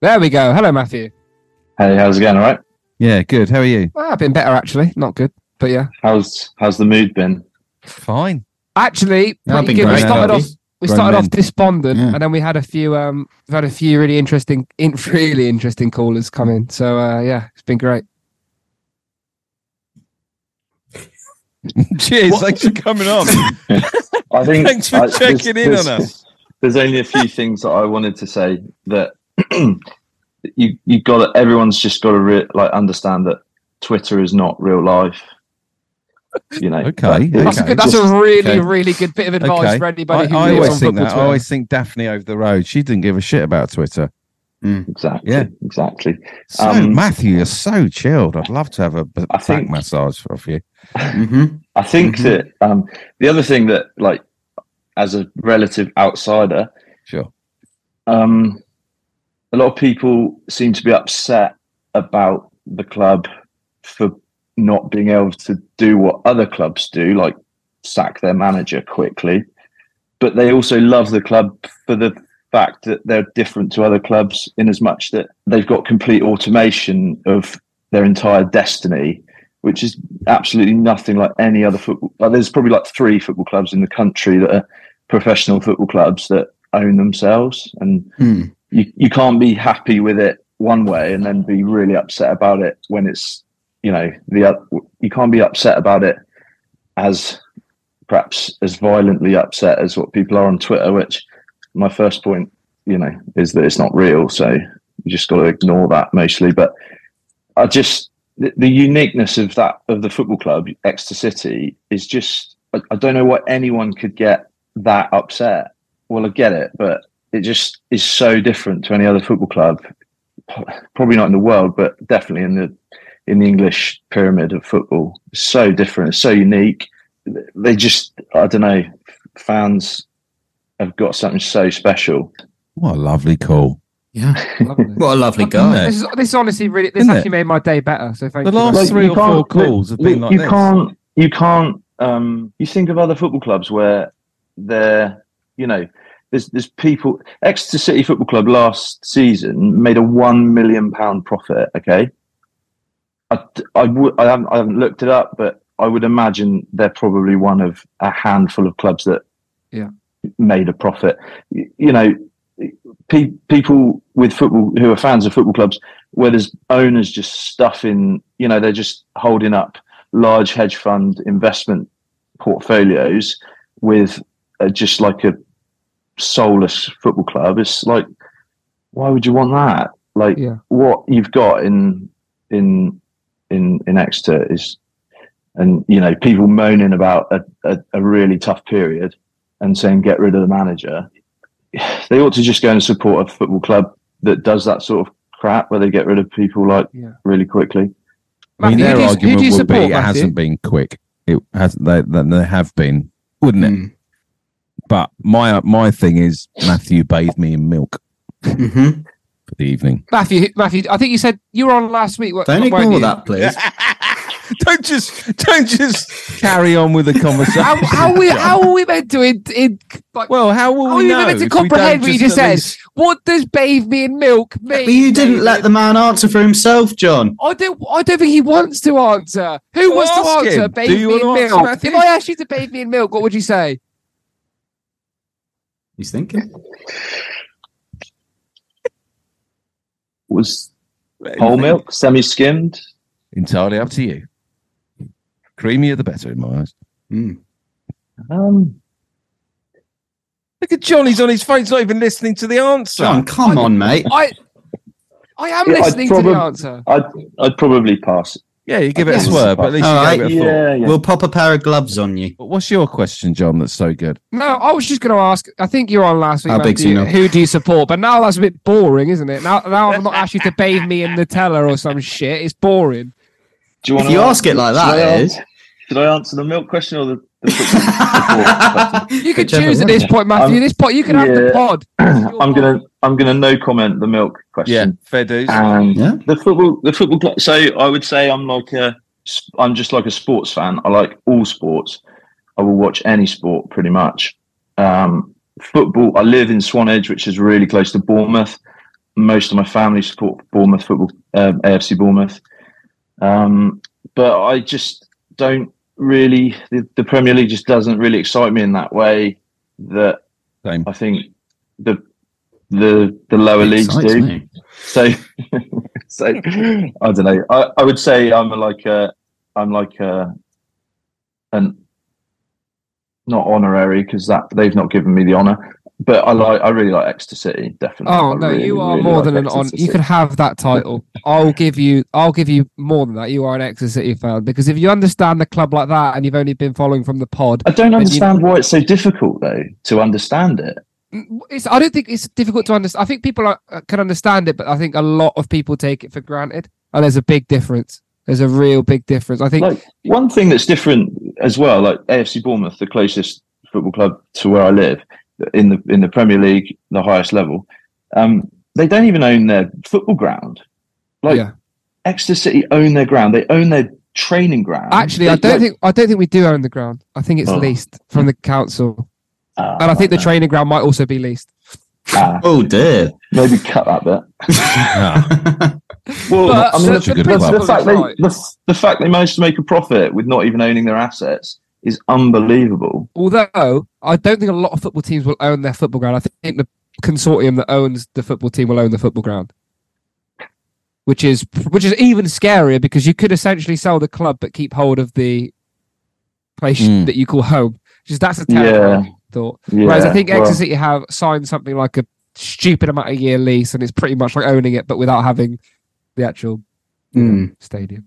Speaker 2: There we go. Hello, Matthew.
Speaker 11: Hey, how's it going? All right.
Speaker 1: Yeah, good. How are you?
Speaker 2: Ah, been better actually. Not good, but yeah.
Speaker 11: How's how's the mood been?
Speaker 1: Fine.
Speaker 2: Actually,
Speaker 3: That'd
Speaker 2: pretty
Speaker 3: be
Speaker 2: good. We
Speaker 3: great,
Speaker 2: started off.
Speaker 3: Matthew.
Speaker 2: we
Speaker 1: Grown
Speaker 2: started off
Speaker 1: men.
Speaker 2: despondent,
Speaker 1: Yeah.
Speaker 2: and then we had a few um we've had a few really interesting, in, really interesting callers come in. So uh, yeah, it's been great.
Speaker 1: Cheers, thanks for coming on.
Speaker 11: I think
Speaker 1: Thanks for
Speaker 11: I-
Speaker 1: checking in on us.
Speaker 11: There's only a few things that I wanted to say that you you got to everyone's just got to re- like understand that Twitter is not real life. You know.
Speaker 1: Okay,
Speaker 11: that-
Speaker 2: That's, a
Speaker 1: Okay.
Speaker 2: good, that's a
Speaker 1: Just-
Speaker 2: really,
Speaker 1: okay.
Speaker 2: really good bit of advice for anybody
Speaker 1: I,
Speaker 2: who
Speaker 1: I
Speaker 2: lives
Speaker 1: always
Speaker 2: on
Speaker 1: think
Speaker 2: football
Speaker 1: that. I
Speaker 2: Twitter.
Speaker 1: always think Daphne over the road. She didn't give a shit about Twitter.
Speaker 3: Mm.
Speaker 11: Exactly.
Speaker 1: Yeah.
Speaker 11: Exactly.
Speaker 1: So
Speaker 11: Um,
Speaker 1: Matthew, you're so chilled. I'd love to have a b- back
Speaker 11: think- Mm-hmm.
Speaker 1: massage off you. Mm-hmm.
Speaker 11: I think that um, the other thing that, like, as a relative outsider,
Speaker 1: Sure.
Speaker 11: um, a lot of people seem to be upset about the club for not being able to do what other clubs do, like sack their manager quickly. But they also love the club for the fact that they're different to other clubs in as much that they've got complete automation of their entire destiny, which is absolutely nothing like any other football. Like, there's probably like three football clubs in the country that are professional football clubs that own themselves and you, you can't be happy with it one way and then be really upset about it when it's you know the oth- you can't be upset about it as perhaps as violently upset as what people are on Twitter which my first point you know is that it's not real so you just got to ignore that mostly but I just the, the uniqueness of that of the football club Exeter City is just I, I don't know why anyone could get that upset. Well, I get it, but it just is so different to any other football club. P- Probably not in the world, but definitely in the in the English pyramid of football. It's so different. It's so unique. They just I don't know. Fans have got something so special.
Speaker 1: What a lovely call.
Speaker 3: What a lovely
Speaker 2: This is, this is honestly really. This
Speaker 11: Isn't it?
Speaker 2: actually made my day better. So thank
Speaker 1: The
Speaker 2: you.
Speaker 1: last
Speaker 2: guys.
Speaker 11: Like,
Speaker 1: three
Speaker 11: you
Speaker 1: or four
Speaker 11: can't-
Speaker 1: calls have been like
Speaker 11: you
Speaker 1: this.
Speaker 11: can't you can't um you think of other football clubs where they're you know there's there's people Exeter City Football Club last season made a 1 million pound profit okay I I, would, I, haven't, I haven't looked it up but I would imagine they're probably one of a handful of clubs that
Speaker 2: Yeah.
Speaker 11: made a profit Y- you know pe- people with football who are fans of football clubs where there's owners just stuffing you know they're just holding up large hedge fund investment portfolios with uh, just like a soulless football club it's like why would you want that like
Speaker 2: Yeah.
Speaker 11: what you've got in in in in exeter is and you know people moaning about a, a, a really tough period and saying get rid of the manager they ought to just go and support a football club that does that sort of crap where they get rid of people like
Speaker 2: Yeah.
Speaker 11: really quickly.
Speaker 1: I mean,
Speaker 2: Matthew,
Speaker 1: their
Speaker 2: who do you- who do
Speaker 1: argument
Speaker 2: you
Speaker 1: would be
Speaker 2: support,
Speaker 1: it
Speaker 2: Matthew?
Speaker 1: hasn't been quick. It has. They, they, they have been, wouldn't it? But my uh, my thing is Matthew bathed me in milk
Speaker 3: Mm-hmm.
Speaker 1: for the evening.
Speaker 2: Matthew, Matthew, I think you said you were on last week. wa-
Speaker 3: Don't
Speaker 2: weren't
Speaker 3: ignore
Speaker 2: you?
Speaker 3: that, please.
Speaker 1: Don't just don't just carry on with the conversation.
Speaker 2: How, how we how are we meant to in, in like?
Speaker 1: well, how will
Speaker 2: how are
Speaker 1: we
Speaker 2: you
Speaker 1: know
Speaker 2: meant to
Speaker 1: if we
Speaker 2: comprehend
Speaker 1: don't
Speaker 2: what you just
Speaker 1: at
Speaker 2: said?
Speaker 1: least-
Speaker 2: What does bathe me in milk
Speaker 3: But
Speaker 2: mean?
Speaker 3: you didn't
Speaker 2: David?
Speaker 3: let the man answer for himself, John.
Speaker 2: I don't. I don't think he wants to answer. Who
Speaker 1: Well,
Speaker 2: wants to
Speaker 1: ask
Speaker 2: answer?
Speaker 1: him.
Speaker 2: Bathe
Speaker 1: Do you
Speaker 2: me in
Speaker 1: want to answer,
Speaker 2: milk.
Speaker 1: Matthew?
Speaker 2: If I asked you to bathe me in milk, what would you say?
Speaker 3: He's thinking.
Speaker 11: Was whole milk, semi skimmed?
Speaker 1: Entirely up to you. Creamier the better in my eyes.
Speaker 3: Mm.
Speaker 11: Um,
Speaker 1: Look at John. He's on his phone. He's not even listening to the answer.
Speaker 3: John, come on, mate.
Speaker 2: I. I am
Speaker 11: Yeah, I'd
Speaker 2: listening to
Speaker 11: probab-
Speaker 2: the answer.
Speaker 11: I'd, I'd probably pass it.
Speaker 1: Yeah, you give it a
Speaker 3: Yes.
Speaker 1: swerve, but at least
Speaker 3: All
Speaker 1: you
Speaker 3: right.
Speaker 1: gave it a thought.
Speaker 11: Yeah, yeah.
Speaker 3: We'll pop a pair of gloves on you.
Speaker 1: But what's your question, John? That's so good.
Speaker 2: No, I was just going to ask. I think you were on last week.
Speaker 3: How big's
Speaker 2: Matthew,
Speaker 3: enough?
Speaker 2: Who do you support? But now that's a bit boring, isn't it? Now, now I'm not asking you to bathe me in Nutella or some shit. It's boring.
Speaker 11: Do
Speaker 3: If
Speaker 11: wanna
Speaker 3: you
Speaker 11: an-
Speaker 3: ask it like
Speaker 11: should I
Speaker 3: that, it
Speaker 11: an-
Speaker 3: is.
Speaker 11: Should I answer the milk question or the, the football question?
Speaker 2: You can
Speaker 3: Whichever
Speaker 2: choose at
Speaker 3: one.
Speaker 2: this point, Matthew.
Speaker 11: I'm-
Speaker 2: this point, you can have the
Speaker 11: Um, yeah.
Speaker 2: pod.
Speaker 11: I'm gonna I'm gonna no comment the milk question.
Speaker 1: fair dues.
Speaker 11: And
Speaker 3: Yeah.
Speaker 11: the football, the football. Club, so I would say I'm like a, s- I'm just like a sports fan. I like all sports. I will watch any sport pretty much. Um, football. I live in Swanage, which is really close to Bournemouth. Most of my family support Bournemouth football, um, AFC Bournemouth. Um, but I just don't really. The, the Premier League just doesn't really excite me in that way. That
Speaker 1: Same.
Speaker 11: I think the the the lower
Speaker 3: It
Speaker 11: leagues
Speaker 3: excites
Speaker 11: do.
Speaker 3: me.
Speaker 11: So so I don't know. I, I would say I'm like a I'm like a an not honorary because that they've not given me the honor. But I like I really like Exeter City, definitely.
Speaker 2: Oh
Speaker 11: I
Speaker 2: no,
Speaker 11: really,
Speaker 2: you are
Speaker 11: really
Speaker 2: more
Speaker 11: like
Speaker 2: than an
Speaker 11: Exeter
Speaker 2: on. You
Speaker 11: City.
Speaker 2: can have that title. I'll give you. I'll give you more than that. You are an Exeter City fan because if you understand the club like that and you've only been following from the pod,
Speaker 11: I don't
Speaker 2: then you-
Speaker 11: understand why it's so difficult though to understand it.
Speaker 2: Mm, It's, I don't think it's difficult to understand. I think people are, uh, can understand it, but I think a lot of people take it for granted, and there's a big difference. There's a real big difference. I think.
Speaker 11: like one thing that's different as well, like AFC Bournemouth, the closest football club to where I live in the in the Premier League, the highest level. Um, they don't even own their football ground. Like Exeter City own their ground. They own their training ground.
Speaker 2: Actually,
Speaker 11: They-
Speaker 2: I don't
Speaker 11: like-
Speaker 2: think I don't think we do own the ground. I think it's
Speaker 11: Oh. Ah,
Speaker 2: leased from the council, and I think the training ground might also be leased.
Speaker 3: oh dear.
Speaker 11: Maybe cut that bit. well,
Speaker 2: But uh,
Speaker 11: I mean,
Speaker 2: that's
Speaker 11: the,
Speaker 2: a good one.
Speaker 11: the fact they,
Speaker 2: Right.
Speaker 11: the, the fact they managed to make a profit with not even owning their assets is unbelievable.
Speaker 2: Although I don't think a lot of football teams will own their football ground. I think the consortium that owns the football team will own the football ground, which is which is even scarier because you could essentially sell the club but keep hold of the place
Speaker 11: Mm.
Speaker 2: that you call home. Just that's a terrible
Speaker 11: Yeah.
Speaker 2: thought.
Speaker 11: Yeah,
Speaker 2: Whereas I think
Speaker 11: well-
Speaker 2: Exeter City have signed something like a stupid amount of year lease, and it's pretty much like owning it but without having the actual you know, stadium.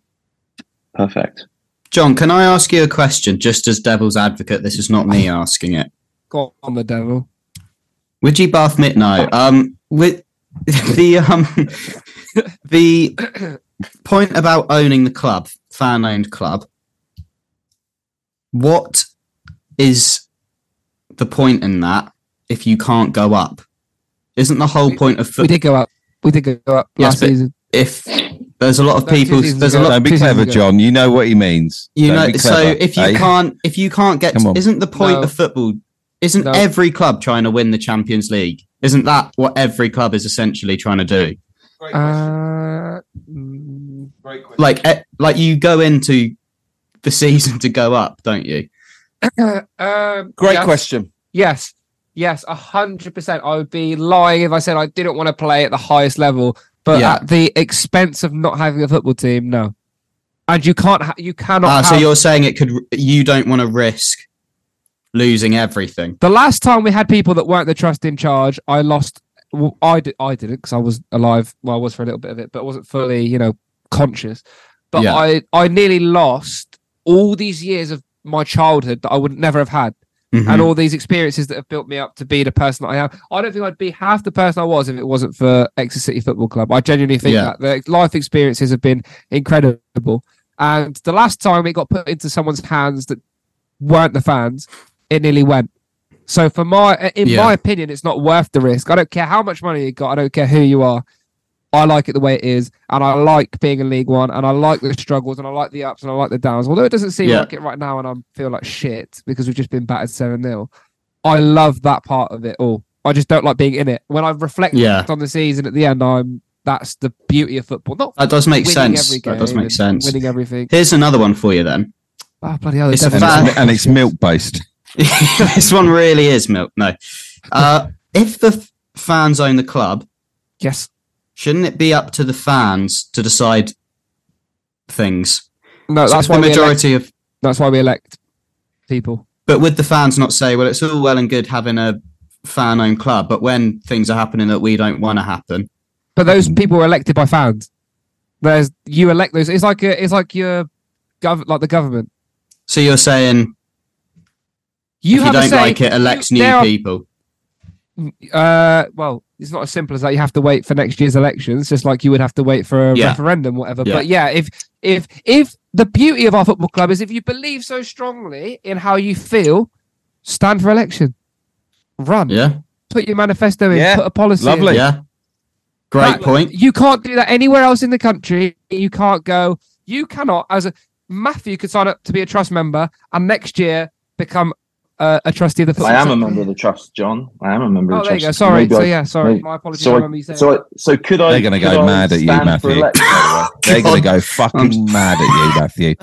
Speaker 11: Perfect.
Speaker 3: Hmm. John, can I ask you a question just as devil's advocate? This is not me asking it.
Speaker 2: Got on the devil.
Speaker 3: Widgie Bath Mitno. Um, with the um, the point about owning the club, fan-owned club. What is the point in that if you can't go up? Isn't the whole point of foot-
Speaker 2: We did go up. We uh, did go up
Speaker 3: Yes,
Speaker 2: last
Speaker 3: but
Speaker 2: season.
Speaker 3: If there's a lot of
Speaker 2: No, two
Speaker 3: people,
Speaker 2: seasons
Speaker 3: there's a
Speaker 2: ago.
Speaker 3: lot.
Speaker 2: Don't
Speaker 1: Don't be
Speaker 2: Two seasons
Speaker 1: clever,
Speaker 2: ago.
Speaker 1: John. You know what he means.
Speaker 3: You
Speaker 1: Don't
Speaker 3: know,
Speaker 1: be
Speaker 3: so
Speaker 1: clever,
Speaker 3: if you
Speaker 1: eh?
Speaker 3: can't, if you can't get,
Speaker 1: Come on.
Speaker 3: isn't the point
Speaker 2: No.
Speaker 3: of football? Isn't
Speaker 2: No.
Speaker 3: every club trying to win the Champions League? Isn't that what every club is essentially trying to do?
Speaker 2: Uh, mm,
Speaker 3: Like, eh, like you go into the season to go up, don't you?
Speaker 2: um,
Speaker 1: Great
Speaker 2: yes,
Speaker 1: question.
Speaker 2: Yes, yes, a hundred percent. I would be lying if I said I didn't want to play at the highest level, but
Speaker 3: Yeah.
Speaker 2: at the expense of not having a football team, no. And you can't, ha- you cannot.
Speaker 3: Ah, so
Speaker 2: have-
Speaker 3: you're saying it could? You don't want to risk losing everything.
Speaker 2: the last time we had people that weren't the trust in charge, I lost. Well, I did. I didn't because I was alive. Well, I was for a little bit of it, but I wasn't fully, you know, conscious. But
Speaker 3: Yeah.
Speaker 2: I, I nearly lost all these years of my childhood that I would never have had.
Speaker 3: Mm-hmm.
Speaker 2: and all these experiences that have built me up to be the person that I am. I don't think I'd be half the person I was if it wasn't for Exeter City Football Club. I genuinely think
Speaker 3: Yeah.
Speaker 2: that the life experiences have been incredible. And the last time it got put into someone's hands that weren't the fans, it nearly went. So for my, in
Speaker 3: Yeah.
Speaker 2: my opinion, it's not worth the risk. I don't care how much money you got. I don't care who you are. I like it the way it is, and I like being in League One, and I like the struggles, and I like the ups, and I like the downs. Although it doesn't seem
Speaker 3: Yeah.
Speaker 2: like it right now, and I feel like shit because we've just been battered seven 0 I love that part of it all. I just don't like being in it. When I reflect
Speaker 3: Yeah.
Speaker 2: on the season at the end, I'm that's the beauty of football. Not
Speaker 3: That does make
Speaker 2: winning
Speaker 3: sense.
Speaker 2: every
Speaker 3: That does
Speaker 2: game
Speaker 3: make
Speaker 2: and
Speaker 3: sense.
Speaker 2: Winning everything.
Speaker 3: Here's another one for you then.
Speaker 2: Ah, bloody hell! the
Speaker 3: It's a
Speaker 2: devil's
Speaker 3: fan-
Speaker 2: in the
Speaker 1: And it's milk based.
Speaker 3: Oh, this one really is milk. No. Uh, if the f- fans own the club,
Speaker 2: Yes.
Speaker 3: shouldn't it be up to the fans to decide things?
Speaker 2: No,
Speaker 3: So
Speaker 2: that's
Speaker 3: if
Speaker 2: why
Speaker 3: the
Speaker 2: we elect,
Speaker 3: majority of.
Speaker 2: that's why we elect people.
Speaker 3: But would the fans not say, well, it's all well and good having a fan owned club, but when things are happening that we don't want to happen?
Speaker 2: But those people were elected by fans. There's you elect those. It's like a, it's like your gov like the government.
Speaker 3: So you're saying
Speaker 2: You
Speaker 3: if you
Speaker 2: have a
Speaker 3: don't
Speaker 2: say-
Speaker 3: like it, elect
Speaker 2: you-
Speaker 3: new
Speaker 2: there are-
Speaker 3: people.
Speaker 2: Uh, well, it's not as simple as that. You have to wait for next year's elections, just like you would have to wait for a
Speaker 3: Yeah.
Speaker 2: referendum, whatever.
Speaker 3: Yeah.
Speaker 2: But yeah, if if if the beauty of our football club is if you believe so strongly in how you feel, stand for election, run,
Speaker 3: Yeah.
Speaker 2: put your manifesto in,
Speaker 1: Yeah.
Speaker 2: put a policy. in.
Speaker 1: Lovely.
Speaker 3: Yeah. Great
Speaker 2: That-
Speaker 3: point.
Speaker 2: You can't do that anywhere else in the country. You can't go. You cannot, as a Matthew, could sign up to be a trust member and next year become uh, a trustee of the football.
Speaker 11: I am a
Speaker 2: club.
Speaker 11: member of the trust, John. I am a member
Speaker 2: Oh,
Speaker 11: of the
Speaker 2: there you
Speaker 11: trust.
Speaker 2: go. Sorry.
Speaker 11: Maybe
Speaker 2: So
Speaker 11: I-
Speaker 2: yeah, sorry.
Speaker 11: maybe-
Speaker 2: My apologies. I
Speaker 11: So,
Speaker 2: remember
Speaker 11: I,
Speaker 2: you saying.
Speaker 11: so, I, so could I?
Speaker 1: They're gonna
Speaker 11: could
Speaker 1: go
Speaker 11: I
Speaker 1: mad at you,
Speaker 11: stand for
Speaker 1: Matthew.
Speaker 3: Oh,
Speaker 11: election?
Speaker 1: They're going to go fucking mad at you, Matthew.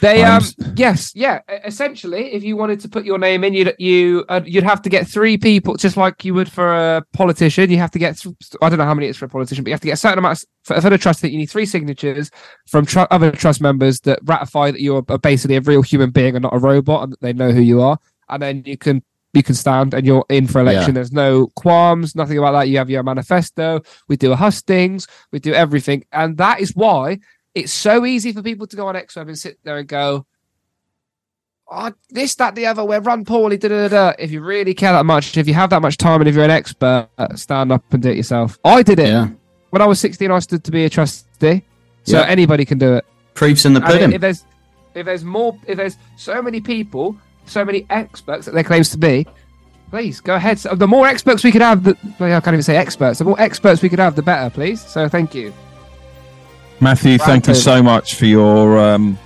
Speaker 2: They
Speaker 1: I'm
Speaker 2: um
Speaker 1: s-
Speaker 2: yes yeah e- essentially if you wanted to put your name in you'd you uh, you'd have to get three people just like you would for a politician you have to get th- I don't know how many it's for a politician but you have to get a certain amount of, s- for, for the trust that you need three signatures from tr- other trust members that ratify that you're a- basically a real human being and not a robot and that they know who you are and then you can you can stand and you're in for election
Speaker 3: Yeah.
Speaker 2: there's no qualms nothing about that you have your manifesto we do hustings we do everything and that is why it's so easy for people to go on xweb and sit there and go oh, this, that, the other, where run poorly, da da da. da." If you really care that much, if you have that much time, and if you're an expert, uh, stand up and do it yourself. I did it
Speaker 3: Yeah.
Speaker 2: when I was 16. I stood to be a trustee, so
Speaker 3: Yeah.
Speaker 2: anybody can do it.
Speaker 3: Proof's in the
Speaker 2: And
Speaker 3: pudding.
Speaker 2: if there's if there's more, if there's so many people, so many experts that there claims to be, please go ahead. So the more experts we could have, the well, I can't even say experts. The more experts we could have, the better, please. So thank you.
Speaker 1: Matthew, thank you
Speaker 2: Roundtable.
Speaker 1: so much for your um,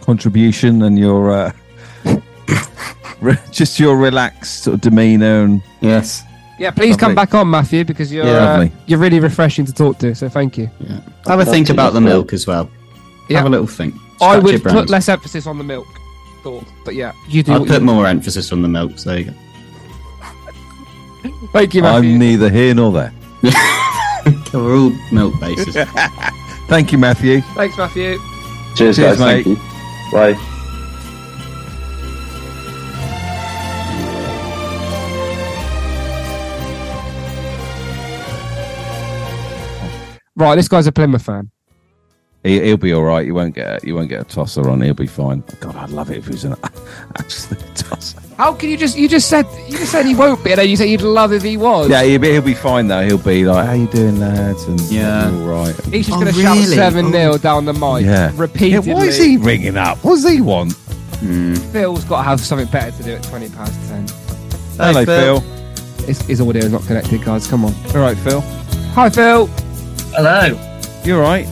Speaker 1: contribution and your uh, re- just your relaxed sort of demeanour and
Speaker 3: yes,
Speaker 2: Yeah, please
Speaker 1: Lovely.
Speaker 2: come back on, Matthew, because you're
Speaker 3: Yeah.
Speaker 2: uh,
Speaker 1: Lovely.
Speaker 2: you're really refreshing to talk to. So thank you.
Speaker 3: have a
Speaker 11: I'd love
Speaker 3: think
Speaker 11: to
Speaker 3: about
Speaker 11: just
Speaker 3: the
Speaker 11: go-
Speaker 3: milk as well.
Speaker 2: Yeah.
Speaker 3: Have a little think.
Speaker 2: I
Speaker 3: Scratch your
Speaker 2: would put
Speaker 3: brains.
Speaker 2: less emphasis on the milk thought, but yeah, you do.
Speaker 3: I'd
Speaker 2: What you
Speaker 3: put
Speaker 2: do.
Speaker 3: more emphasis on the milk. So there you go.
Speaker 2: Thank you, Matthew.
Speaker 1: I'm neither here nor there.
Speaker 3: we're all milk bases.
Speaker 1: Thank you, Matthew.
Speaker 2: Thanks, Matthew.
Speaker 11: Cheers,
Speaker 1: Cheers,
Speaker 11: guys. Thank
Speaker 1: mate.
Speaker 11: you. Bye.
Speaker 2: Right, this guy's a Plymouth fan.
Speaker 1: He, he'll be all right. You won't get you won't get a tosser on. He'll be fine. God, Oh, I'd love it if he was an absolute tosser.
Speaker 2: How can you just? You just said you just said he won't be, and then you said you'd love if he was.
Speaker 1: Yeah, he'll be, he'll be fine though. He'll be like, "How you doing, lads?" And
Speaker 3: Yeah.
Speaker 1: all right.
Speaker 2: He's just
Speaker 3: Oh,
Speaker 2: going to shout
Speaker 3: really?
Speaker 2: seven 0
Speaker 3: Oh.
Speaker 2: down the mic.
Speaker 1: Yeah.
Speaker 2: Repeatedly. Hmm.
Speaker 1: Yeah, why is he ringing up? What does he want?
Speaker 2: Phil's got to have something better to do at twenty past ten.
Speaker 1: Hello, Phil.
Speaker 2: His, his audio is not connected, guys. Come on.
Speaker 1: All right, Phil.
Speaker 2: Hi, Phil.
Speaker 8: Hello.
Speaker 1: You all right?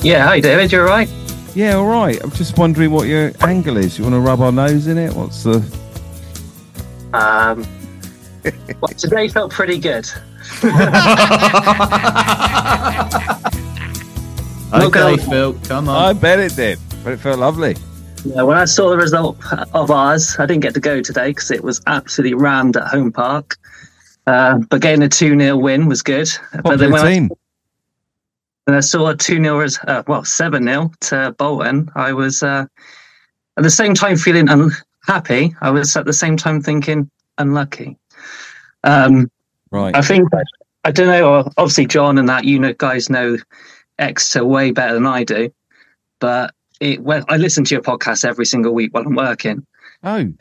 Speaker 8: Yeah, hi David, you alright?
Speaker 1: Yeah, all right. I'm just wondering what your angle is. You want to rub our nose in it? What's the?
Speaker 8: Um, well, today felt pretty good. Look
Speaker 3: okay,
Speaker 8: out.
Speaker 3: Phil, come on.
Speaker 1: I bet it did, but it felt lovely.
Speaker 8: Yeah, when I saw the result of ours, I didn't get to go today because it was absolutely rammed at Home Park. Uh, but getting a 2 0 win was good. but
Speaker 1: Popular
Speaker 8: when I,
Speaker 1: team.
Speaker 8: when I saw a 2 0, uh, well, 7 0 to Bolton, I was uh, at the same time feeling unhappy. I was at the same time thinking unlucky. Um,
Speaker 1: Right.
Speaker 8: I think I don't know. Obviously, John and that you know guys know Exeter way better than I do. But it when I listen to your podcast every single week while I'm working.
Speaker 1: Oh,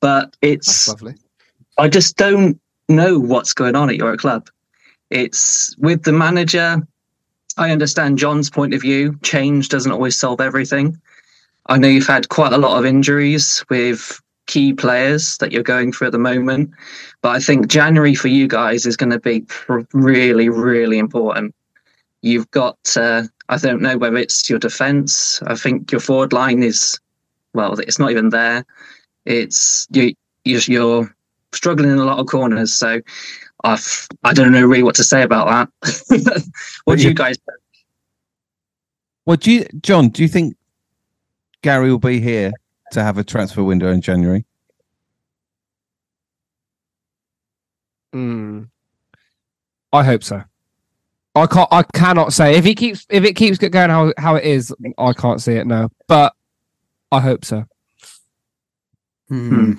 Speaker 8: But
Speaker 2: That's
Speaker 8: it's
Speaker 2: lovely.
Speaker 8: I just don't know what's going on at your club. It's with the manager. I understand John's point of view. Change doesn't always solve everything. I know you've had quite a lot of injuries with key players that you're going through at the moment, but I think January for you guys is going to be pr- really, really important. You've got, uh, I don't know whether it's your defence. I think your forward line is, well, it's not even there. It's you, you're, you're struggling in a lot of corners. So I've, I don't know really what to say about that. what do you guys?
Speaker 1: well, do you, John? Do you think Gary will be here to have a transfer window in January?
Speaker 2: Mm. I hope so. I can't. I cannot say if he keeps if it keeps going how how it is. I can't see it now, but I hope so.
Speaker 3: Hmm.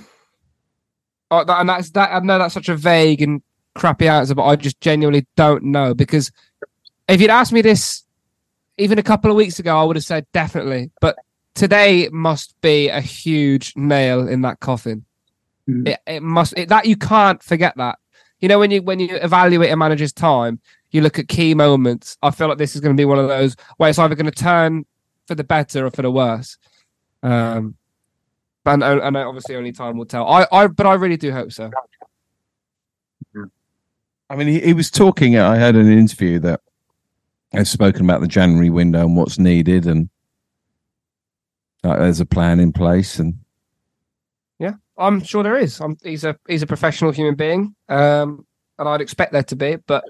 Speaker 2: Oh, that, and that's that. I know that's such a vague and crappy answer, but I just genuinely don't know because if you'd asked me this even a couple of weeks ago, I would have said definitely. But today must be a huge nail in that coffin.
Speaker 8: Mm.
Speaker 2: It, it must it, that you can't forget that. You know when you when you evaluate a manager's time, you look at key moments. I feel like this is going to be one of those where it's either going to turn for the better or for the worse. Um, and o- and obviously only time will tell. I, I but I really do hope so.
Speaker 1: I mean, he, he was talking. uh, I heard in an interview that they've spoken about the January window and what's needed, and like, there's a plan in place. And
Speaker 2: I'm sure there is. I'm, he's a he's a professional human being, um, and I'd expect there to be. But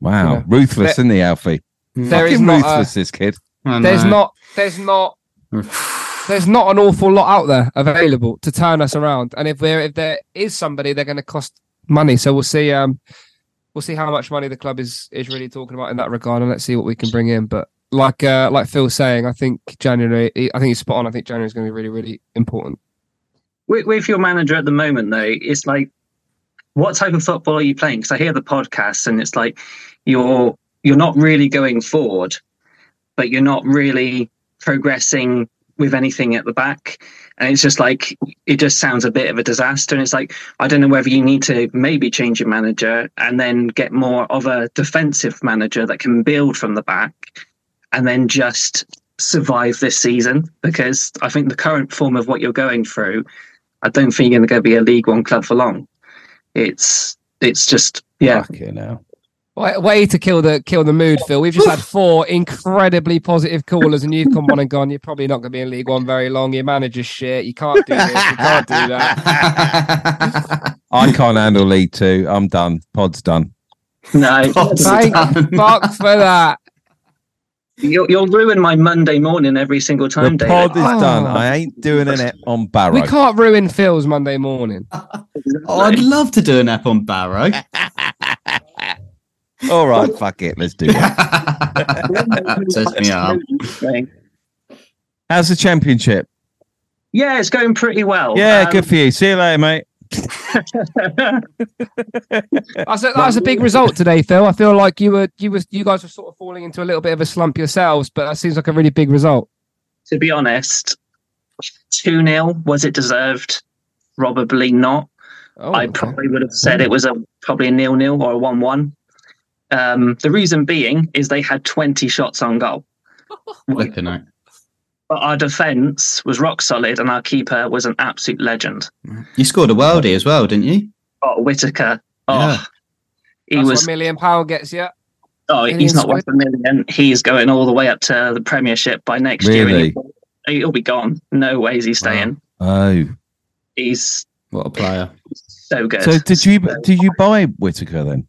Speaker 1: wow,
Speaker 2: Yeah.
Speaker 1: ruthless,
Speaker 2: There-
Speaker 1: isn't he, Alfie?
Speaker 2: there is
Speaker 1: Fucking
Speaker 2: not a-
Speaker 1: ruthless, this kid.
Speaker 3: I
Speaker 2: there's
Speaker 3: know.
Speaker 2: not there's not there's not an awful lot out there available to turn us around. And if we're if there is somebody, they're going to cost money. So we'll see. Um, we'll see how much money the club is is really talking about in that regard, and let's see what we can bring in. But like uh, like Phil's saying, I think January. I think he's spot on. I think January is going to be really really important.
Speaker 8: With, with your manager at the moment, though, it's like, what type of football are you playing? Because I hear the podcast, and it's like you're you're not really going forward, but you're not really progressing with anything at the back. And it's just like it just sounds a bit of a disaster. And it's like I don't know whether you need to maybe change your manager and then get more of a defensive manager that can build from the back and then just survive this season because I think the current form of what you're going through, I don't think you're going to be a League One club for long. It's it's just yeah.
Speaker 2: Way, way to kill the kill the mood, Phil. We've just had four incredibly positive callers, and you've come on and gone. You're probably not going to be in League One very long. Your manager's shit. You can't do this. You can't do that.
Speaker 1: I can't handle League Two. I'm done. Pod's done.
Speaker 8: No,
Speaker 2: Thank fuck for that.
Speaker 8: You'll, you'll ruin my Monday morning every single time,
Speaker 1: the
Speaker 8: David.
Speaker 1: pod is done.
Speaker 2: Oh.
Speaker 1: I ain't doing an it on Barrow.
Speaker 2: We can't ruin Phil's Monday morning.
Speaker 3: Oh, I'd love to do an app on Barrow.
Speaker 1: All right, fuck it. Let's do it.
Speaker 3: Says me up.
Speaker 1: How's the championship?
Speaker 8: Yeah, it's going pretty well.
Speaker 1: yeah,
Speaker 8: Um,
Speaker 1: good for you. See you later, mate.
Speaker 2: That's a, that was a big result today, Phil. I feel like you were you was you guys were sort of falling into a little bit of a slump yourselves, but that seems like a really big result.
Speaker 8: to be honest, 2 0, was it deserved? Probably not.
Speaker 2: Oh,
Speaker 8: I
Speaker 2: okay.
Speaker 8: probably would have said it was a probably a nil nil or a one one. Um, the reason being is they had 20 shots on goal,
Speaker 3: Flipping out.
Speaker 8: but our defence was rock solid and our keeper was an absolute legend.
Speaker 3: You scored a worldie as well, didn't you?
Speaker 8: Oh, Whitaker.
Speaker 3: Yeah.
Speaker 8: Oh, he
Speaker 2: That's
Speaker 8: was.
Speaker 2: what a million pound gets you.
Speaker 8: Oh,
Speaker 2: Million
Speaker 8: he's not worth a million. He's going all the way up to the Premiership by next
Speaker 1: Really?
Speaker 8: year. and He'll be gone. No ways he's staying.
Speaker 1: Oh,
Speaker 8: He's
Speaker 3: What a player.
Speaker 8: so good.
Speaker 1: so did you? Did you buy Whitaker then?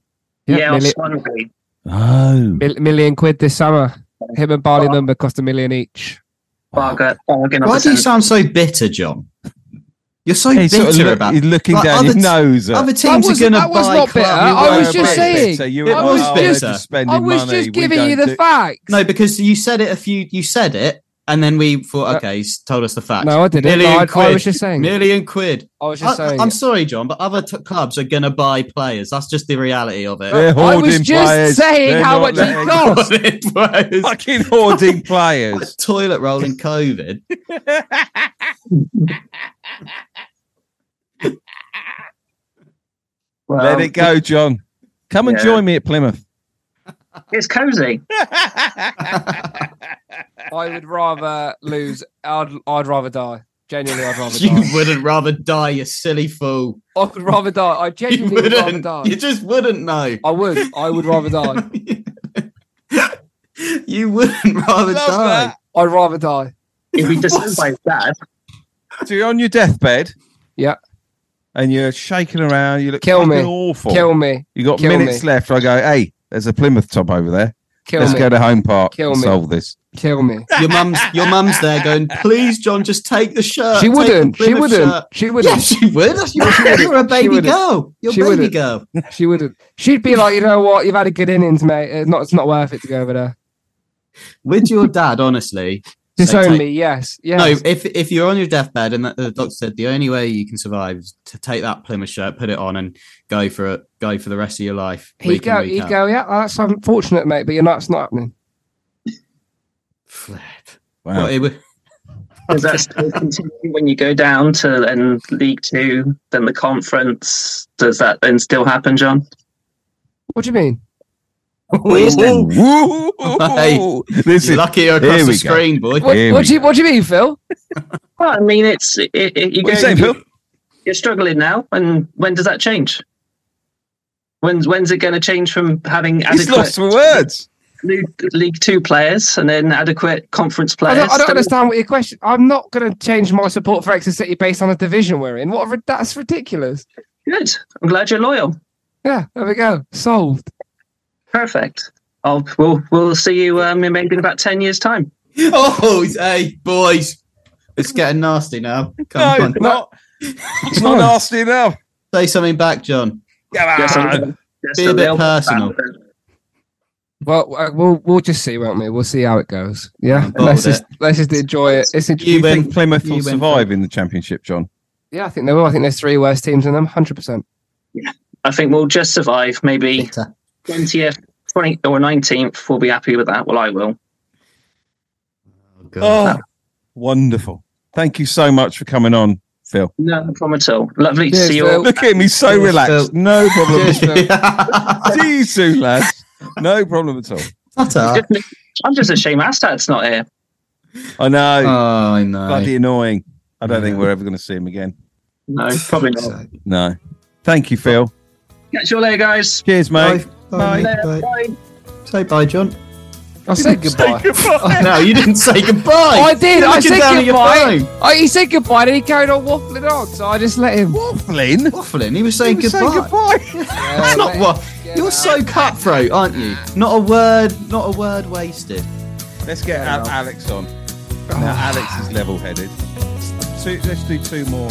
Speaker 8: Yeah, I
Speaker 2: million,
Speaker 8: was wondering.
Speaker 1: Oh,
Speaker 2: mil- million quid this summer. Him and Barley Number cost a million each.
Speaker 8: Bargain, bargain of
Speaker 3: Why
Speaker 8: the
Speaker 3: do you
Speaker 8: centre.
Speaker 3: sound so bitter, John? You're so
Speaker 1: he's
Speaker 3: bitter
Speaker 1: sort of look-
Speaker 3: about
Speaker 1: he's looking
Speaker 3: Like,
Speaker 1: down
Speaker 3: other
Speaker 1: his
Speaker 3: t-
Speaker 1: nose. at-
Speaker 3: Other
Speaker 2: That
Speaker 3: teams
Speaker 2: was-
Speaker 3: are going to
Speaker 2: that was
Speaker 3: buy
Speaker 2: not bitter.
Speaker 3: club.
Speaker 2: I
Speaker 1: You
Speaker 2: was
Speaker 1: were
Speaker 2: just
Speaker 1: a bit
Speaker 2: saying.
Speaker 1: bitter. You
Speaker 2: I
Speaker 1: were
Speaker 3: was
Speaker 1: like, oh, they're
Speaker 3: just-
Speaker 1: spending
Speaker 2: I was
Speaker 1: money.
Speaker 2: just
Speaker 1: We
Speaker 2: giving you
Speaker 1: don't
Speaker 2: the
Speaker 1: do-
Speaker 2: facts.
Speaker 3: No, because you said it a few. You said it, and then we thought,
Speaker 2: No.
Speaker 3: okay, he's told us the facts.
Speaker 2: Uh, No, I didn't. No,
Speaker 3: Million
Speaker 2: I, I
Speaker 3: quid.
Speaker 2: was just saying. it.
Speaker 3: Million quid.
Speaker 2: I was just
Speaker 3: I,
Speaker 2: saying.
Speaker 3: am
Speaker 2: it.
Speaker 3: sorry, John, but other t- clubs are going to buy players. That's just the reality of it.
Speaker 1: They're
Speaker 2: I
Speaker 1: hoarding
Speaker 2: was just
Speaker 1: players.
Speaker 2: saying
Speaker 1: They're
Speaker 2: how
Speaker 1: not
Speaker 2: much it
Speaker 1: letting-
Speaker 2: cost.
Speaker 3: Players.
Speaker 1: Fucking hoarding players.
Speaker 3: Toilet roll in COVID.
Speaker 8: Well,
Speaker 1: Let it go, John. Come and
Speaker 8: Yeah.
Speaker 1: join me at Plymouth.
Speaker 8: It's cozy.
Speaker 2: I would rather lose. I'd, I'd rather die. Genuinely, I'd rather
Speaker 3: you
Speaker 2: die.
Speaker 3: wouldn't rather die, you silly fool.
Speaker 2: I would rather die. I
Speaker 3: You
Speaker 2: genuinely would rather
Speaker 3: wouldn't.
Speaker 2: die.
Speaker 3: You just wouldn't know.
Speaker 2: I would. I would rather die.
Speaker 3: you wouldn't rather
Speaker 1: Love
Speaker 3: die.
Speaker 1: that.
Speaker 2: I'd rather die.
Speaker 8: If we just by his dad,
Speaker 1: So you're on your deathbed.
Speaker 2: Yeah.
Speaker 1: And you're shaking around. You look
Speaker 2: Kill me.
Speaker 1: fucking awful.
Speaker 2: Kill me.
Speaker 1: you got
Speaker 2: kill
Speaker 1: minutes left. I go, hey, there's a Plymouth top over there.
Speaker 2: Kill
Speaker 1: Let's
Speaker 2: me.
Speaker 1: go to Home Park
Speaker 2: Kill
Speaker 1: and
Speaker 2: me.
Speaker 1: solve this.
Speaker 2: Kill me.
Speaker 3: Your mum's your mum's there going, please, John, just take the shirt.
Speaker 2: She
Speaker 3: take the
Speaker 2: wouldn't. She
Speaker 3: Plymouth
Speaker 2: wouldn't.
Speaker 3: shirt."
Speaker 2: She
Speaker 3: Yeah,
Speaker 2: wouldn't.
Speaker 3: she would. You're a baby
Speaker 2: wouldn't.
Speaker 3: girl. You're a
Speaker 2: She
Speaker 3: baby
Speaker 2: wouldn't.
Speaker 3: girl.
Speaker 2: She wouldn't. She'd be like, you know what? You've had a good innings, mate. It's not. It's not worth it to go over there.
Speaker 3: With your dad, honestly. say,
Speaker 2: Disown
Speaker 3: "Take-
Speaker 2: me. Yes. Yes.
Speaker 3: No, if if you're on your deathbed and the, the doctor said the only way you can survive is to take that Plymouth shirt, put it on, and go for it, go for the rest of your life.
Speaker 2: he'd
Speaker 3: week in,
Speaker 2: go.
Speaker 3: week
Speaker 2: He'd
Speaker 3: out.
Speaker 2: go. Yeah, that's unfortunate, mate. But you're not. It's not happening.
Speaker 3: Flip.
Speaker 1: Wow.
Speaker 3: Well, it would-
Speaker 8: 'cause that's still continuing when you go down to then League Two, then the conference. Does that then still happen, John?
Speaker 2: What do you mean?
Speaker 3: Oh,
Speaker 1: Woo! this
Speaker 3: You're
Speaker 1: is
Speaker 3: lucky you're
Speaker 1: here
Speaker 3: across the
Speaker 1: we go.
Speaker 3: screen, boy.
Speaker 2: What,
Speaker 1: Here
Speaker 2: what
Speaker 1: we
Speaker 2: do you What do you mean, Phil?
Speaker 8: Well, I mean, it's it, it, you
Speaker 1: What
Speaker 8: go,
Speaker 1: you saying, Phil?
Speaker 8: you're struggling now, and when does that change? When's when's it going to change from having
Speaker 1: He's
Speaker 8: adequate
Speaker 1: lost for words.
Speaker 8: League, League Two players and then adequate conference
Speaker 2: I
Speaker 8: players?
Speaker 2: don't, I don't
Speaker 8: to-
Speaker 2: understand what your question. I'm not going to change my support for Exeter City based on the division we're in. What? a ri- That's ridiculous.
Speaker 8: Good. I'm glad you're loyal.
Speaker 2: Yeah. There we go. Solved.
Speaker 8: Perfect. I'll, we'll we'll see you um, in maybe in about ten years' time.
Speaker 3: Oh, hey, boys. It's getting nasty now. Come
Speaker 1: No,
Speaker 3: on.
Speaker 1: it's not.
Speaker 3: It's
Speaker 1: not nasty enough.
Speaker 3: Say something back, John.
Speaker 2: Yes, I'm-
Speaker 3: Be a bit personal.
Speaker 2: Well, uh, we'll we'll just see, won't we? We'll see how it goes. Yeah,
Speaker 1: I'm bored
Speaker 2: let's
Speaker 1: with
Speaker 2: just let's just enjoy it. It's
Speaker 1: Do you think
Speaker 2: think-
Speaker 1: Plymouth will survive in the championship, John?
Speaker 2: Yeah, I think they will. I think there's three worst teams in them, hundred percent.
Speaker 8: I think we'll just survive. Maybe twentieth, twenty or nineteenth. We'll be happy with that. Well, I will.
Speaker 1: Oh, wonderful! Thank you so much for coming on, Phil.
Speaker 8: No problem at all. Lovely to
Speaker 1: Cheers,
Speaker 8: see you.
Speaker 1: Phil.
Speaker 8: all.
Speaker 1: Look at him, he's so relaxed. No problem.
Speaker 8: Cheers, Phil.
Speaker 1: See you soon, lads. No problem at all.
Speaker 8: I'm just ashamed Astad's not here.
Speaker 1: I know.
Speaker 3: Oh, I know.
Speaker 1: Bloody annoying. I don't think we're ever going to see him again.
Speaker 8: No, probably not.
Speaker 1: No. Thank you, Phil.
Speaker 8: Catch you later, guys.
Speaker 1: Cheers, mate.
Speaker 3: Bye. Bye. Say bye, John.
Speaker 2: I said goodbye.
Speaker 3: Oh, no, you didn't say goodbye.
Speaker 2: I did.
Speaker 3: You're
Speaker 2: I
Speaker 3: looking
Speaker 2: said
Speaker 3: down at your
Speaker 2: goodbye.
Speaker 3: phone.
Speaker 2: I, he said goodbye, and he carried on waffling on. So I just let him.
Speaker 1: Waffling.
Speaker 3: Waffling. He was saying
Speaker 2: He was saying
Speaker 3: goodbye. That's not what. You're so cutthroat, aren't you? Not a word. Not a word wasted.
Speaker 1: Let's get Al- Alex on. Now, Alex
Speaker 3: Ah.
Speaker 1: is level headed. So let's do two more.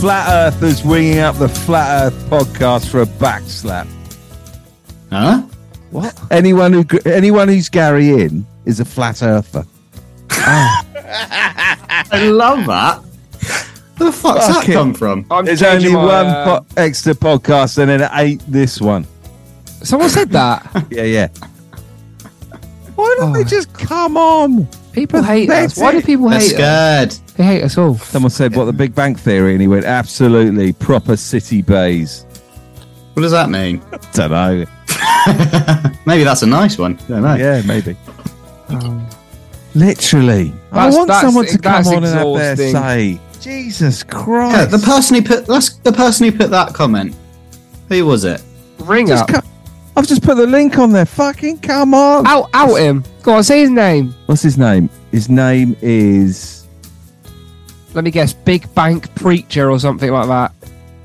Speaker 1: Flat Earthers winging up the Flat Earth podcast for a back slap.
Speaker 3: Huh?
Speaker 1: What? Anyone who gr- anyone who's Gary in is a flat earther.
Speaker 3: Ah. I love that. Where the fuck's that
Speaker 1: Fucking-
Speaker 3: come from?
Speaker 2: I'm
Speaker 1: There's only
Speaker 2: changing my,
Speaker 1: one
Speaker 2: uh,
Speaker 1: po- extra podcast, and it ain't this one.
Speaker 2: Someone said that.
Speaker 1: Yeah, yeah. Why don't they just come on?
Speaker 2: Oh. People hate us. Why do people
Speaker 3: They're
Speaker 2: hate us?
Speaker 3: scared.
Speaker 2: uh, They hate us all.
Speaker 1: Someone said what the Big Bang Theory, and he went absolutely proper city bays.
Speaker 3: What does that mean?
Speaker 1: Don't know.
Speaker 3: Maybe that's a nice one. Don't know. Um,
Speaker 1: Yeah, maybe. Um, Literally,
Speaker 2: That's-
Speaker 1: I want
Speaker 2: that's-
Speaker 1: someone to come
Speaker 2: that's
Speaker 1: on and have their
Speaker 2: exhausting.
Speaker 1: say. Jesus Christ!
Speaker 3: Yeah, the person who put that's the person who put that comment. Who was it?
Speaker 2: Ring
Speaker 1: Just
Speaker 2: up.
Speaker 1: co- I've just put the link on there. Fucking come on!
Speaker 2: Out, out him. Go on, say his name.
Speaker 1: What's his name? His name is
Speaker 2: Let me guess. Big Bank Preacher or something like that.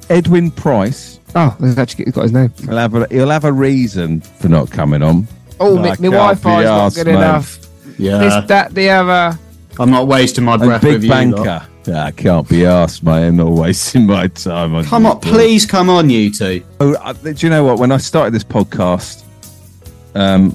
Speaker 1: Edwin Price.
Speaker 2: Oh, he's actually he's got his name.
Speaker 1: He'll have a, he'll have a reason for not coming on.
Speaker 2: Oh,
Speaker 1: Nah,
Speaker 2: my,
Speaker 1: can't be
Speaker 2: Wi Fi's not
Speaker 1: arsed,
Speaker 2: good
Speaker 1: mate.
Speaker 2: enough.
Speaker 3: Yeah,
Speaker 2: This, that, the other.
Speaker 3: Uh, I'm not wasting my
Speaker 1: A
Speaker 3: breath with
Speaker 1: big
Speaker 3: you. lot.
Speaker 1: banker. I can't be asked, mate. I'm not wasting my time. on
Speaker 3: Come
Speaker 1: you
Speaker 3: on,
Speaker 1: boys.
Speaker 3: please come on, you two.
Speaker 1: Oh, uh, do you know what? When I started this podcast, um,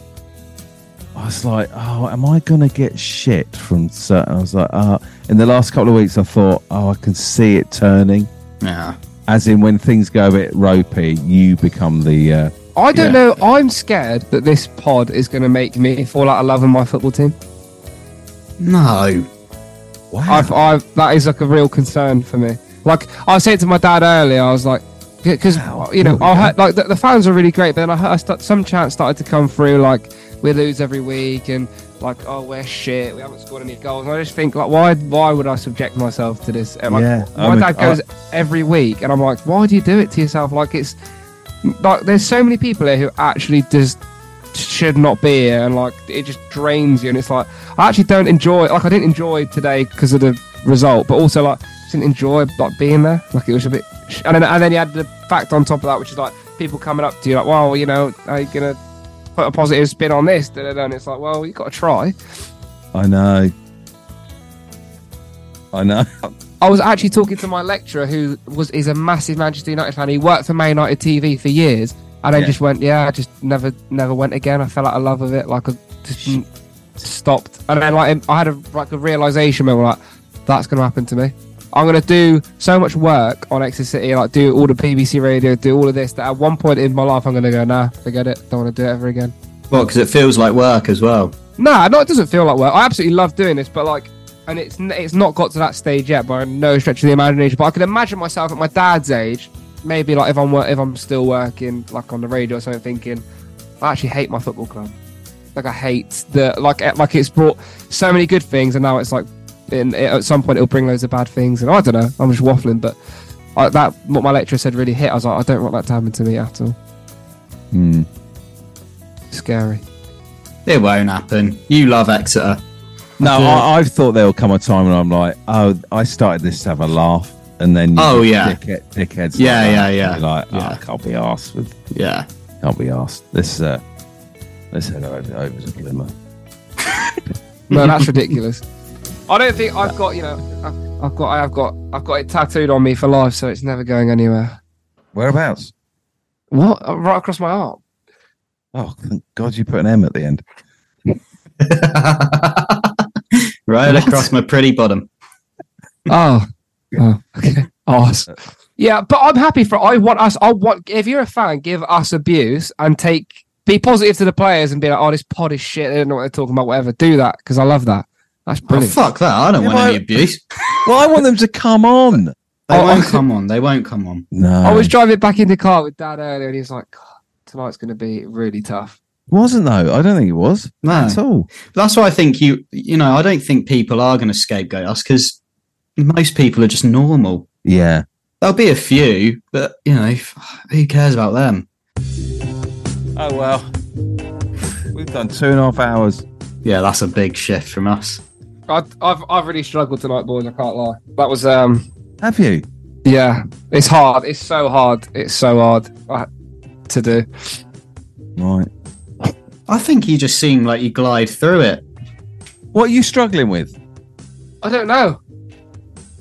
Speaker 1: I was like, "Oh, am I gonna get shit from certain?" I was like, "Ah." in the last couple of weeks, I thought, "Oh, I can see it turning."
Speaker 3: Yeah.
Speaker 1: As in, when things go a bit ropey, you become the uh,
Speaker 2: I don't know. I'm scared that this pod is going to make me fall out of love with my football team.
Speaker 3: No.
Speaker 2: I've, I've, that is like a real concern for me. Like I said to my dad earlier, I was like, because you know, I heard, like the, the fans are really great, but then I heard I start, some chants started to come through, like we lose every week and like oh we're shit, we haven't scored any goals. And I just think like why why would I subject myself to this? And, like,
Speaker 1: Yeah,
Speaker 2: my
Speaker 1: I'm a-
Speaker 2: dad goes every week, and I'm like, why do you do it to yourself? Like it's like there's so many people here who actually just should not be here and like it just drains you and it's like i actually don't enjoy like i didn't enjoy today because of the result but also like just didn't enjoy like being there like it was a bit sh- and then, and then you had the fact on top of that which is like people coming up to you like well you know are you gonna put a positive spin on this Da-da-da. and it's like well you gotta try
Speaker 1: I know. I know.
Speaker 2: I was actually talking to my lecturer who was is a massive Manchester United fan. He worked for Man United TV for years, and I
Speaker 1: Yeah.
Speaker 2: just went, yeah, I just never never went again. I fell out of love with it, like I just n- stopped. And then like I had a like a realization moment, like that's gonna happen to me. I'm gonna do so much work on Exeter City, like do all the BBC radio, do all of this. That at one point in my life, I'm gonna go, nah, forget it. Don't want to do it ever again.
Speaker 3: Well, because it feels like work as well.
Speaker 2: Nah, no, it doesn't feel like work. I absolutely love doing this, but like, and it's n- it's not got to that stage yet by no stretch of the imagination. But I can imagine myself at my dad's age, maybe like if I'm wor- if I'm still working like on the radio or something, thinking I actually hate my football club. Like I hate the like eh, like it's brought so many good things, and now it's like in, it, at some point it'll bring loads of bad things, and I don't know. I'm just waffling, but I, that what my lecturer said really hit. I was like, I don't want that to happen to me at all.
Speaker 1: Hmm.
Speaker 2: Scary.
Speaker 3: It won't happen. You love Exeter.
Speaker 1: No,
Speaker 3: Yeah.
Speaker 1: I, I've thought there'll come a time when I'm like, oh, I started this to have a laugh, and then you
Speaker 3: Oh,
Speaker 1: get
Speaker 3: yeah.
Speaker 1: dickhead, dickheads.
Speaker 3: Yeah,
Speaker 1: like
Speaker 3: yeah,
Speaker 1: that,
Speaker 3: yeah.
Speaker 1: and you're Like, oh,
Speaker 3: Yeah.
Speaker 1: I can't be asked with.
Speaker 3: Yeah.
Speaker 1: can't be asked. Let's uh, let's head over, over to Plymouth.
Speaker 2: No, that's ridiculous. I don't think I've got you know I've, I've got I have got I've got it tattooed on me for life, so it's never going anywhere.
Speaker 1: Whereabouts?
Speaker 2: What? Uh, Right across my arm.
Speaker 1: Oh, thank God you put an M at the end.
Speaker 3: Right across my pretty bottom.
Speaker 2: Oh. oh. Okay.
Speaker 3: Oh,
Speaker 2: Awesome. Yeah, but I'm happy for. I want us. I want. If you're a fan, give us abuse and take. Be positive to the players and be like, "Oh, this pod is shit. They don't know what they're talking about. Whatever." Do that because I love that. That's brilliant.
Speaker 3: Oh, fuck that. I don't want any abuse.
Speaker 1: well, I want them to come on. They
Speaker 2: Oh,
Speaker 3: won't
Speaker 2: I-
Speaker 3: come on. They won't come on.
Speaker 1: No,
Speaker 2: I was driving back in the car with Dad earlier, and he was like, God, "Tonight's going to be really tough."
Speaker 1: wasn't though. I don't think it was
Speaker 3: No.
Speaker 1: at all.
Speaker 3: That's why I think you, you know, I don't think people are going to scapegoat us because most people are just normal.
Speaker 1: Yeah.
Speaker 3: There'll be a few, but, you know, f- who cares about them?
Speaker 1: Oh well. We've done two and a half hours.
Speaker 3: Yeah, that's a big shift from us.
Speaker 2: I, I've I've really struggled tonight, boys. I can't lie. That was um.
Speaker 1: Have you?
Speaker 2: Yeah, it's hard. It's so hard. It's so hard uh, to do.
Speaker 1: Right.
Speaker 3: I think you just seem like you glide through it.
Speaker 1: What are you struggling with?
Speaker 2: I don't know.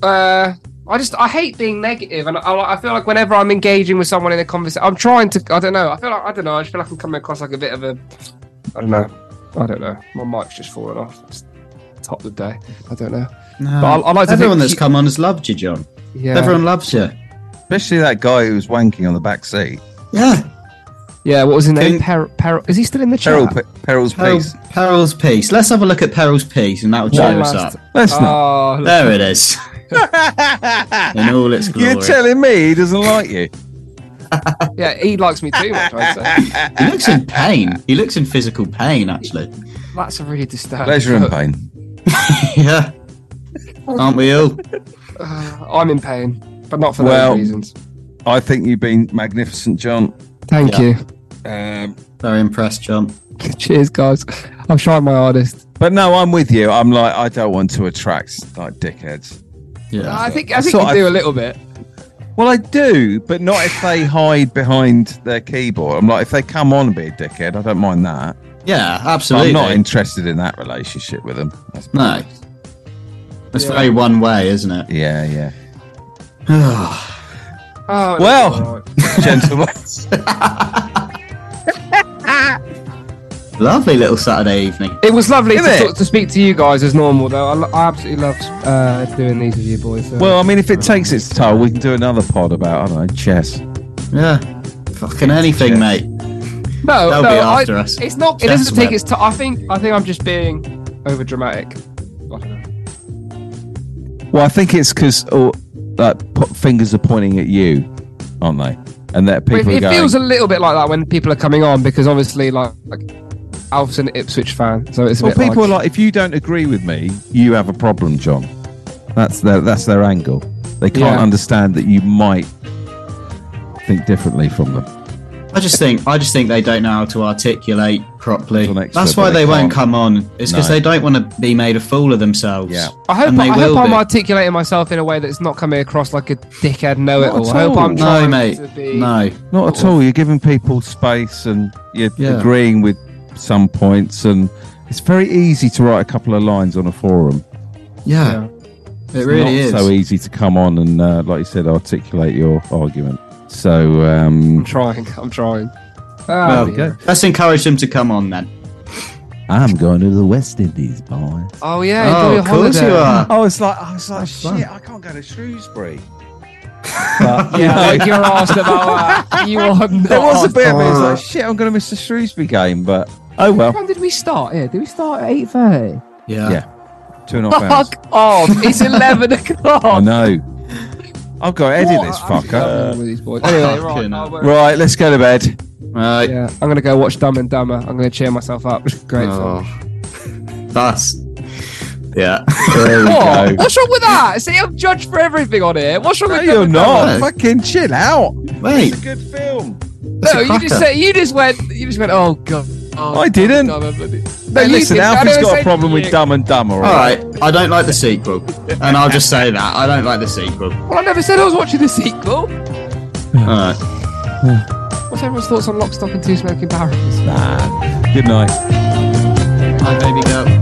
Speaker 2: Uh, I just I hate being negative, and I, I feel like whenever I'm engaging with someone in a conversation, I'm trying to. I don't know. I feel like I don't know. I just feel like I'm coming across like a bit of a. I don't know. I don't know. My mic's just fallen off. It's top of the day. I don't know.
Speaker 3: No.
Speaker 2: But I, I like to
Speaker 3: Everyone
Speaker 2: think
Speaker 3: that's
Speaker 2: you-
Speaker 3: come on has loved you, John.
Speaker 2: Yeah.
Speaker 3: Everyone loves you.
Speaker 1: Especially that guy who was wanking on the back seat.
Speaker 3: Yeah.
Speaker 2: Yeah. What was his name?
Speaker 3: Think-
Speaker 2: Peril. Peril. Is he still in the chat?
Speaker 1: Peril, Peril's
Speaker 3: Peril,
Speaker 1: piece.
Speaker 3: Peril's Peace. Let's have a look at Peril's Peace and that'll
Speaker 2: One
Speaker 3: cheer us
Speaker 2: last-
Speaker 3: up.
Speaker 1: Let's not.
Speaker 2: Oh, look.
Speaker 3: There it is. In all its glory.
Speaker 1: You're telling me he doesn't like you?
Speaker 2: yeah, he likes me too much. I'd say.
Speaker 3: he looks in pain. He looks in physical pain, actually.
Speaker 2: That's a really disturbing.
Speaker 1: Pleasure and pain.
Speaker 3: yeah. Aren't we all?
Speaker 2: Uh, I'm in pain, but not for
Speaker 1: Well-
Speaker 2: those reasons.
Speaker 1: I think you've been magnificent, John.
Speaker 2: Thank
Speaker 3: Yeah.
Speaker 2: you.
Speaker 1: Um,
Speaker 3: Very impressed, John.
Speaker 2: Cheers, guys. I'm trying my hardest.
Speaker 1: but no, I'm with you. I'm like, I don't want to attract like dickheads.
Speaker 3: Yeah.
Speaker 2: I think I
Speaker 1: That's
Speaker 2: think you
Speaker 1: what
Speaker 2: do
Speaker 1: I-
Speaker 2: a little bit.
Speaker 1: Well, I do, but not if they hide behind their keyboard. I'm like, if they come on and be a dickhead, I don't mind that.
Speaker 3: Yeah,
Speaker 1: But
Speaker 3: absolutely.
Speaker 1: I'm not interested in that relationship with them. That's
Speaker 3: No. It's
Speaker 2: Yeah.
Speaker 3: very one way, isn't it?
Speaker 1: Yeah, yeah.
Speaker 2: Oh,
Speaker 1: Well.
Speaker 2: all right.
Speaker 1: Gentlemen.
Speaker 3: Lovely little Saturday evening.
Speaker 2: it was lovely to,
Speaker 1: Isn't it?
Speaker 2: talk, to speak to you guys as normal, though. I, lo- I absolutely love uh, doing these with you boys. so-
Speaker 1: Well, I mean, if it takes its toll, we can do another pod about, I don't know, chess.
Speaker 3: Yeah. Fucking anything,
Speaker 1: Yeah.
Speaker 3: mate.
Speaker 2: no,
Speaker 3: they'll
Speaker 2: no,
Speaker 3: be
Speaker 2: I-
Speaker 3: after us.
Speaker 2: It's not. It
Speaker 3: Chess
Speaker 2: doesn't take
Speaker 3: web.
Speaker 2: its. T- I think. I think I'm just being over dramatic. I don't know.
Speaker 1: Well, I think it's because like po- fingers are pointing at you, aren't they? And that
Speaker 2: But it,
Speaker 1: people are
Speaker 2: it
Speaker 1: going.
Speaker 2: feels a little bit like that when people are coming on because obviously, like, like Alf's an Ipswich fan, so it's a
Speaker 1: well,
Speaker 2: bit.
Speaker 1: people
Speaker 2: like,
Speaker 1: are like, if you don't agree with me, you have a problem, John. That's their that's their angle. They can't
Speaker 2: Yeah.
Speaker 1: understand that you might think differently from them.
Speaker 3: I just think I just think they don't know how to articulate properly.
Speaker 1: Till next
Speaker 3: That's
Speaker 1: time,
Speaker 3: why
Speaker 1: they
Speaker 3: they, won't
Speaker 1: can't.
Speaker 3: come on. It's because
Speaker 1: No.
Speaker 3: they don't want to be made a fool of themselves.
Speaker 1: Yeah.
Speaker 2: I hope,
Speaker 3: And
Speaker 2: I,
Speaker 3: they
Speaker 2: hope
Speaker 3: will
Speaker 2: I'm
Speaker 3: be.
Speaker 2: articulating myself in a way that's not coming across like a dickhead know-it-all.
Speaker 1: Not
Speaker 2: I
Speaker 1: at
Speaker 2: hope
Speaker 1: all.
Speaker 2: I'm
Speaker 3: No,
Speaker 2: trying
Speaker 3: mate.
Speaker 2: to be. Um,
Speaker 3: No.
Speaker 1: Not at all. You're giving people space, and you're
Speaker 3: Yeah.
Speaker 1: agreeing with some points, and it's very easy to write a couple of lines on a forum.
Speaker 3: Yeah. It really
Speaker 1: Not
Speaker 3: is.
Speaker 1: so easy to come on and, uh, like you said, articulate your argument. So
Speaker 2: I'm
Speaker 1: um,
Speaker 2: trying. I'm trying. Ah,
Speaker 3: Well,
Speaker 2: yeah.
Speaker 3: Let's encourage them to come on then.
Speaker 1: I'm going to the West Indies, boy.
Speaker 2: Oh yeah, enjoy
Speaker 3: oh,
Speaker 2: your
Speaker 3: of course
Speaker 2: holiday.
Speaker 3: you are.
Speaker 1: I was like, I was like,
Speaker 3: That's
Speaker 1: shit,
Speaker 3: fun.
Speaker 1: I can't go to Shrewsbury.
Speaker 2: Yeah, you're asked about that. You are not.
Speaker 1: There was a bit of me. I was like, shit, I'm going to miss the Shrewsbury game, but oh well.
Speaker 2: When did we start? Yeah, did we start at eight thirty?
Speaker 3: Yeah.
Speaker 1: Yeah. Two and a half hours.
Speaker 2: Fuck off! It's eleven o'clock.
Speaker 1: I know. I've got to edit
Speaker 2: What?
Speaker 1: Oh, this
Speaker 2: I'm actually
Speaker 1: fucker.
Speaker 2: loving all these boys. Anyway, right,
Speaker 3: Fucking
Speaker 2: I'll
Speaker 3: hell.
Speaker 2: work-
Speaker 1: Right, let's go to bed.
Speaker 3: Right.
Speaker 2: Yeah, I'm gonna go watch Dumb and Dumber. I'm gonna cheer myself up. Great film.
Speaker 3: Oh. That's Yeah.
Speaker 2: Oh, what's wrong with that? See, I'm judged for everything on here. What's wrong with
Speaker 1: You're
Speaker 2: Kevin
Speaker 1: not.
Speaker 2: Conroy?
Speaker 1: Fucking chill out.
Speaker 3: Wait.
Speaker 1: It's a good film.
Speaker 2: No, you just said you just went. You just went. Oh god. Oh,
Speaker 1: I didn't.
Speaker 2: God, I'm bloody-"
Speaker 1: Hey,
Speaker 2: you
Speaker 1: listen,
Speaker 2: did. I
Speaker 1: Alfie's
Speaker 2: never
Speaker 1: got a
Speaker 2: said
Speaker 1: problem with
Speaker 2: shit.
Speaker 1: Dumb and Dumber.
Speaker 3: All right. I don't like the sequel, and I'll just say that I don't like the sequel. All
Speaker 2: Well, I never said I was watching the sequel.
Speaker 3: right.
Speaker 2: What's everyone's thoughts on Lock, Stock, and Two Smoking Barrels?
Speaker 1: Nah. Good night.
Speaker 3: Hi, baby girl.